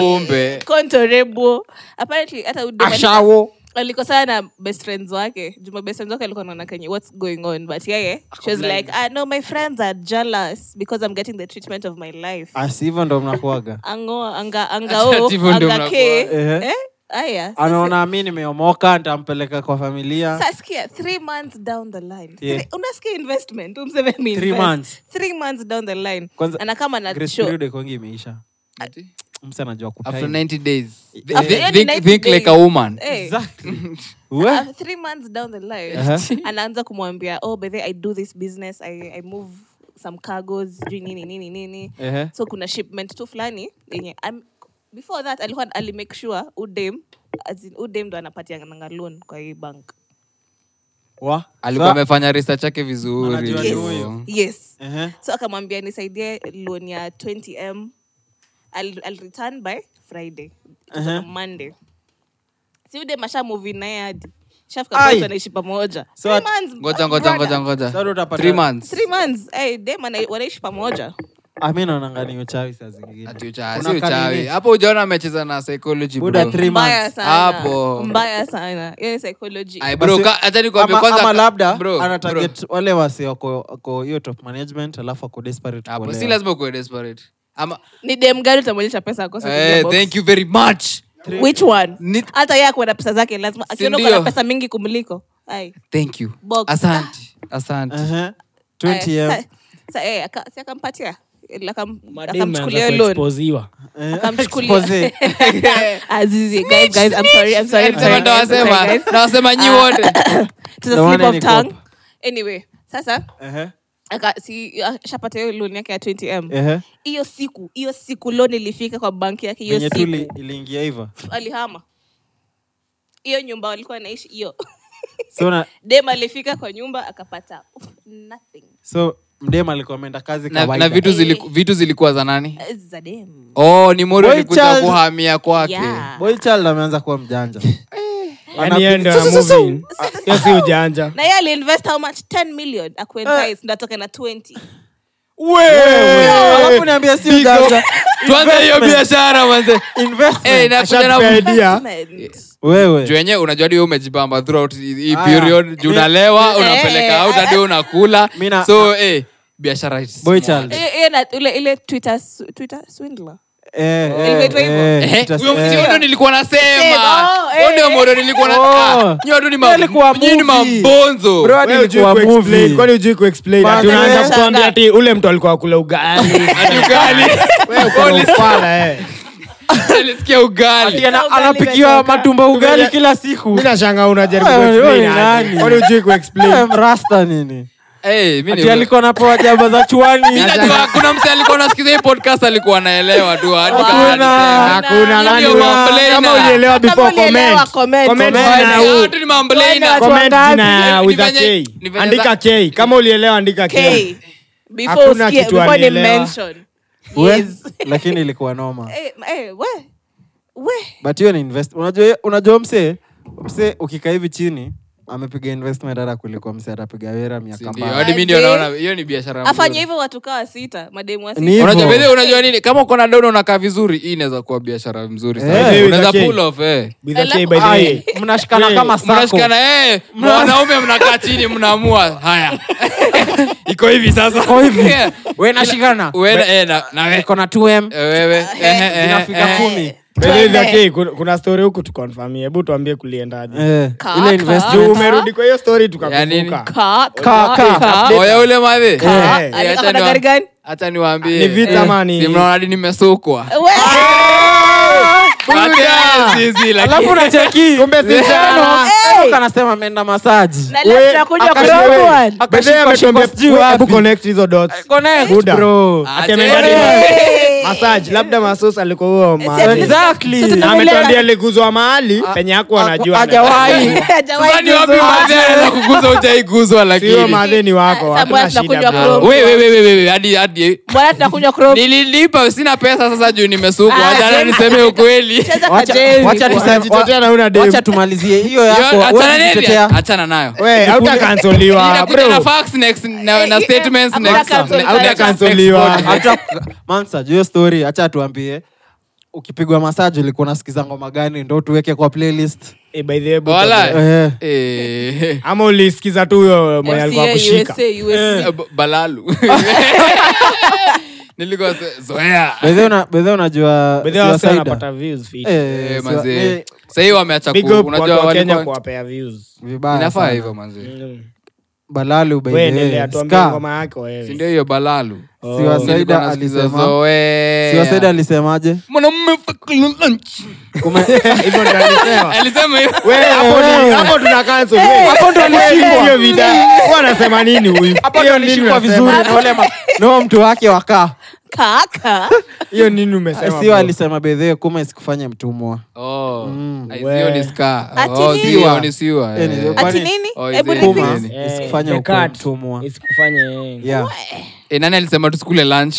Speaker 2: kumbe
Speaker 4: Contorebo. apparently hata huyu demu
Speaker 5: ashawo
Speaker 4: alikosana na best friends wake juma best friends wake alikuwa naona kenye what's going on but yeye she was like ah, no my friends are jealous because i'm getting the treatment of my life
Speaker 3: asi Ah, hivyo ndo mnakuaga
Speaker 4: ango anga anga o
Speaker 2: Ati hivyo ndio
Speaker 4: anga ke
Speaker 3: mnakuwa. Ehe.
Speaker 4: eh aya
Speaker 3: anaona mi nimeomoka ntampeleka kwa
Speaker 2: Ah.
Speaker 3: familia
Speaker 4: saskia three months down the line
Speaker 3: Yeah.
Speaker 4: Three- unasikia investment umseme
Speaker 3: Three months.
Speaker 4: three months down the line
Speaker 3: Kwanza,
Speaker 4: ana kama na
Speaker 3: grace
Speaker 4: show
Speaker 3: period ikongi imeisha msi anajua
Speaker 2: after
Speaker 3: kutime.
Speaker 2: 90 days Thi-
Speaker 4: After
Speaker 2: thi-
Speaker 4: any
Speaker 2: think,
Speaker 4: 90
Speaker 2: think like a
Speaker 4: Eh, days.
Speaker 2: woman
Speaker 4: Eh,
Speaker 3: Exactly. We-
Speaker 4: uh, three months down the line anaanza kumwambia oh bethe i do this business i, I move some cargos sijui nini nini nini
Speaker 3: Ehe.
Speaker 4: so kuna shipment tu fulani yenye I'm- before that alikuwa alimake sure udem as in udem ndo anapatiananga loan kwa hii bank
Speaker 3: Wa-
Speaker 2: alikuwa
Speaker 3: Sa-
Speaker 2: amefanya research yake vizuri
Speaker 3: Anajua ni
Speaker 4: yes,
Speaker 3: huyo.
Speaker 4: yes.
Speaker 3: Ehe.
Speaker 4: so akamwambia nisaidie loan ya 20m I'll, I'll return by friday
Speaker 3: Eh?
Speaker 4: Kutoka monday siude masha movi naye hadi shafika
Speaker 3: Ai.
Speaker 4: kwetu anaishi pamoja
Speaker 3: So
Speaker 4: Three
Speaker 3: at-
Speaker 4: months,
Speaker 2: ngoja ngoja
Speaker 4: brother.
Speaker 2: ngoja ngoja
Speaker 3: Sasa utapata-
Speaker 2: Three months
Speaker 4: Three months eh, dem ana- wanaishi pamoja
Speaker 3: Ah, mi naonanga ni uchawi saa zingine
Speaker 2: Ati uchawi, si
Speaker 3: Unakaa
Speaker 2: uchawi
Speaker 3: nini?
Speaker 2: hapo ujaona amecheza na psychology bro.
Speaker 3: Buda three
Speaker 4: mbaya
Speaker 3: months.
Speaker 4: sana
Speaker 2: Hapo.
Speaker 4: mbaya sana hiyo ni psychology
Speaker 2: Ai, bro,
Speaker 3: Basi-
Speaker 2: ka- acha nikwambie
Speaker 3: ama-
Speaker 2: kwanza
Speaker 3: ama
Speaker 2: ka-
Speaker 3: labda
Speaker 2: bro,
Speaker 3: ana
Speaker 2: bro.
Speaker 3: target wale wasi wako wako hiyo top management alafu ako desperate
Speaker 2: Hapo, si
Speaker 3: kuolewa.
Speaker 2: lazima ukuwe desperate Ama-
Speaker 4: ni dem gani utamwonyesha pesa akose
Speaker 2: eh,
Speaker 4: kuingia
Speaker 2: thank you very much
Speaker 4: box? which one
Speaker 2: Ni-
Speaker 4: hata yeye akuwa na pesa zake lazima akiona uko na
Speaker 2: Sindio?
Speaker 4: pesa mingi kumliko ai
Speaker 2: thank you
Speaker 4: Box.
Speaker 2: asante asante
Speaker 3: Ehe. 20M.
Speaker 4: Aya, sa- sa- eh, aka- si akampatia Ila akam-
Speaker 5: madima
Speaker 4: akamchukulia
Speaker 5: anza
Speaker 4: hiyo loan.
Speaker 5: kuexposiwa
Speaker 3: Ehe.
Speaker 4: akamchukulia-
Speaker 3: Expose.
Speaker 4: Azizi, guys, guys, I'm sorry, I'm sorry, I'm sorry,
Speaker 2: Ndo
Speaker 4: I'm sorry,
Speaker 2: wasema-
Speaker 4: guys.
Speaker 2: ndo wasema nyi wote
Speaker 4: It's a
Speaker 3: The one
Speaker 4: slip of
Speaker 3: any
Speaker 4: tongue. Anyway, sasa
Speaker 3: Ehe.
Speaker 4: aka- si- ashapata hiyo loan yake ya 20m
Speaker 3: Ehe.
Speaker 4: hiyo siku hiyo siku loan ilifika kwa banki yake hiyo
Speaker 3: Venye tu
Speaker 4: siku
Speaker 3: li- iliingia hivyo
Speaker 4: alihama hiyo nyumba walikuwa naishi hiyo
Speaker 3: so, na-
Speaker 4: dem alifika kwa nyumba akapata nothing
Speaker 3: so mdem alikuwa ameenda kazi
Speaker 2: na,
Speaker 3: kawaida.
Speaker 2: na vitu, ziliku, vitu zilikuwa za nani
Speaker 4: za dem
Speaker 2: oh ni mori
Speaker 3: Boy
Speaker 2: alikuja
Speaker 3: child.
Speaker 2: kuhamia kwake
Speaker 4: Yeah.
Speaker 3: Boy child ameanza kuwa mjanja
Speaker 5: Yaani yeye ndio
Speaker 3: Su- su- su- su.
Speaker 5: ana move in. Hiyo si ujanja Eh.
Speaker 4: na yeye aliinvest how much 10 million akuentice ndo atoke na 20
Speaker 3: alafu niambia si ujanja
Speaker 2: tuanze hiyo biashara manze Eh, na kuja
Speaker 3: investment
Speaker 2: na-
Speaker 5: Ashakupea idea.
Speaker 4: Investment.
Speaker 2: juu
Speaker 3: wewe
Speaker 2: wenyewe unajua diwe umejipamba throughout hii
Speaker 3: Aya.
Speaker 2: period juu unalewa unapeleka
Speaker 4: Eh,
Speaker 2: out hadi unakula
Speaker 3: Mi na-
Speaker 2: so eh, biashara is
Speaker 3: Boy
Speaker 2: smart.
Speaker 3: child.
Speaker 4: Hiyo- hiyo Eh, na- ile- ile Twitter sw- Twitter swindler
Speaker 3: Eh, eh,
Speaker 4: Ilivyoitwa hivyo.
Speaker 3: eh,
Speaker 2: Eh,
Speaker 3: utas-
Speaker 2: huyo
Speaker 3: eh.
Speaker 2: msichana ndo nilikuwa nasema
Speaker 4: Sema, oh,
Speaker 2: Huyo ndio
Speaker 4: eh.
Speaker 2: modo nilikuwa na
Speaker 3: Oh.
Speaker 2: Ah, nyinyi watu ni ma-
Speaker 3: Yeye alikuwa
Speaker 2: nyinyi ni
Speaker 3: movie.
Speaker 2: mabonzo
Speaker 3: Bro, hadi
Speaker 5: Wewe hujui
Speaker 3: ilikuwa
Speaker 5: kuexplain.
Speaker 3: movie.
Speaker 5: Kwani hujui kuexplain? Ati
Speaker 3: Bana,
Speaker 5: unaanza
Speaker 4: wewe.
Speaker 5: kutuambia ati ule mtu alikuwa akula ugali
Speaker 2: Ati ugali
Speaker 5: Wewe uko na upala, eh.
Speaker 2: alisikia ugali
Speaker 3: Tena
Speaker 4: Ugali
Speaker 3: anapikiwa
Speaker 4: imetoka.
Speaker 3: matumba ugali
Speaker 5: Tumeja-
Speaker 3: kila siku
Speaker 5: mi nashanga unajaribu
Speaker 3: Ah, wewe ni
Speaker 5: kuexplain
Speaker 3: nani?
Speaker 5: aje. Kwani hujui
Speaker 3: Eh,
Speaker 5: kuexplain?
Speaker 3: mrasta nini
Speaker 2: Eh, mi ni-
Speaker 3: ati alikuwa napewa jaba za Yaani,
Speaker 2: Mi
Speaker 3: chwani
Speaker 2: najua kuna mse alikuwa nasikiza hii podcast alikuwa anaelewa tu hadi kama
Speaker 4: Hakuna.
Speaker 2: alisema.
Speaker 5: Hakuna nani
Speaker 2: Ndio
Speaker 5: wewe.
Speaker 2: mamblena.
Speaker 5: Kama ulielewa
Speaker 4: Kama
Speaker 5: before,
Speaker 4: ulielewa,
Speaker 5: comment.
Speaker 4: comment.
Speaker 5: Comment
Speaker 4: Comment.
Speaker 5: jina
Speaker 2: Hao
Speaker 5: huu.
Speaker 2: watu ni mamblena.
Speaker 4: Wale watu-
Speaker 5: Comment
Speaker 4: wangapi?
Speaker 5: jina
Speaker 2: Ni
Speaker 5: with a
Speaker 2: venye-
Speaker 5: K.
Speaker 2: ni venye
Speaker 5: andika
Speaker 2: za-
Speaker 5: K kama ulielewa andika K
Speaker 4: K. Before
Speaker 5: Hakuna
Speaker 4: usikie-
Speaker 5: kitu
Speaker 4: before ni
Speaker 5: alielewa.
Speaker 4: mention.
Speaker 3: We,
Speaker 4: Yes.
Speaker 3: lakini ilikuwa noma
Speaker 4: Eh, eh, we. We.
Speaker 3: but hiyo ni invest unajua unajua mse mse ukikaa hivi chini amepiga investment hata kuliko mse atapiga wera miaka
Speaker 2: Ndio,
Speaker 3: mbaya
Speaker 2: hadi mi ndio naona hiyo ni biashara mzuri.
Speaker 4: afanye hivyo watu kawa sita mademu wa
Speaker 3: Ni-
Speaker 4: sita
Speaker 2: Unajua-
Speaker 3: Hivyo.
Speaker 2: vile unajua nini kama uko na dono unakaa vizuri hii inaweza kuwa biashara mzuri sana.
Speaker 3: Eh.
Speaker 2: Unaweza
Speaker 5: With a K.
Speaker 2: pull off, eh.
Speaker 5: With a K
Speaker 4: Alafu-
Speaker 5: by the
Speaker 3: Ai,
Speaker 5: way.
Speaker 3: mnashikana kama sako
Speaker 2: mnashikana eh, wanaume mnakaa chini mnaamua haya iko hivi sasa
Speaker 3: Iko hivi.
Speaker 2: Yeah.
Speaker 3: we nashikana
Speaker 2: Wewe, eh, na- na we-
Speaker 3: iko na 2m
Speaker 2: eh, wewe, eh, eh,
Speaker 3: zinafika
Speaker 2: eh, eh.
Speaker 3: kumi
Speaker 5: By the way, with a K, kuna- kuna story huku tukonfamie hebu tuambie kuliendaje
Speaker 3: Eh,
Speaker 4: Kaka.
Speaker 3: ile
Speaker 5: Juu
Speaker 3: investment
Speaker 5: umerudi kwa hiyo story
Speaker 2: Yaani-
Speaker 5: tukakumbuka
Speaker 4: Ka-
Speaker 3: Ka-
Speaker 4: ka-
Speaker 3: ka-
Speaker 4: ka-
Speaker 2: Ah, Oya ule madhi
Speaker 4: ka-
Speaker 5: eh.
Speaker 4: Ali-
Speaker 2: Acha
Speaker 4: ako na
Speaker 2: niwa-
Speaker 4: gari gani?
Speaker 2: hacha niwaambie
Speaker 5: Ni vita
Speaker 2: Eh,
Speaker 5: ama ni-
Speaker 2: si mnaona hadi nimesukwa
Speaker 4: We.
Speaker 2: Hata sisi, lakini-
Speaker 3: alafu nacheki
Speaker 5: Kumbe si sana.
Speaker 3: kanasema ameenda masaji
Speaker 4: Na leo tunakuja kwa round one.
Speaker 3: Connect,
Speaker 5: Buda.
Speaker 3: bro.
Speaker 2: Acha-
Speaker 4: Hey.
Speaker 5: massage labda masus alikuwa huyo mahali.
Speaker 3: Exactly.
Speaker 5: Na ametuambia aliguzwa mahali penye hakuwa anajua
Speaker 3: Hajawahi.
Speaker 4: Hajawahi
Speaker 2: Sasa ni wapi
Speaker 4: kuzua.
Speaker 2: madhi anaweza kukuza hujaiguzwa lakini
Speaker 5: Sio madhe ni wako
Speaker 4: Sasa
Speaker 5: hakuna
Speaker 4: bwana,
Speaker 5: shida,
Speaker 4: tunakunywa
Speaker 5: bro.
Speaker 4: Coke.
Speaker 2: Ah, We, we, we, we, we, we, hadi- hadi-
Speaker 4: Bwana tunakunywa crop.
Speaker 2: nililipa sina pesa sasa juu nimesukwa
Speaker 4: Ah,
Speaker 2: hachana
Speaker 4: James.
Speaker 2: niseme ukweli
Speaker 4: Cheza kwa
Speaker 3: Wacha-
Speaker 4: Jay.
Speaker 3: wacha tuseme-
Speaker 5: Unajitetea na huna demu.
Speaker 3: wacha tumalizie hiyo yako
Speaker 2: Yo,
Speaker 3: Wewe
Speaker 2: achana nini?
Speaker 3: unajitetea.
Speaker 2: Achana nayo
Speaker 5: We, hautakansoliwa
Speaker 2: Nitakuja na
Speaker 5: bro
Speaker 2: facts next na- na
Speaker 4: Eh, eh,
Speaker 2: statements
Speaker 4: hakuna
Speaker 2: next-
Speaker 4: cancel
Speaker 2: next-
Speaker 4: culture.
Speaker 2: next
Speaker 5: Hautakansoliwa.
Speaker 2: podcast.
Speaker 3: Acha- Mansa, juu hiyo story acha tuambie ukipigwa masaji ulikuwa unasikiza ngoma gani ndo tuweke kwa playlist
Speaker 5: Eh, by the way, Buda,
Speaker 2: Wala.
Speaker 3: Eh.
Speaker 2: Eh.
Speaker 5: ama ulisikiza tu huyo mwenye alikuwa
Speaker 4: MCA,
Speaker 5: kushika
Speaker 4: USA, USA.
Speaker 2: Eh, b- balalu nilikuwa se- zoea
Speaker 3: bedhe una, bedhe unajua
Speaker 5: By the way,
Speaker 3: siwa
Speaker 5: wase
Speaker 3: Saida?
Speaker 5: wanapata views fit.
Speaker 3: Eh,
Speaker 2: Eh,
Speaker 3: siwa-
Speaker 2: manze
Speaker 3: eh,
Speaker 2: sahii wameacha
Speaker 5: Big
Speaker 2: ku-
Speaker 5: up
Speaker 2: unajua
Speaker 5: watu wa Kenya
Speaker 2: walikuwa-
Speaker 5: kuwapea views.
Speaker 3: vibaya
Speaker 2: inafaa
Speaker 3: sana.
Speaker 2: hivyo
Speaker 5: Eh.
Speaker 2: manze
Speaker 3: balalu by the
Speaker 5: We
Speaker 3: way.
Speaker 5: endelea, tuambie
Speaker 3: Ska.
Speaker 5: ngoma yako wewe.
Speaker 2: sindio hiyo balalu
Speaker 3: Siwa Saida
Speaker 2: Nilikuwa nasikiza
Speaker 3: alisema-
Speaker 2: zoea.
Speaker 3: Siwa Saida alisemaje
Speaker 2: Mwanamume fucking lunch.
Speaker 5: Hivyo ndio alisema.
Speaker 2: alisema hivyo.
Speaker 5: We, hapo ni- hapo tuna cancel, we.
Speaker 3: alishindwa.
Speaker 5: Hiyo vida. Huwa anasema nini huyu? Hiyo nini
Speaker 3: alishikwa
Speaker 5: unasema?
Speaker 3: vizuri na wale ma- no mtu wake wakaa
Speaker 4: Kaka.
Speaker 5: Hiyo nini umesema,
Speaker 3: sio
Speaker 5: bro?
Speaker 3: alisema bedhee kuma isikufanye mtumwa
Speaker 2: Oh, ai,
Speaker 5: we.
Speaker 2: sio ni ska.
Speaker 4: Ati
Speaker 2: Oh,
Speaker 4: nini?
Speaker 2: siwa, ni siwa,
Speaker 3: Eh, ni-
Speaker 2: eh.
Speaker 3: Kwani-
Speaker 4: Ati nini?
Speaker 2: Oh,
Speaker 4: Hebu
Speaker 2: is it?
Speaker 4: repeat.
Speaker 3: kuma
Speaker 2: Eh,
Speaker 3: isikufanye
Speaker 5: the
Speaker 3: ukue
Speaker 5: cat.
Speaker 3: mtumwa
Speaker 5: Isikufanye, eh.
Speaker 3: Yeah.
Speaker 2: Eh, nani alisema tusikule lunch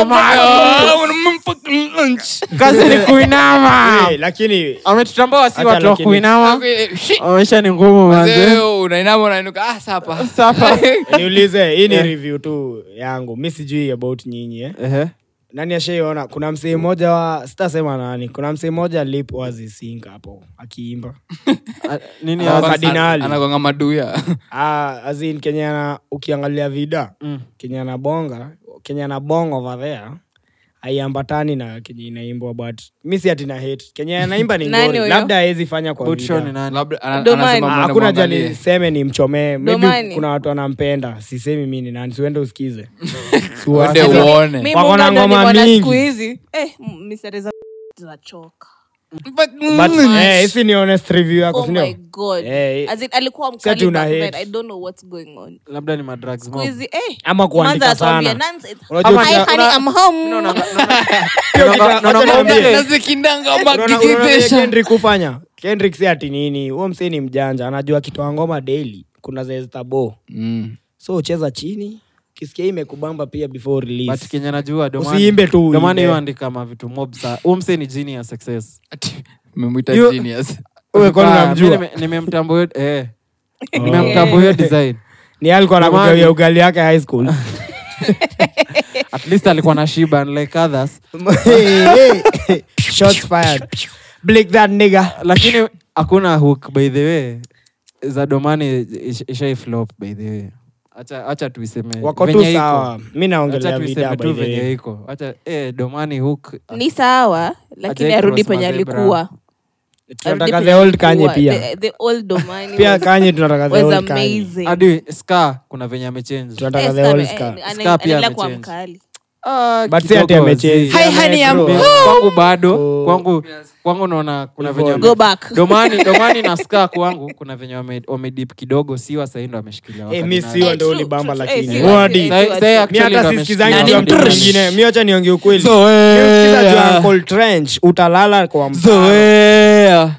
Speaker 2: Ah, mwanamume fucking lunch.
Speaker 3: kazi ni kuinama
Speaker 5: Eh, lakini
Speaker 3: ametutambua si
Speaker 5: Hata
Speaker 3: watu wa
Speaker 5: lakini-
Speaker 3: kuinama Oh,
Speaker 2: Okay, eh, shi.
Speaker 3: maisha ni ngumu manze
Speaker 2: Leo unainama unainuka ah, sapa.
Speaker 3: Sapa.
Speaker 5: niulize hii ni review tu yangu mi sijui about nyinyi eh?
Speaker 3: Ehe.
Speaker 5: nani ashaiona kuna msee mmoja wa sitasema nani kuna msee mmoja lip wazisinga hapo akiimba
Speaker 3: A- nini
Speaker 5: Ah,
Speaker 3: hasa?
Speaker 5: Kardinali.
Speaker 2: Anakuanga maduya
Speaker 5: Ah, as in kenya na ukiangalia vida mm. kenya na bonga kenya na bong over there haiambatani na kenya inaimbwa but mi si ati na hate kenya inaimba ni
Speaker 4: Nani
Speaker 5: ngori
Speaker 4: huyo?
Speaker 5: labda hawezi fanya kwa
Speaker 3: Good show
Speaker 5: vida.
Speaker 3: ni nani?
Speaker 2: labda ana-
Speaker 4: Domani.
Speaker 2: anasema
Speaker 5: Ah,
Speaker 2: mwende
Speaker 5: hakuna
Speaker 2: muangalie.
Speaker 5: jani seme ni mchomee maybe
Speaker 4: Domani.
Speaker 5: kuna watu wanampenda sisemi mi ni nani siuende usikize
Speaker 2: Uende uone.
Speaker 4: Mi
Speaker 5: Wako na
Speaker 4: Mungu ndo
Speaker 5: ngoma
Speaker 4: nimeona
Speaker 5: mingi.
Speaker 4: siku hizi. Eh, m- misere za- zachoka.
Speaker 5: But, eh, hisi ni honest review yako
Speaker 4: Oh my
Speaker 5: sindio
Speaker 4: God.
Speaker 5: Eh,
Speaker 4: As in, alikuwa
Speaker 5: ati
Speaker 4: mkali
Speaker 5: una
Speaker 4: back then.
Speaker 5: hate.
Speaker 4: I don't know what's going on.
Speaker 3: labda ni madrugs mob.
Speaker 4: Siku hizi, eh,
Speaker 5: Ama kuandika
Speaker 4: mwanza atuambia
Speaker 5: sana.
Speaker 4: nonsense.
Speaker 5: Unajua
Speaker 4: Hi,
Speaker 5: ukia-
Speaker 4: honey, I'm home.
Speaker 3: Naona- naona
Speaker 5: Acha
Speaker 3: ng'ombe.
Speaker 5: niambie.
Speaker 2: Nazikindanga
Speaker 5: Unaona- unaona vile
Speaker 2: makikipesha.
Speaker 5: Kendrick hufanya kendrick si ati nini huo msee ni mjanja anajua kitoa ngoma daily kuna zestabo
Speaker 2: Mm.
Speaker 5: so ucheza chini ukisikia hii imekubamba pia before release.
Speaker 3: But kenye najua domani-
Speaker 5: Usiimbe tu uimbe.
Speaker 3: domani hiyo andika mavitu mob sa- huyu mse ni genius success
Speaker 2: Ati, umemwita
Speaker 3: Yo-
Speaker 2: genius.
Speaker 5: Wewe kwani
Speaker 3: vibaya.
Speaker 5: unamjua?
Speaker 3: Mimi nime- nimemtambua huyo- eh. Nimemtambua huyo design
Speaker 5: ni alikuwa
Speaker 3: Jamani.
Speaker 5: nakugawia ugali yake high school
Speaker 3: at least alikuwa na shiba unlike others
Speaker 5: Shots fired. Blink that nigga.
Speaker 3: lakini hakuna hook by the way za domani ish- ishaiflop by the way acha acha tuiseme
Speaker 5: Wako tu
Speaker 3: venye iko.
Speaker 5: sawa. Mi naongelea
Speaker 3: Acha
Speaker 5: vida
Speaker 3: tuiseme
Speaker 5: by
Speaker 3: tu
Speaker 5: the way.
Speaker 3: venye iko acha eh, domani hook
Speaker 4: ni sawa lakini
Speaker 3: Ajai
Speaker 4: arudi
Speaker 3: cross
Speaker 4: penye
Speaker 3: mazebra.
Speaker 4: alikuwa Arudi
Speaker 5: tunataka
Speaker 4: penye
Speaker 5: the old
Speaker 4: alikuwa.
Speaker 5: kanye pia
Speaker 4: uh, The- the old Domani
Speaker 5: pia
Speaker 4: was-
Speaker 5: kanye tunataka the
Speaker 4: was
Speaker 5: old kanye
Speaker 4: amazing.
Speaker 3: hadi ska kuna venye amechange
Speaker 5: tunataka
Speaker 4: Yes,
Speaker 5: the old
Speaker 4: ame-
Speaker 5: ska
Speaker 4: eh,
Speaker 3: Ska
Speaker 4: ana-
Speaker 3: pia
Speaker 4: anaendelea kuwa
Speaker 3: amechange.
Speaker 4: mkali.
Speaker 3: Ah,
Speaker 5: But si
Speaker 3: kidogo
Speaker 5: ati amechange. Oh.
Speaker 3: zi-
Speaker 5: Hi,
Speaker 6: honey, I'm
Speaker 3: Bro,
Speaker 5: home.
Speaker 3: kwangu bado kwangu kwangu naona kuna venye
Speaker 4: Go
Speaker 3: wame-
Speaker 4: back.
Speaker 3: domani domani na ska kwangu kuna venye wame- wamedip kidogo siwa sahii ndo ameshikilia
Speaker 5: Eh,
Speaker 3: wakati
Speaker 5: mi
Speaker 3: na-
Speaker 5: siwa
Speaker 4: Eh,
Speaker 5: ndo
Speaker 4: true,
Speaker 5: ulibamba
Speaker 4: true,
Speaker 5: lakini
Speaker 4: true. Eh,
Speaker 5: Wadi.
Speaker 4: siwa, siwa.
Speaker 3: Sahii- sahii
Speaker 5: mi
Speaker 3: actually
Speaker 5: hata
Speaker 3: ndo
Speaker 5: siskizangi
Speaker 3: ameshikilia
Speaker 5: kwa mtu
Speaker 3: wakati.
Speaker 5: mwingine mi wacha nionge ukweli
Speaker 3: eh,
Speaker 5: Ukisikiza juu ya
Speaker 3: Zoea.
Speaker 5: Uncle Trench, utalala kwa mpa-
Speaker 3: zoea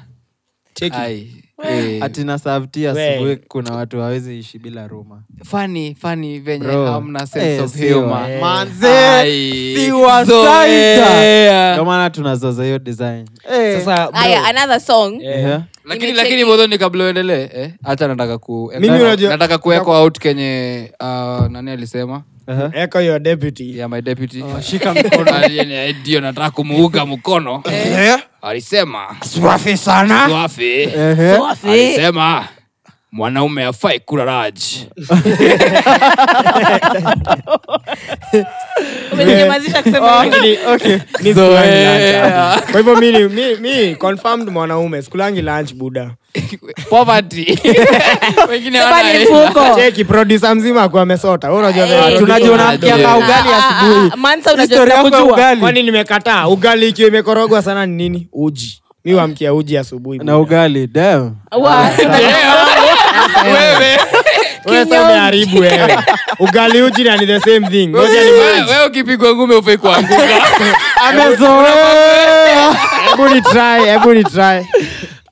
Speaker 5: Cheki.
Speaker 2: Ai, eh,
Speaker 3: ati na sabti
Speaker 5: We.
Speaker 3: asubuhi kuna watu hawezi ishi bila ruma
Speaker 2: funny, funny venye
Speaker 3: Bro.
Speaker 2: hamna sense
Speaker 3: Eh,
Speaker 2: of
Speaker 3: siwa.
Speaker 2: humor.
Speaker 5: Eh.
Speaker 2: Ai,
Speaker 3: siwa
Speaker 2: zoea.
Speaker 3: saita. Ndio maana tunazoza hiyo design
Speaker 5: Sasa, bro,
Speaker 4: Aya, another song
Speaker 3: Eh.
Speaker 2: lakini
Speaker 4: Nimecheki.
Speaker 2: lakini modhoni kabla uendelee eh, hata nataka ku eh,
Speaker 5: Mimi unajua-
Speaker 2: nataka kueko out kenye uh, nani alisema
Speaker 3: Aha.
Speaker 5: echo your deputy
Speaker 2: ya my deputy
Speaker 3: shika Eh.
Speaker 2: Aliye- ndio nataka kumuuga mkono
Speaker 5: Eh.
Speaker 2: alisema
Speaker 5: swafi sana
Speaker 2: swafi
Speaker 4: Eh.
Speaker 5: Eh?
Speaker 3: Ehe.
Speaker 4: Swafi.
Speaker 2: alisema mwanaume afai kula raji
Speaker 4: umenyamazisha kusema hivyo.
Speaker 5: Lakini, okay, mi sikulangi lunch hadi. kwa hivyo mi ni- mi- mi confirmed mwanaume sikulangi lunch buda
Speaker 2: poverty wengine
Speaker 4: Safari
Speaker 2: wana-
Speaker 4: mfuko.
Speaker 5: cheki produsa mzima akuwa amesota Wewe unajua
Speaker 4: Eh,
Speaker 5: vile-
Speaker 3: tunajua unaamkia
Speaker 2: Tunajua.
Speaker 3: ka ugali
Speaker 4: Ah, ah,
Speaker 3: asubuhi
Speaker 4: ah, Mansa, unajua
Speaker 3: Historia yako ya
Speaker 4: tunakujua.
Speaker 3: ugali
Speaker 5: kwani nimekataa ugali ikiwa imekorogwa sana ni nini uji mi wamkia uji asubuhi
Speaker 3: na ugali damn.
Speaker 5: Ah,
Speaker 4: Wa-
Speaker 2: wewe
Speaker 5: Wewe sasa umeharibu wewe ugali uji na ni the same thing Ngoja ni-
Speaker 2: Wewe- wewe ukipigwa ngume ufai kuanguka
Speaker 3: amezoea
Speaker 5: hebu ni try hebu ni try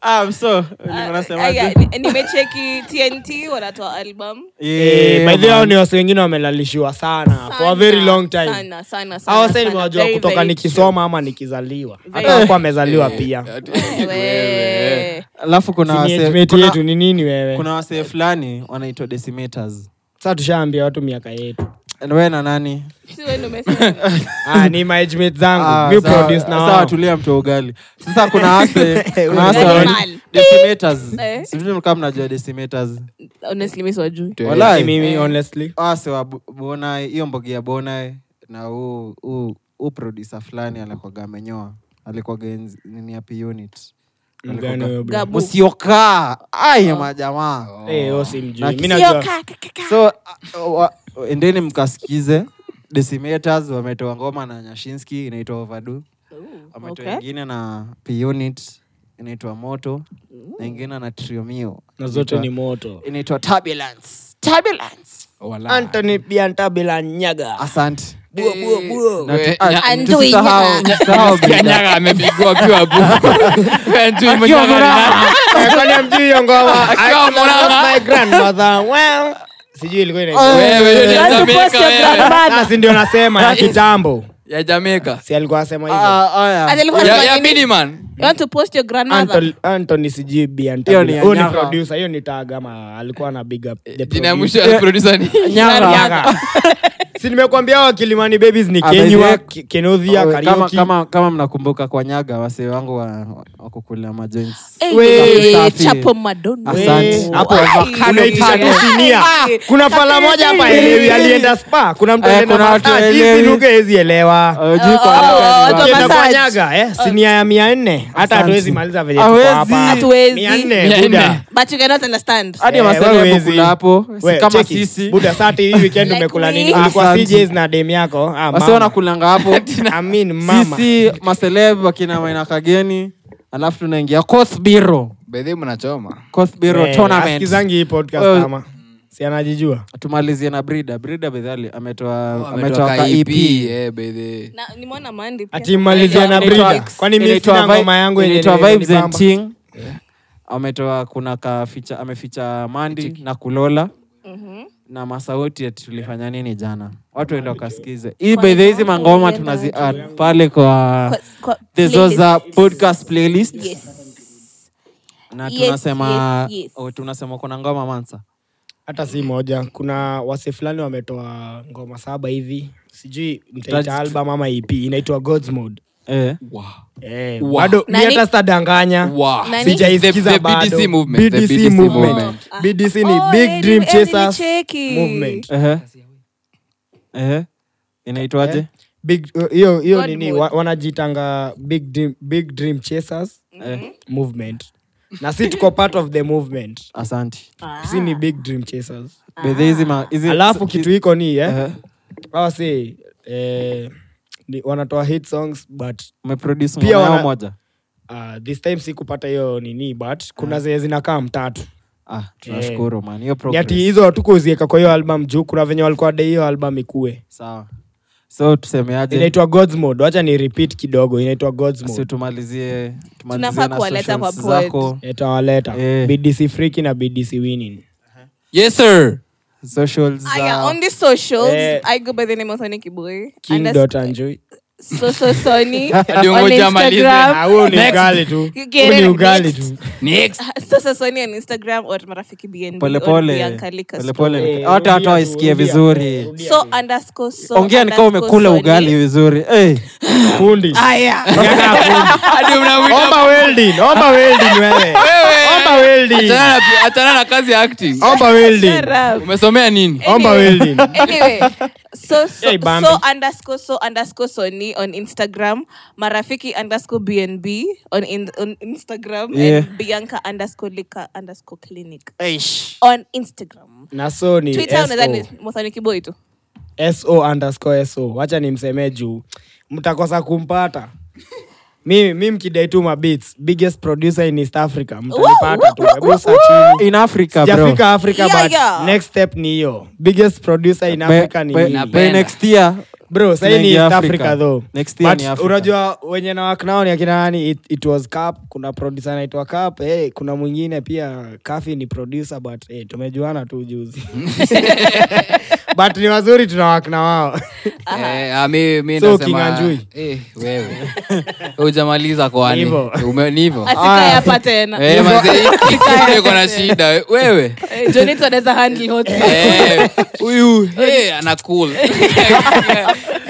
Speaker 3: Ah, so,
Speaker 4: Ah,
Speaker 3: nilikuwa nasema
Speaker 4: aya,
Speaker 3: aje?
Speaker 4: ni- nimecheki tnt wanatoa album
Speaker 3: Yeah,
Speaker 5: Eh, by the way, hao
Speaker 3: man.
Speaker 5: ni wasi wengine wamelalishiwa sana, for a very long time
Speaker 4: Sana, sana, sana,
Speaker 5: hao wasa
Speaker 4: sana.
Speaker 5: nimewajua
Speaker 4: Very,
Speaker 5: kutoka
Speaker 4: very
Speaker 5: nikisoma ama nikizaliwa hata
Speaker 4: Very- Eh,
Speaker 5: hakuwa amezaliwa pia
Speaker 4: true. Eh. Wewe.
Speaker 3: alafu kuna wasee-
Speaker 5: Estimate
Speaker 3: kuna-
Speaker 5: yetu ni nini wewe
Speaker 3: kuna wasee fulani wanaitwa decimeters
Speaker 5: sasa tushaambia watu miaka yetu
Speaker 3: And we na nani
Speaker 4: Si wewe ndio umesema.
Speaker 5: ah, ni maejmet zangu
Speaker 3: Ah,
Speaker 5: mi
Speaker 3: sawa-
Speaker 5: produce na
Speaker 3: sawa,
Speaker 5: wao
Speaker 3: tulia mtu wa ugali sasa kuna wase- kuna wase
Speaker 4: Very
Speaker 3: wana-
Speaker 4: mal.
Speaker 3: decimeters.
Speaker 4: Eh.
Speaker 3: Sijui kama mnajua decimeters.
Speaker 4: Honestly, mi siwajui.
Speaker 3: Walai.
Speaker 5: mimi
Speaker 4: Eh.
Speaker 5: honestly
Speaker 3: Wase wa Bo- Bonai, hiyo mbogi ya bonai na huu- huu huu producer fulani alikuwaga amenyoa alikuwaga enzi- nini ya P unit
Speaker 5: Mgani wewe bro?
Speaker 4: Gabu.
Speaker 3: msiokaa ay majamaa
Speaker 5: Eh, hiyo simjui.
Speaker 3: Na
Speaker 5: Mi
Speaker 3: kisio
Speaker 5: najua-
Speaker 3: so a- wa- endeni mkasikize decimeters wametoa ngoma na nyashinski inaitwa overdue ametoa
Speaker 4: okay.
Speaker 3: ingine na punit inaitwa moto na ingine na triomio
Speaker 5: na zote ni
Speaker 3: Inaitwa-
Speaker 5: moto
Speaker 3: inaitwa turbulence turbulence
Speaker 5: antony biantabilanyaga
Speaker 3: asante Na tu-
Speaker 2: We-
Speaker 3: ah,
Speaker 2: nya-
Speaker 4: Andui
Speaker 3: tusisahau-
Speaker 4: nya-
Speaker 3: tusisahau
Speaker 2: Nasikia
Speaker 3: bidhaa.
Speaker 2: nyaga amepigwa akiwa bu Andui mwenyaga-
Speaker 5: mjui hiyo ngoma I
Speaker 2: Akiwa
Speaker 5: love
Speaker 2: mranga.
Speaker 5: my grandmother well sijui ilikuwa
Speaker 3: Eh. Ah,
Speaker 5: ina
Speaker 2: Wewe, yule ya
Speaker 4: Lazima
Speaker 2: Jamaica,
Speaker 4: usiwe
Speaker 2: wewe.
Speaker 5: sasa ndio nasema ya kitambo
Speaker 2: ya jamaica
Speaker 5: si alikuwa asema hivyo
Speaker 3: Ah, aya.
Speaker 4: Ati alikuwa
Speaker 2: ya,
Speaker 4: anasema
Speaker 2: ya
Speaker 4: nini?
Speaker 2: miniman
Speaker 4: You want to post your grandmother?
Speaker 5: Anthony- Anthony sijui
Speaker 3: Hiyo ni
Speaker 5: biantabila huyo ni
Speaker 3: Anyaga.
Speaker 5: producer hiyo ni tag ama alikuwa na big up the
Speaker 2: jina ya mwisho
Speaker 5: producer.
Speaker 2: ya produsa ni
Speaker 3: Nyara.
Speaker 5: Anyaga. si nimekuambia wa kilimani babies ni
Speaker 3: Ah, by the way-
Speaker 5: kenywa Ki- kenodhia
Speaker 3: Oh, kama,
Speaker 5: karaoke
Speaker 3: kama, kama mnakumbuka kwa nyaga wasee wangu wa- wakukulia majoints
Speaker 4: Eh,
Speaker 5: Wewe,
Speaker 3: safi.
Speaker 4: chapo Madonna.
Speaker 5: We,
Speaker 3: Asante.
Speaker 5: hapo
Speaker 4: Why?
Speaker 5: avocado unaitisha
Speaker 4: Why?
Speaker 5: tu sinia.
Speaker 4: Why?
Speaker 5: kuna fala moja hapa elewi alienda spa kuna mtu
Speaker 3: Eh,
Speaker 5: alienda
Speaker 3: kuna watu
Speaker 5: massage.
Speaker 3: haelewi.
Speaker 5: Hizi luka hizi elewa
Speaker 3: Ah, juu kwa
Speaker 4: Oh,
Speaker 3: nyaga ni
Speaker 4: oh,
Speaker 3: wapi?
Speaker 4: watu wa
Speaker 5: Ukienda kwa
Speaker 4: massage.
Speaker 5: Nyaga, eh, sinia ya mia nne hata
Speaker 3: Asante.
Speaker 5: hatuwezi maliza venye tuko
Speaker 3: Hawezi.
Speaker 5: hapa.
Speaker 4: Hatuwezi.
Speaker 5: Mia nne,
Speaker 2: Mia
Speaker 5: buda.
Speaker 2: nne.
Speaker 4: But you cannot understand.
Speaker 3: Hadi
Speaker 5: Eh,
Speaker 3: wasee
Speaker 5: wewe
Speaker 3: wewe
Speaker 5: hezi.
Speaker 3: kula hapo, si
Speaker 5: We,
Speaker 3: kama
Speaker 5: cheki.
Speaker 3: sisi.
Speaker 5: Buda, sati hii weekend
Speaker 4: Like
Speaker 5: umekula
Speaker 4: me.
Speaker 5: nini ulikuwa
Speaker 3: Asante.
Speaker 5: CJs na dem yako Ah,
Speaker 3: Wasee
Speaker 5: mama.
Speaker 3: wanakulanga hapo
Speaker 5: Amin, mama.
Speaker 3: sisi maseleb wakina maina kageni alafu tunaingia kothbiro
Speaker 2: bedhi mnachoma
Speaker 3: kothbiro
Speaker 5: Eh,
Speaker 3: tournament
Speaker 5: asikizangi hii podcast
Speaker 3: Wewe-
Speaker 5: ama si anajijua
Speaker 3: tumalizie na brida brida bedhali Oh, ametoa ametoa
Speaker 2: ametoka
Speaker 3: ka
Speaker 5: E
Speaker 3: E
Speaker 2: ep
Speaker 3: EP.
Speaker 2: eh, bedhi
Speaker 4: Na- nimeona Mandy pia.
Speaker 5: ati mmalizia na
Speaker 3: Inaitwa-
Speaker 5: brida kwani mi
Speaker 3: inaitwa
Speaker 5: sina
Speaker 3: Vi-
Speaker 5: ngoma yangu yenye
Speaker 3: inaitwa
Speaker 5: nime-
Speaker 3: Vibes and
Speaker 5: nibamba.
Speaker 3: Ting. ametoa kuna ka ficha ameficha mandi na kulola na masauti ati tulifanya nini jana watu enda wakasikize hii bedhe hizi mangoma tunazi add pale kwa
Speaker 4: Kwa- kwa
Speaker 3: thezoza
Speaker 4: playlist.
Speaker 3: podcast playlist
Speaker 4: Yes.
Speaker 3: na
Speaker 4: Yes,
Speaker 3: tunasema
Speaker 4: yes, yes.
Speaker 3: oh, tunasema kuna ngoma mansa
Speaker 5: hata si moja kuna wase fulani wametoa ngoma saba hivi sijui
Speaker 3: Tragic.
Speaker 5: mtaita album ama ep inaitwa gods mode
Speaker 3: eh.
Speaker 5: Eh,
Speaker 2: Wow.
Speaker 5: bado mi
Speaker 4: Nani-
Speaker 5: hata sitadanganya
Speaker 2: Wow.
Speaker 4: Nani?
Speaker 2: The-
Speaker 5: sijaisikiza
Speaker 2: the BDC
Speaker 5: bado.
Speaker 2: movement, the
Speaker 5: BDC
Speaker 2: BDC
Speaker 5: movement. Ah.
Speaker 2: movement.
Speaker 5: BDC ni
Speaker 4: Oh,
Speaker 5: big
Speaker 4: eh,
Speaker 5: dream
Speaker 4: eh,
Speaker 5: chasers
Speaker 4: nilicheki.
Speaker 5: movement
Speaker 3: Ehe. Ehe. eh, inaitwaje
Speaker 5: Big- uh, hiyo hiyo
Speaker 4: God
Speaker 5: nini
Speaker 4: mode.
Speaker 5: wa- wanajitanga big dream, big dream chasers
Speaker 4: Mm-hmm.
Speaker 3: eh.
Speaker 5: movement na si tuko part of the movement
Speaker 3: asanti
Speaker 5: si
Speaker 4: Ah.
Speaker 5: ni big dream chasers
Speaker 3: bedhe hizi ma- hizi-
Speaker 5: alafu kitu hiko ni eh?
Speaker 3: Ehe.
Speaker 5: hawa si eh, ni- wanatoa hit songs but
Speaker 3: umeproduce
Speaker 5: Pia
Speaker 3: ngoma yao
Speaker 5: wana-
Speaker 3: moja
Speaker 5: uh, this time si kupata hiyo nini but kuna zenye zinakaa mtatu
Speaker 3: ah, tunashukuru man hiyo
Speaker 5: Ni ati
Speaker 3: progress.
Speaker 5: hizo hatukuzieka kwa hiyo album juu kuna venye walikuwa dai hiyo album ikue
Speaker 3: sawa so tusemeaje
Speaker 5: inaitwa gods mode wacha ni repeat kidogo inaitwa gods
Speaker 3: si
Speaker 5: mode
Speaker 3: tumalizie tumalizie
Speaker 4: Tunafaa
Speaker 3: na
Speaker 4: kuwaleta
Speaker 3: socials
Speaker 4: kwa poet.
Speaker 3: zako
Speaker 5: itawaleta
Speaker 3: Eh.
Speaker 5: bdc freaky na bdc winning
Speaker 2: yes sir
Speaker 3: socials
Speaker 4: I am
Speaker 3: za
Speaker 4: on the socials.
Speaker 5: Eh.
Speaker 4: I go by the name of Sonic Boy.
Speaker 5: king dot anjui
Speaker 4: So so Sony
Speaker 2: Ndio
Speaker 4: on
Speaker 2: ngoja amalize.
Speaker 4: Instagram.
Speaker 5: Ah, huo ni
Speaker 2: Next.
Speaker 5: ugali tu
Speaker 4: You get
Speaker 5: Huo ni
Speaker 4: it?
Speaker 5: ugali
Speaker 4: Next.
Speaker 5: tu
Speaker 2: next
Speaker 4: So so Sony on Instagram or Marafiki BNB or
Speaker 3: polepole
Speaker 4: Bianca Lika
Speaker 3: polepole
Speaker 5: Eh,
Speaker 3: hata watu
Speaker 5: rudia
Speaker 3: waisikie
Speaker 5: tu, rudia, eh,
Speaker 3: vizuri
Speaker 5: rudia
Speaker 4: So
Speaker 5: tu.
Speaker 4: underscore so.
Speaker 3: ongea nikaa
Speaker 4: underscore
Speaker 3: umekula
Speaker 4: Sony.
Speaker 3: ugali vizuri Eh,
Speaker 5: fundi
Speaker 2: Hadi mnamwita-
Speaker 5: omba welding omba welding wewe omba welding
Speaker 2: Achana na pi- achana na kazi ya acting
Speaker 5: omba welding
Speaker 4: Shut up.
Speaker 2: umesomea nini
Speaker 5: omba welding
Speaker 4: anyway so so,
Speaker 5: Hey, Bambi.
Speaker 4: so underscore so underscore sony on instagram marafiki underscore bnb on, in, on instagram
Speaker 3: Yeah.
Speaker 4: and bianca underscore lika underscore clinic on instagram
Speaker 5: na so ni
Speaker 4: twitter
Speaker 5: SO.
Speaker 4: unaweza ni mosanikiboy tu
Speaker 5: so underscore so wacha nimsemee juu mtakosa kumpata mimi mi mkidai tu mabits biggest producer in east africa mtanipata tu Hebu search hivi.
Speaker 3: in africa bro
Speaker 5: sijafika africa
Speaker 4: Yeah,
Speaker 5: but
Speaker 4: yeah.
Speaker 5: next step ni hiyo biggest producer in
Speaker 3: By-
Speaker 5: africa ni
Speaker 3: by-
Speaker 5: hii.
Speaker 3: by next year
Speaker 5: bro sahii ni
Speaker 3: tunaingia
Speaker 5: east
Speaker 3: Africa.
Speaker 5: africa though
Speaker 3: Next year
Speaker 5: But
Speaker 3: ni Africa.
Speaker 5: unajua wenye na work nao ni akina nani it, it was cap kuna producer anaitwa cap hey, kuna mwingine pia kafi ni producer but hey, tumejuana tu juzi but ni wazuri tuna work na wao
Speaker 2: Eh, ah, mi- mi
Speaker 5: So,
Speaker 2: nasema-
Speaker 5: Kinganjui.
Speaker 2: Eh, wewe ujamaliza kwani
Speaker 5: Hivyo.
Speaker 2: Ume- ni hivyo
Speaker 3: Ah.
Speaker 4: asikayapa tena
Speaker 2: Eh, manze, hii iko na shida we- wewe
Speaker 4: Eh, Jonito anaweza handle hot
Speaker 2: Eh, huyu hey, ana cool.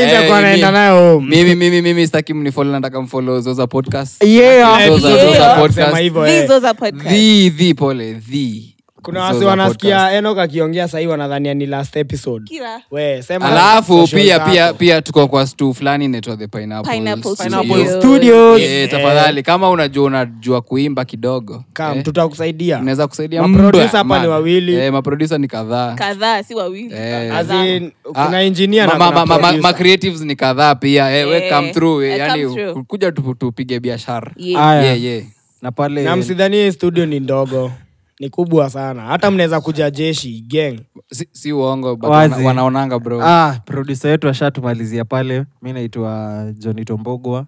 Speaker 2: Eh,
Speaker 5: itakuwa naenda
Speaker 2: mimi-
Speaker 5: nayo home.
Speaker 2: mimi mimi mimi sitaki mnifolo nataka mfolo zoza podcast
Speaker 3: yeah
Speaker 2: Zoza- Zoza
Speaker 4: Yeah.
Speaker 2: podcast.
Speaker 5: Sema hivyo, eh.
Speaker 4: These are the podcast.
Speaker 2: The- the, pole the.
Speaker 5: kuna
Speaker 2: Zoza
Speaker 5: wasi
Speaker 2: podcast.
Speaker 5: wanasikia enok akiongea sahii wanadhania ni last episode
Speaker 4: Kira.
Speaker 5: we sema
Speaker 2: alafu
Speaker 5: social
Speaker 2: pia
Speaker 5: zako.
Speaker 2: pia pia tuko kwa stu fulani inaitwa the pineapple
Speaker 4: Pineapple
Speaker 2: Studio.
Speaker 4: Studio.
Speaker 3: Studios.
Speaker 5: Studios.
Speaker 2: Eh, tafadhali kama unajua unajua kuimba kidogo
Speaker 5: Come,
Speaker 2: eh,
Speaker 5: tutakusaidia
Speaker 2: unaweza kusaidia
Speaker 5: Maproducer
Speaker 2: mbwa,
Speaker 5: hapa ni
Speaker 2: man.
Speaker 5: wawili.
Speaker 2: Eh, maproducer ni kadhaa
Speaker 4: kadhaa si wawili
Speaker 2: Eh.
Speaker 5: As
Speaker 4: kadhaa.
Speaker 5: in,
Speaker 2: Ah,
Speaker 5: kuna engineer na
Speaker 2: ma- ma-
Speaker 5: kuna
Speaker 2: ma- ma-
Speaker 5: producer.
Speaker 2: ma- creatives ni kadhaa pia eh, we
Speaker 4: Eh,
Speaker 2: come through eh,
Speaker 4: eh,
Speaker 2: yani
Speaker 4: come through.
Speaker 2: ku- kuja tu- tupige biashara
Speaker 4: Yeah.
Speaker 3: Aya.
Speaker 2: Yeah, yeah.
Speaker 3: na pale
Speaker 5: na msidhanie studio ni ndogo ni kubwa sana hata mnaweza kuja jeshi gang
Speaker 2: si, si uongo but
Speaker 3: Wazi.
Speaker 2: wana- wanaonanga bro
Speaker 3: ah, produsa yetu ashatumalizia pale mi naitwa joni tombogwa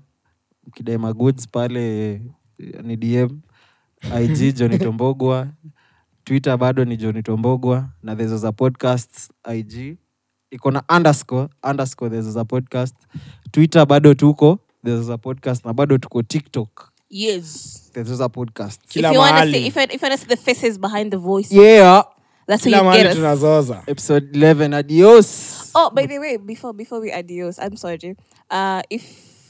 Speaker 3: mkidaima goods pale eh, ni dm ig joni tombogwa twitter bado ni joni tombogwa na thezoza podcast ig iko na underscore underscore thezoza podcast twitter bado tuko thezoza podcast na bado tuko tiktok
Speaker 4: yes
Speaker 3: thezoza podcast
Speaker 5: Kila
Speaker 4: if you wanna
Speaker 5: mahali.
Speaker 4: see if you, if you wanna see the faces behind the voice
Speaker 3: yeah
Speaker 4: that's
Speaker 5: kila
Speaker 4: how you
Speaker 5: mahali
Speaker 4: get us
Speaker 5: tunazoza
Speaker 3: episode 11 adios
Speaker 4: Oh, by the way, before before we adios, I'm sorry. Jay. Uh, if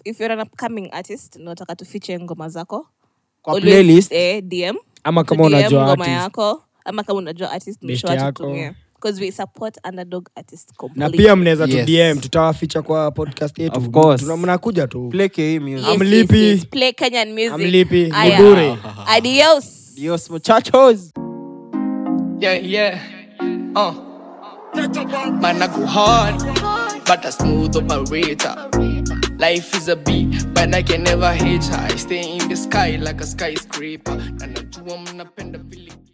Speaker 4: if you're an upcoming artist, nataka to feature ngoma zako.
Speaker 3: Kwa
Speaker 4: always,
Speaker 3: playlist.
Speaker 4: Eh, DM.
Speaker 5: ama kama
Speaker 4: DM
Speaker 5: unajua
Speaker 4: ngoma
Speaker 5: artist.
Speaker 4: yako ama kama unajua artist
Speaker 5: List
Speaker 4: mshoa
Speaker 5: yako.
Speaker 4: tutumie. Because we support underdog artists completely.
Speaker 5: na pia mnaweza tu
Speaker 2: Yes.
Speaker 5: dm tutawaficha kwa podcast yetu
Speaker 3: Of course.
Speaker 5: Tuna- mnakuja tu
Speaker 3: play ke hii music
Speaker 4: yes, yes,
Speaker 5: Amlipi.
Speaker 4: yes. play Kenyan music.
Speaker 5: Amlipi.
Speaker 4: Aya.
Speaker 5: Mudure.
Speaker 4: Adios.
Speaker 3: adios muchachos
Speaker 1: Yeah, yeah. Uh. Man, I go hard, but I smooth operator. Life is a beat, but I can never hate her. I stay in the sky like a skyscraper. And I do, I'm not